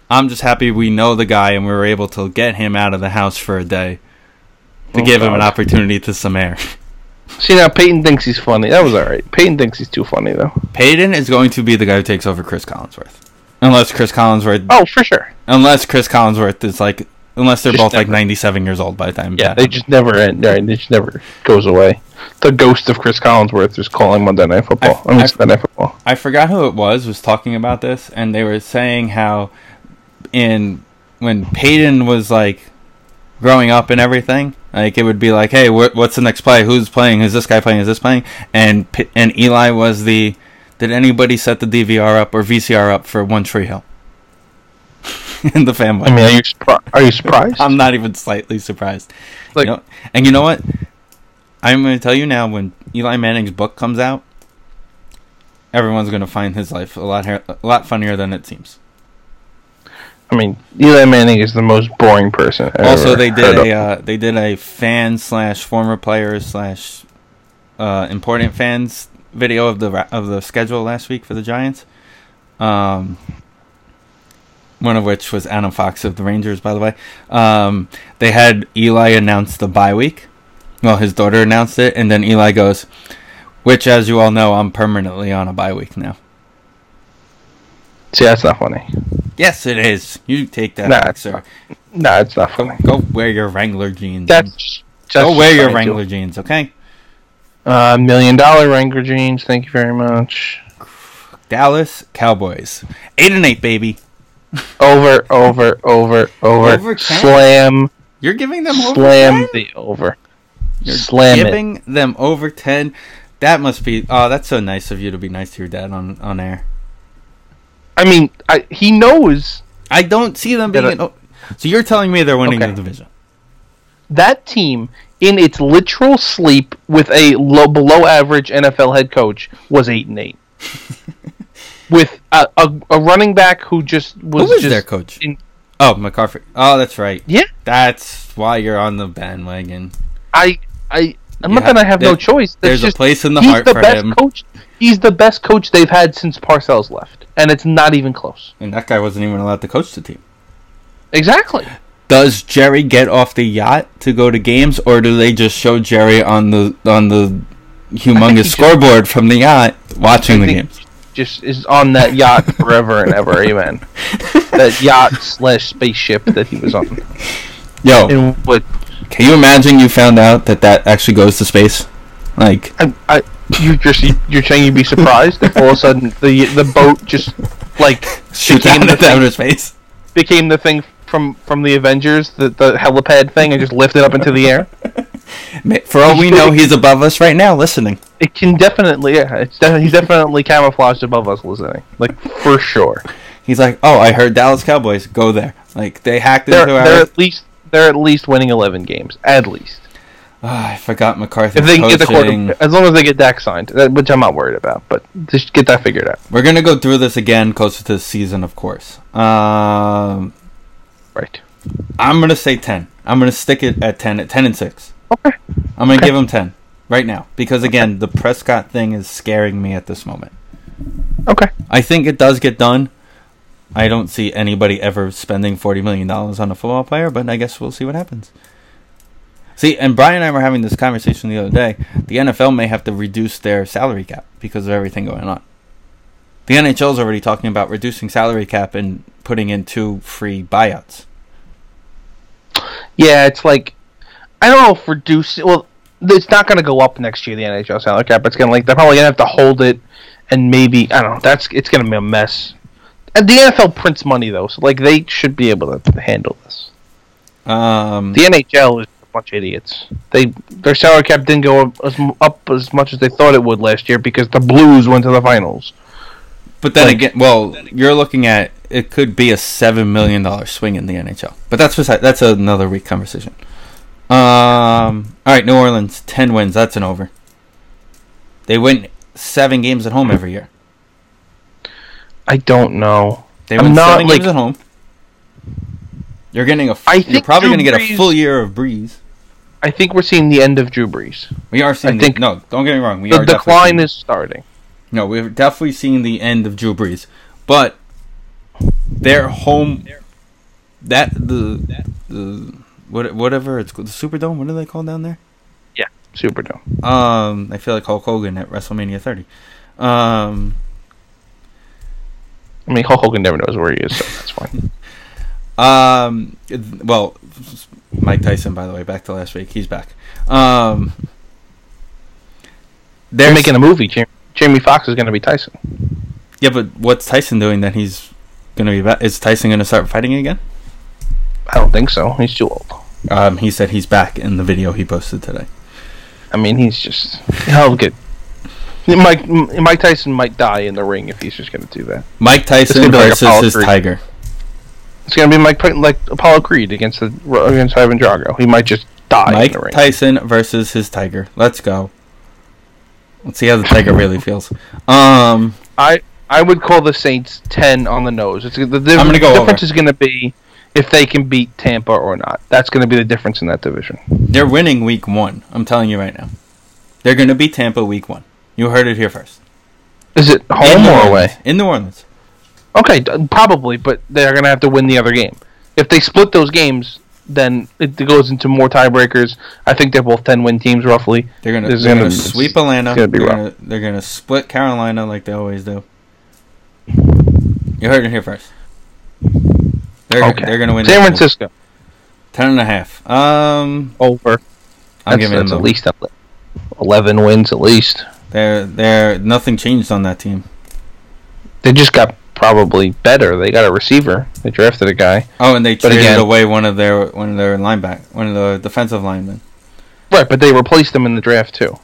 S1: I'm just happy we know the guy and we were able to get him out of the house for a day to give him an opportunity to some air.
S5: See now, Peyton thinks he's funny. That was all right. Peyton thinks he's too funny though.
S1: Peyton is going to be the guy who takes over Chris Collinsworth, unless Chris Collinsworth,
S5: Oh, for sure.
S1: unless Chris Collinsworth is like, unless they're
S5: Just
S1: both like
S5: never.
S1: 97 years old by the time.
S5: Yeah,
S1: that
S5: they
S1: happens.
S5: just never end. Right, it just never goes away. The ghost of Chris Collinsworth is calling Monday Night Football.
S1: I-
S5: I, mean,
S1: I-
S5: Sunday Night Football.
S1: I forgot who it was was talking about this, and they were saying how in when Peyton was like growing up and everything. Like it would be like, hey, wh- what's the next play? Who's playing? Is this guy playing? Is this playing? And P- and Eli was the. Did anybody set the DVR up or VCR up for One Tree Hill? in the family.
S5: I mean, are you surpri- are you surprised?
S1: I'm not even slightly surprised.
S5: Like-
S1: you know- and you know what? I'm going to tell you now. When Eli Manning's book comes out, everyone's going to find his life a lot hair- a lot funnier than it seems.
S5: I mean, Eli Manning is the most boring person. I've
S1: also,
S5: ever
S1: they
S5: heard
S1: did
S5: of.
S1: a uh, they did a fan slash former player slash uh, important fans video of the ra- of the schedule last week for the Giants. Um, one of which was Adam Fox of the Rangers, by the way. Um, they had Eli announce the bye week. Well, his daughter announced it, and then Eli goes, "Which, as you all know, I'm permanently on a bye week now."
S5: See, that's not funny.
S1: Yes, it is. You take that,
S5: Nah,
S1: back,
S5: it's
S1: sir.
S5: not No, it's not funny.
S1: Go wear your Wrangler jeans.
S5: That's
S1: and-
S5: just
S1: Go
S5: just
S1: wear your
S5: funny, too.
S1: Wrangler jeans, okay?
S5: Uh, million dollar Wrangler jeans. Thank you very much.
S1: Dallas Cowboys. Eight and eight, baby.
S5: Over, over, over, over.
S1: Over ten?
S5: Slam,
S1: You're giving them over
S5: slam
S1: 10?
S5: the over.
S1: You're
S5: slam it.
S1: giving them over ten. That must be oh, that's so nice of you to be nice to your dad on, on air.
S5: I mean, I, he knows
S1: I don't see them being
S5: Did I-
S1: an o- So you're telling me they're winning
S5: Okay.
S1: the division.
S5: that team in its literal sleep with a low, below average NFL head coach was eight and eight. with a, a, a running back who just was,
S1: Who is
S5: just
S1: their coach?
S5: in-
S1: oh, McCarthy. Oh, that's right.
S5: yeah.
S1: That's why you're on the bandwagon.
S5: I I I'm
S1: You
S5: not that
S1: ha-
S5: I have
S1: there-
S5: no choice. That's
S1: there's a
S5: just-
S1: place in the
S5: he's
S1: heart
S5: the
S1: for
S5: best
S1: him.
S5: Coach, he's the best coach they've had since Parcells left, and it's not even close.
S1: And that guy wasn't even allowed to coach the team.
S5: Exactly.
S1: Does Jerry get off the yacht to go to games, or do they just show Jerry on the on the
S5: he
S1: humongous
S5: just-
S1: scoreboard from the yacht watching the
S5: think-
S1: games?
S5: Just is on that yacht forever and ever. Amen. that yacht slash spaceship that he was on.
S1: Yo,
S5: And what
S1: Can you imagine you found out that that actually goes to space? Like,
S5: I, I you just you're saying you'd be surprised if all of a sudden the the boat just like
S1: shoot
S5: became
S1: down
S5: the
S1: into outer space?
S5: became the thing from from the Avengers, the the helipad thing, and just lifted up into the air.
S1: Ma- For all we know, he's above us right now listening.
S5: It can definitely, yeah. It's defi- he's definitely camouflaged above us listening, like for sure.
S1: He's like, oh, I heard Dallas Cowboys. Go there. Like, they hacked
S5: They're,
S1: into
S5: they're
S1: our.
S5: at least they're at least winning eleven games, at least.
S1: Ah, I forgot McCarthy.
S5: If they can get the
S1: coaching.
S5: quarter, as long as they get Dak signed, that, which I'm not worried about, but just get that figured out,
S1: We're going to go through this again closer to the season, of course. Um,
S5: right?
S1: I'm going to say 10. I'm going to stick it at 10, at 10 and 6.
S5: Okay.
S1: I'm going to give him 10 right now. Because, again, the Prescott thing is scaring me at this moment.
S5: Okay.
S1: I think it does get done. I don't see anybody ever spending forty million dollars on a football player, but I guess we'll see what happens. See, and Brian and I were having this conversation the other day. The NFL may have to reduce their salary cap because of everything going on. The NHL's already talking about reducing salary cap and putting in two free buyouts.
S5: Yeah, it's like I don't know if reduce. Well, it's not going to go up next year. The NHL salary cap. It's going to like they're probably going to have to hold it, and maybe I don't know. That's it's going to be a mess. And the NFL prints money though, so like they should be able to handle this.
S1: Um,
S5: The NHL is a bunch of idiots. They their salary cap didn't go up as, m- up as much as they thought it would last year because the Blues went to the finals.
S1: but then
S5: like-
S1: again, well, you're looking at it could be a seven million dollar swing in the NHL, but that's beside, that's another week conversation. Um. All right, New Orleans, ten wins. That's an over. They win seven games at home every year.
S5: I don't know.
S1: They
S5: I'm
S1: win
S5: not,
S1: seven games
S5: like-
S1: at home. You're getting a. F-
S5: I
S1: you're
S5: think
S1: probably
S5: Drew
S1: going to get a
S5: Brees-
S1: full year of Breeze.
S5: I think we're seeing the end of Drew Brees.
S1: We are seeing.
S5: I
S1: the-
S5: think-
S1: no, don't get me wrong. We
S5: The
S1: are definitely
S5: decline
S1: seeing-
S5: is starting.
S1: No, we're definitely seeing the end of Drew Brees, but their home, that the the what whatever it's called, the Superdome. What do they call down there?
S5: Superdome.
S1: Um, I feel like Hulk Hogan at WrestleMania 30. Um,
S5: I mean, Hulk Hogan never knows where he is, so that's fine.
S1: um, it- well, Mike Tyson, by the way, back to last week. He's back. Um,
S5: They're
S1: they're
S5: making a movie. Jamie, Jamie Foxx is going to be Tyson.
S1: yeah, but what's Tyson doing that he's gonna be? Back? Is Tyson gonna start fighting again?
S5: I don't think so. He's too old.
S1: Um, he said he's back in the video he posted today.
S5: I mean, he's just he'll get. Mike M- Mike Tyson might die in the ring if he's just going to do that.
S1: Mike Tyson
S5: gonna be like
S1: versus
S5: Apollo
S1: his
S5: Creed.
S1: tiger.
S5: It's going to be Mike Pe- like Apollo Creed against the against Ivan Drago. He might just die in
S1: Mike
S5: the ring.
S1: Tyson versus his tiger. Let's go. Let's see how the tiger really feels. Um,
S5: I I would call the Saints ten on the nose. It's the, diff-
S1: gonna go
S5: difference
S1: over.
S5: is going to be if they can beat Tampa or not. That's going to be the difference in that division.
S1: they're winning week one. I'm telling you right now. They're gonna beat Tampa week one. You heard it here first.
S5: Is it
S1: In
S5: home
S1: New
S5: or
S1: Orleans.
S5: away?
S1: In New Orleans.
S5: Okay, d- probably, but they're going to have to win the other game. If they split those games, then it goes into more tiebreakers. I think they're both ten win teams roughly.
S1: They're gonna,
S5: This is
S1: they're gonna,
S5: gonna be-
S1: sweep Atlanta.
S5: it's gonna be
S1: they're,
S5: rough.
S1: gonna, they're gonna split Carolina like they always do. You heard it here first. They're,
S5: Okay,
S1: they're gonna win.
S5: San
S1: that
S5: Francisco
S1: game. Ten and a half. Um,
S5: over.
S1: I'm
S5: that's,
S1: giving them
S5: that's
S1: the
S5: at least ele- eleven wins at least.
S1: They're they're nothing changed on that team.
S5: They just got probably better. They got a receiver. They drafted a guy.
S1: Oh, and they traded
S5: again-
S1: away one of their one of their lineback, one of the defensive linemen.
S5: Right, but they replaced them in the draft too.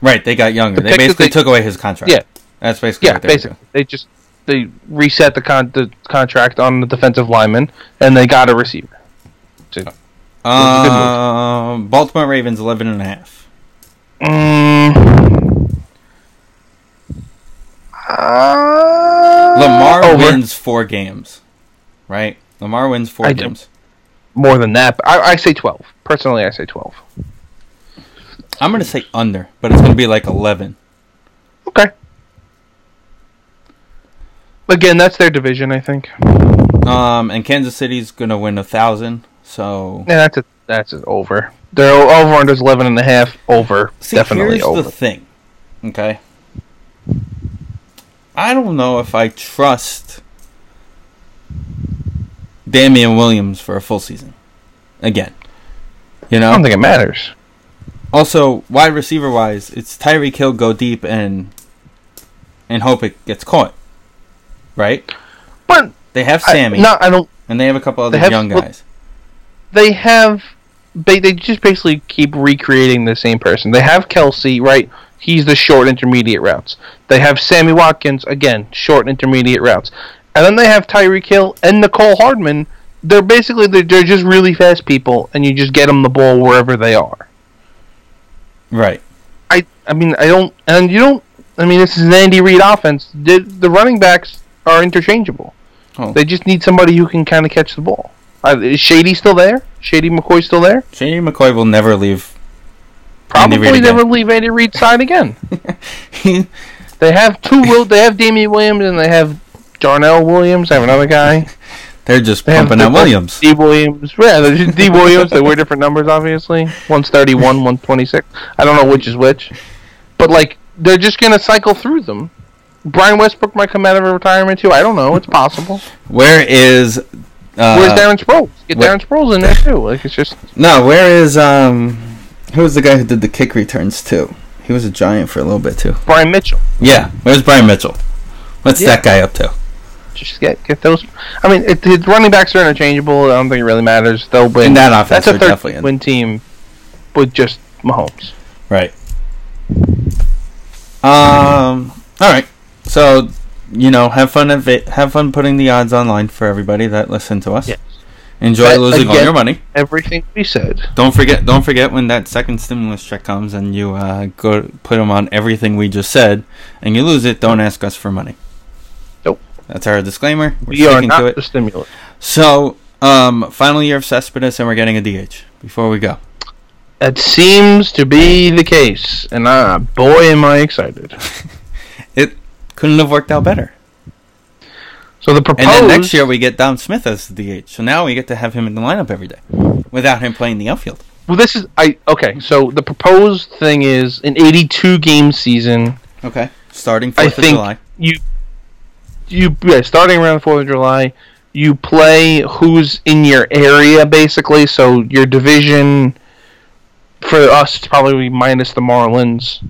S1: Right, they got younger.
S5: The
S1: they
S5: pick that
S1: basically
S5: they-
S1: took away his contract.
S5: Yeah.
S1: that's basically
S5: Yeah,
S1: what they were
S5: basically. They just they reset the con the contract on the defensive lineman and they got a receiver. So,
S1: doing.
S5: was a good move.
S1: Um, Baltimore Ravens eleven and a half.
S5: mm, uh,
S1: Lamar
S5: over.
S1: wins four games, right? Lamar wins four
S5: I do.
S1: games.
S5: more than that. But I, I say twelve. Personally, I say twelve.
S1: I'm gonna say under, but it's gonna be like eleven.
S5: Okay. Again, that's their division, I think.
S1: Um, and Kansas City's gonna win a thousand. So
S5: Yeah, that's a that's an over. Their over under is eleven and a half. Over,
S1: See,
S5: definitely
S1: here's
S5: over.
S1: the thing. Okay. I don't know if I trust Damian Williams for a full season. Again. You
S5: I don't
S1: know?
S5: think it matters.
S1: Also, wide receiver wise, it's Tyreek Hill go deep and and hope it gets caught. Right?
S5: But
S1: They have
S5: I-
S1: Sammy
S5: no, I don't.
S1: and they have a couple other
S5: They have-
S1: young
S5: well-
S1: guys.
S5: They have. They they just basically keep recreating the same person. They have Kelsey, right? He's the short intermediate routes. They have Sammy Watkins again, short intermediate routes, and then they have Tyreek Hill and Nicole Hardman. They're basically they're, they're just really fast people, and you just get them the ball wherever they are.
S1: Right.
S5: I I mean I don't and you don't I mean this is an Andy Reid offense. The, the running backs are interchangeable.
S1: Oh.
S5: They just need somebody who can kind of catch the ball. Uh, is Shady still there? Shady McCoy still there?
S1: Shady McCoy will never leave. Andy
S5: Probably
S1: Reid again.
S5: never leave Andy Reid's side again. They have two. Will they have Damian Williams and they have Darnell Williams. They have another guy.
S1: They're just
S5: They have
S1: pumping out
S5: different-
S1: Williams.
S5: D Williams. Yeah, there's just D Williams. They wear different numbers, obviously. One's 31, one's 26. I don't know which is which. But, like, they're just going to cycle through them. Brian Westbrook might come out of retirement, too. I don't know. It's possible.
S1: Where is uh,
S5: Where's Darren Sproles? Get
S1: what-
S5: Darren Sproles in there, too. Like, it's just.
S1: No, where is um who was the guy who did the kick returns too? He was a giant for a little bit too.
S5: Brian Mitchell.
S1: Yeah, where's Brian Mitchell? What's
S5: Yeah.
S1: that guy up to?
S5: Just get get those. I mean, it, the running backs are interchangeable. I don't think it really matters. They'll win.
S1: In that offense,
S5: That's a
S1: they're
S5: third
S1: definitely in.
S5: win team with just Mahomes.
S1: Right. Um all right. So, you know, have fun at va- have fun putting the odds online for everybody that listen to us.
S5: Yes.
S1: Enjoy
S5: But
S1: losing all
S5: again-
S1: your money.
S5: Everything we said.
S1: Don't forget don't forget when that second stimulus check comes and you uh, go put them on everything we just said and you lose it, don't ask us for money.
S5: Nope.
S1: That's our disclaimer. We're
S5: We are
S1: sticking to
S5: not
S1: it.
S5: the stimulus.
S1: So, um, final year of Cespedes, and we're getting a DH before we go.
S5: That seems to be the case, and ah, boy, am I excited.
S1: It couldn't have worked out better.
S5: So the
S1: And
S5: proposed
S1: then next year we get Dom Smith as the DH. So now we get to have him in the lineup every day without him playing the outfield.
S5: well, this is I okay. So the proposed thing is an 82 game season.
S1: Okay. Starting 4th
S5: I
S1: of
S5: think
S1: July.
S5: you you yeah, starting around the Fourth of July, you play who's in your area basically. So your division for us it's probably minus the Marlins,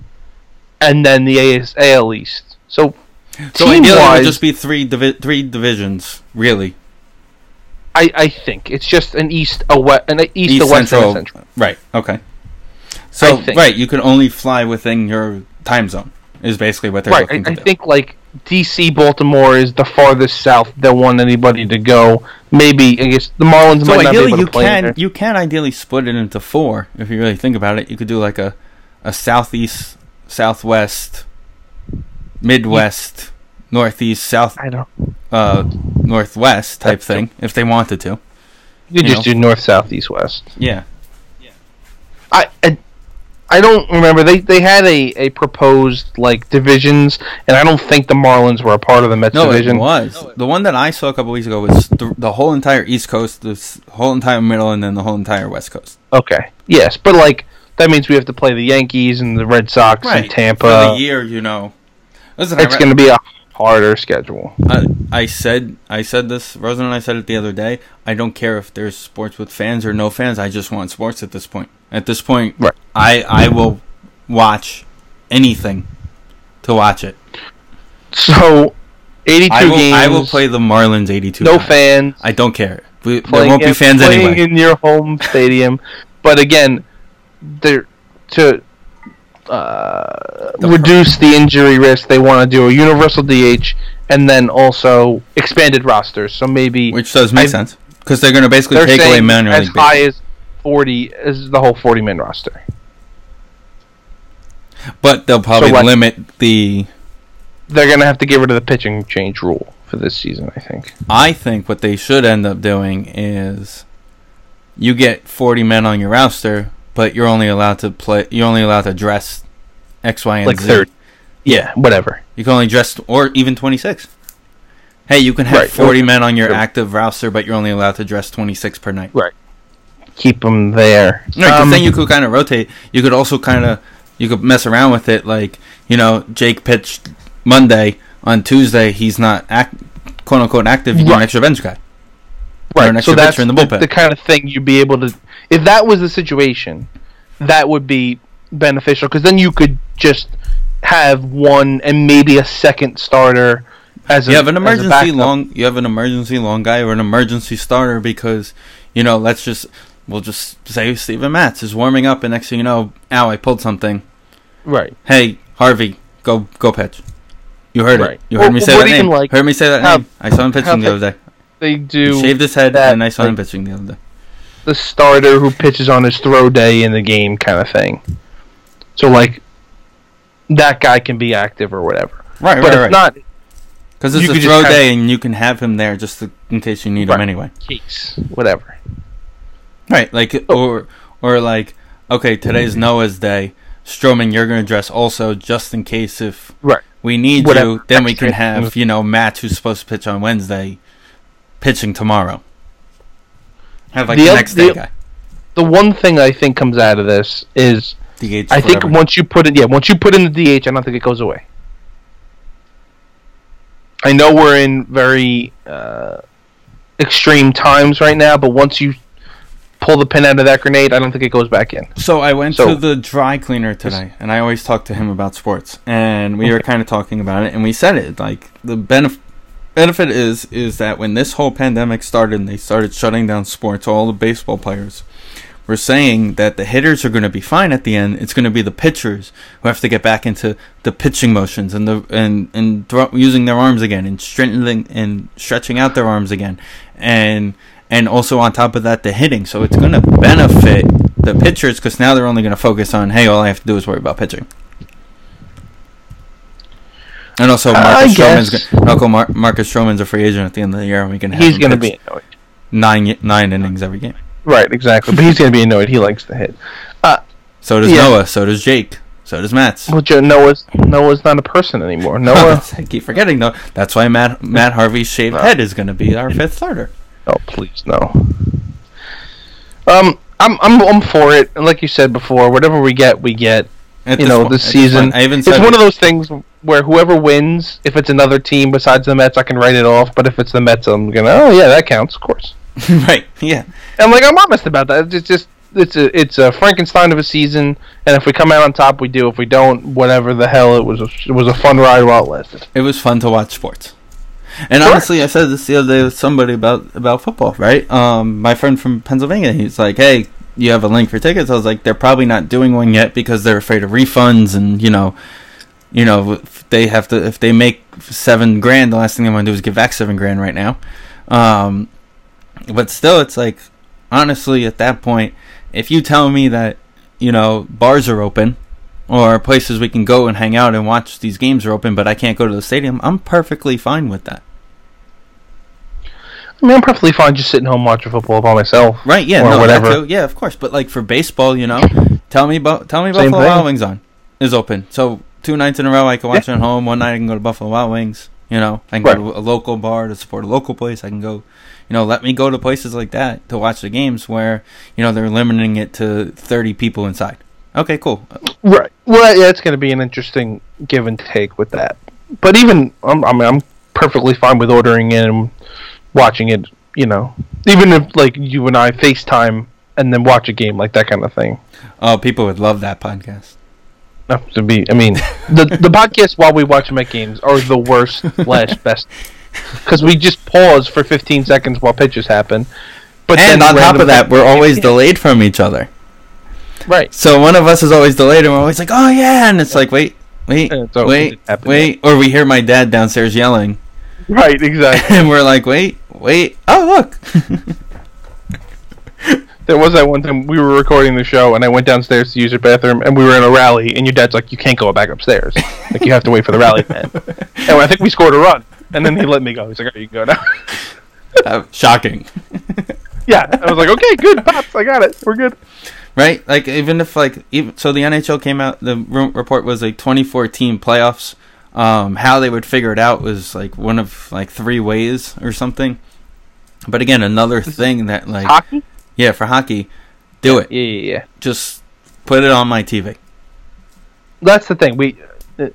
S5: and then the AS, AL East. So
S1: So
S5: team
S1: ideally, it would
S5: wise,
S1: just be three divi- three divisions, really.
S5: I, I think it's just an east a west an east, a west and a central.
S1: Right. Okay. So
S5: I think.
S1: right, you could only fly within your time zone. Is basically what they're
S5: Right.
S1: looking
S5: I,
S1: to
S5: I
S1: do.
S5: think like DC Baltimore is the farthest south they'll want anybody to go. Maybe I guess the Marlins
S1: so
S5: might not be able
S1: ideally,
S5: to
S1: you
S5: play in
S1: can
S5: there.
S1: you can ideally split it into four if you really think about it. You could do like a a southeast, southwest, midwest, northeast, south,
S5: I don't.
S1: uh, northwest type thing if they wanted to.
S5: You
S1: you
S5: could just
S1: know.
S5: do north, south, east, west.
S1: Yeah.
S5: I, I I don't remember. They they had a, a proposed like divisions, and I don't think the Marlins were a part of the Mets
S1: No,
S5: division.
S1: it was. the one that I saw a couple weeks ago was the, the whole entire East Coast, the s- whole entire middle, and then the whole entire West Coast.
S5: Okay. Yes, but like that means we have to play the Yankees and the Red Sox and
S1: For the
S5: Tampa.
S1: year, you know. Listen, I,
S5: It's
S1: re-
S5: going to be a harder schedule.
S1: I, I said I said this, Rosen and I said it the other day. I don't care if there's sports with fans or no fans. I just want sports at this point. At this point,
S5: Right.
S1: I I will watch anything to watch it.
S5: So, 82
S1: I will
S5: games.
S1: I will play the Marlins 82.
S5: no
S1: time.
S5: fans.
S1: I don't care. We, there
S5: playing
S1: won't be
S5: in-
S1: fans
S5: playing
S1: anyway.
S5: in your home stadium. But again, they're to uh, reduce the injury risk, they want to do a universal DH and then also expanded rosters. So maybe
S1: Which does make
S5: I-
S1: sense because they're going to basically
S5: they're
S1: take away
S5: saying
S1: minor
S5: as
S1: league. baseball.
S5: high as forty as the whole forty man roster.
S1: But they'll probably
S5: So what?
S1: limit the.
S5: They're gonna have to get rid of the pitching change rule for this season, I think.
S1: I think what they should end up doing is, you get forty men on your roster, but you're only allowed to play. You're only allowed to dress X, Y, and
S5: Like
S1: Z.
S5: third. Yeah, whatever.
S1: You can only dress, or even twenty six. Hey, you can have
S5: Right.
S1: forty men on your
S5: Sure.
S1: active roster, but you're only allowed to dress twenty six per night.
S5: Keep them there.
S1: Right, 'cause
S5: Um,
S1: then you could kind of rotate. You could also kind of you could mess around with it, like you know, Jake pitched Monday on Tuesday. He's not act, quote unquote active. You get an
S5: Right.
S1: extra bench guy.
S5: right.
S1: an extra
S5: so that's
S1: pitcher in the bullpen.
S5: kind of thing you'd be able to. If that was the situation, that would be beneficial because then you could just have one and maybe a second starter as a,
S1: You have an
S5: as a
S1: emergency
S5: backup.
S1: long. You have an emergency long guy or an emergency starter because you know. Let's just we'll just say Steven Matz is warming up, and next thing you know, ow, I pulled something.
S5: right.
S1: Hey, Harvey, go go pitch. You heard
S5: Right.
S1: it. You heard
S5: Or-
S1: me
S5: or
S1: say
S5: what
S1: that
S5: even,
S1: name.
S5: like,
S1: heard me say that
S5: how-
S1: name. I saw him pitching the
S5: how-
S1: other day.
S5: They
S1: He
S5: do
S1: shaved his head,
S5: that,
S1: and I saw him
S5: like-
S1: pitching the other day.
S5: the starter who pitches on his throw day in the game kind of thing. So like that guy can be active or whatever.
S1: Right,
S5: But if not
S1: Because it's
S5: You
S1: a
S5: could just
S1: throw
S5: have-
S1: day, and you can have him there just to, in case you need him
S5: Right.
S1: anyway.
S5: case, whatever.
S1: Right, like
S5: Oh.
S1: or or like okay, today's
S5: Mm-hmm.
S1: Noah's day. Stroman, you're gonna dress also just in case if
S5: Right.
S1: we need you.
S5: Whatever.
S1: Then we can
S5: Extra.
S1: have you know Matt, who's supposed to pitch on Wednesday, pitching tomorrow. Have like the,
S5: The oth-
S1: next day
S5: the-
S1: guy.
S5: The one thing I think comes out of this is
S1: DH,
S5: I think
S1: whatever.
S5: once you put in yeah, once you put in the DH, I don't think it goes away. I know we're in very uh, extreme times right now, but once you pull the pin out of that grenade, I don't think it goes back in.
S1: So I went
S5: So-
S1: to the dry cleaner today, and I always talk to him about sports, and we were kind of talking about it, and we said it like the benef- benefit is is that when this whole pandemic started, and they started shutting down sports, all the baseball players were saying that the hitters are going to be fine at the end. It's going to be the pitchers who have to get back into the pitching motions and the and and thro- using their arms again and strengthening and stretching out their arms again, and and also on top of that the hitting. So it's going to benefit the pitchers because now they're only going to focus on hey, all I have to do is worry about pitching. And also, Marcus
S5: I
S1: Stroman's
S5: guess.
S1: gonna- Uncle Mar- Marcus Stroman's a free agent at the end of the year, and we can have
S5: He's
S1: him
S5: going to
S1: pitch
S5: be annoyed.
S1: nine y- nine innings every game.
S5: Right, exactly. But he's going to be annoyed. He likes to hit.
S1: So does
S5: Yeah.
S1: Noah. So does Jake. So does Matt's.
S5: Well, Joe, Noah's Noah's not a person anymore. Noah. Uh,
S1: I keep forgetting though. That's why Matt Matt Harvey's shaved head is going to be our fifth starter.
S5: oh, please no. Um, I'm I'm I'm for it. And like you said before, whatever we get, we get.
S1: At
S5: You know,
S1: point-
S5: this
S1: at
S5: season,
S1: point, I even
S5: it's
S1: said
S5: one of those things where whoever wins, if it's another team besides the Mets, I can write it off. But if it's the Mets, I'm gonna. Oh yeah, that counts, of course.
S1: right. Yeah,
S5: And like I'm honest about that. It's just it's a it's a Frankenstein of a season, and if we come out on top, we do. If we don't, whatever the hell, it was a, it was a fun ride while it lasted.
S1: It was fun to watch sports. And
S5: Sure.
S1: honestly, I said this the other day with somebody about about football, right? Um, my friend from Pennsylvania, he's like, "Hey, you have a link for tickets?" I was like, "They're probably not doing one yet because they're afraid of refunds, and you know, you know, if they have to if they make seven grand, the last thing they want to do is give back seven grand right now." Um, but still, it's like, honestly, at that point, if you tell me that you know bars are open or places we can go and hang out and watch these games are open, but I can't go to the stadium, I'm perfectly fine with that.
S5: I mean, I'm perfectly fine just sitting home watching football by myself.
S1: Right? Yeah. no,
S5: Or
S1: that
S5: whatever.
S1: too. Yeah, of course. But like for baseball, you know, tell me about tell me
S5: Same
S1: Buffalo
S5: thing.
S1: Wild Wings on is open. So two nights in a row, I can watch it at home. One night, I can go to Buffalo Wild Wings. You know, I can go to a local bar to support a local place. I can go, you know, let me go to places like that to watch the games where you know they're limiting it to thirty people inside. Okay, cool.
S5: Right. Well, yeah, it's going to be an interesting give and take with that. But even I'm, I mean, I'm perfectly fine with ordering in and watching it. You know, even if like you and I FaceTime and then watch a game like that kind of thing.
S1: Oh, people would love that podcast.
S5: Not To be, I mean, the the podcasts while we watch Met games are the worst slash best because we just pause for 15 seconds while pitches happen. But
S1: And
S5: then
S1: on top
S5: random-
S1: of that, we're always delayed from each other.
S5: right?
S1: So one of us is always delayed, and we're always like, "Oh yeah," and it's like, "Wait, wait,
S5: And it's always
S1: wait,
S5: happening.
S1: wait," or we hear my dad downstairs yelling,
S5: Right, exactly.
S1: and we're like, "Wait, wait, oh look."
S5: There was that one time we were recording the show, and I went downstairs to use your bathroom, and we were in a rally, and your dad's like, "You can't go back upstairs. Like you have to wait for the rally to end." And I think we scored a run, and then he let me go. He's like, "Oh, you can go now."
S1: Uh, shocking,
S5: yeah, I was like, "Okay, good, pops, I got it. We're good."
S1: right? Like even if like even so, the NHL came out. The re- report was like 2014 playoffs. Um, how they would figure it out was like one of like three ways or something. But again, another thing that like
S5: Hockey?
S1: yeah for hockey, do it.
S5: Yeah, yeah, yeah.
S1: Just put it on my TV.
S5: That's the thing. We, it,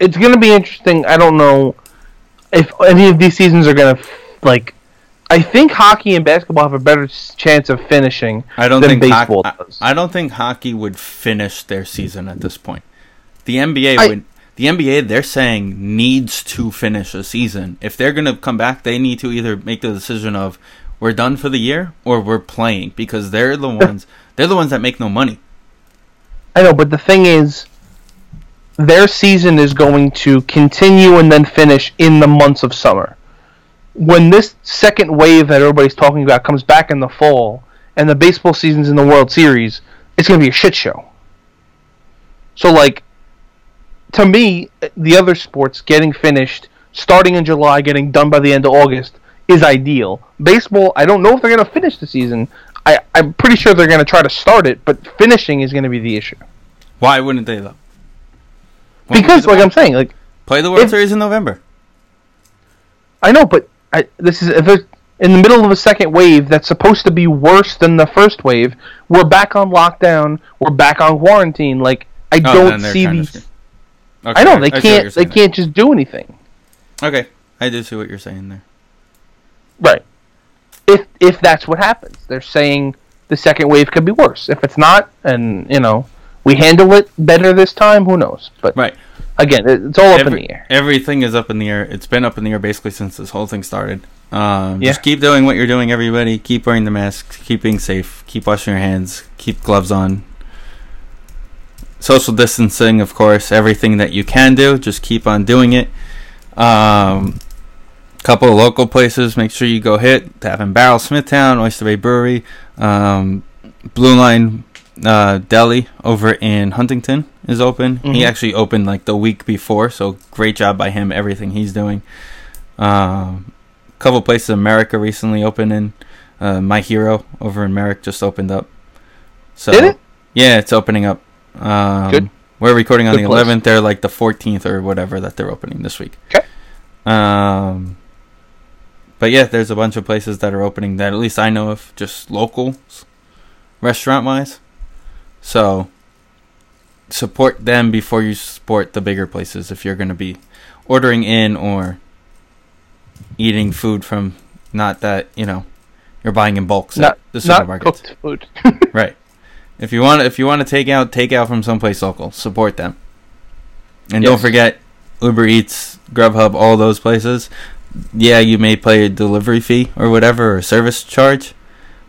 S5: it's gonna be interesting. I don't know if any of these seasons are gonna like. I think hockey and basketball have a better s- chance of finishing.
S1: I don't
S5: than
S1: think
S5: baseball
S1: hoc- I-
S5: does.
S1: I, don't think hockey would finish their season at this point. The NBA
S5: I-
S1: would. The NBA, they're saying needs to finish a season. If they're going to come back, they need to either make the decision of we're done for the year or we're playing because they're the ones. They're the ones that make no money.
S5: I know, but the thing is, their season is going to continue and then finish in the months of summer. When this second wave that everybody's talking about comes back in the fall, and the baseball season's in the World Series, it's going to be a shit show. So, like, to me, the other sports getting finished, starting in July, getting done by the end of August, is ideal. Baseball, I don't know if they're going to finish the season. I, I'm pretty sure they're going to try to start it, but finishing is going to be the issue.
S1: Why wouldn't they though? Why
S5: Because,
S1: wouldn't
S5: like
S1: they?
S5: I'm saying, like
S1: play the World
S5: if-
S1: Series in November.
S5: I know, but I, this is if there's- in the middle of a second wave that's supposed to be worse than the first wave. We're back on lockdown. We're back on quarantine. Like I
S1: Oh, then
S5: don't
S1: they're
S5: see
S1: kinda
S5: these.
S1: screwed. Okay,
S5: I know
S1: see
S5: they
S1: what you're
S5: can't. They
S1: saying
S5: can't just do anything.
S1: there. Okay, I do see what you're saying there.
S5: Right. If if that's what happens, they're saying the second wave could be worse. If it's not, and you know we handle it better this time, who knows? But
S1: Right.
S5: again, it, it's all up
S1: Every-
S5: in the air.
S1: Everything is up in the air. It's been up in the air basically since this whole thing started. Um,
S5: Yeah.
S1: Just keep doing what you're doing, everybody. Keep wearing the masks. Keep being safe. Keep washing your hands. Keep gloves on. Social distancing, of course. Everything that you can do, just keep on doing it. Um, couple of local places. Make sure you go hit Tap and Barrel, Smithtown, Oyster Bay Brewery, um, Blue Line uh, Deli over in Huntington is open. He
S5: Mhm.
S1: actually opened like the week before, so great job by him. Everything he's doing. Um, couple places in America recently opening. Uh, My Hero over in Merrick just opened up. So
S5: Did it?
S1: yeah, it's opening up. Um,
S5: Good.
S1: We're recording on
S5: Good
S1: the
S5: place.
S1: 11th. They're like the 14th or whatever that they're opening this week.
S5: 'Kay.
S1: Um, but yeah, there's a bunch of places that are opening that at least I know of, just local, restaurant wise. So support them before you support the bigger places if you're going to be ordering in or eating food from not that you know or buying in bulk
S5: not
S1: at the
S5: not
S1: supermarket.
S5: cooked food.
S1: Right. If you want, if you want to take out, take out from someplace local. Support them, and don't
S5: Yes.
S1: forget Uber Eats, Grubhub, all those places. Yeah, you may pay a delivery fee or whatever, or a service charge,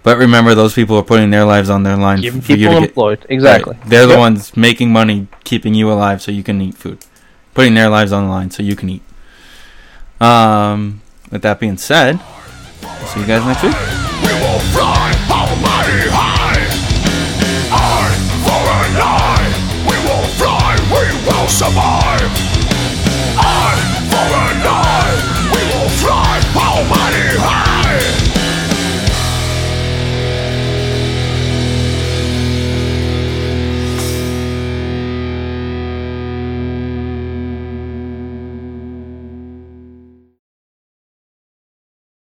S1: but remember those people are putting their lives on their line
S5: Keeping
S1: for you
S5: people
S1: to get.
S5: employed. Exactly.
S1: Right. They're the
S5: Yep.
S1: ones making money, keeping you alive so you can eat food, putting their lives on the line so you can eat. Um, with that being said, see you guys next week.
S3: We will fly almighty high. Eye for an eye. We will fly, we will survive.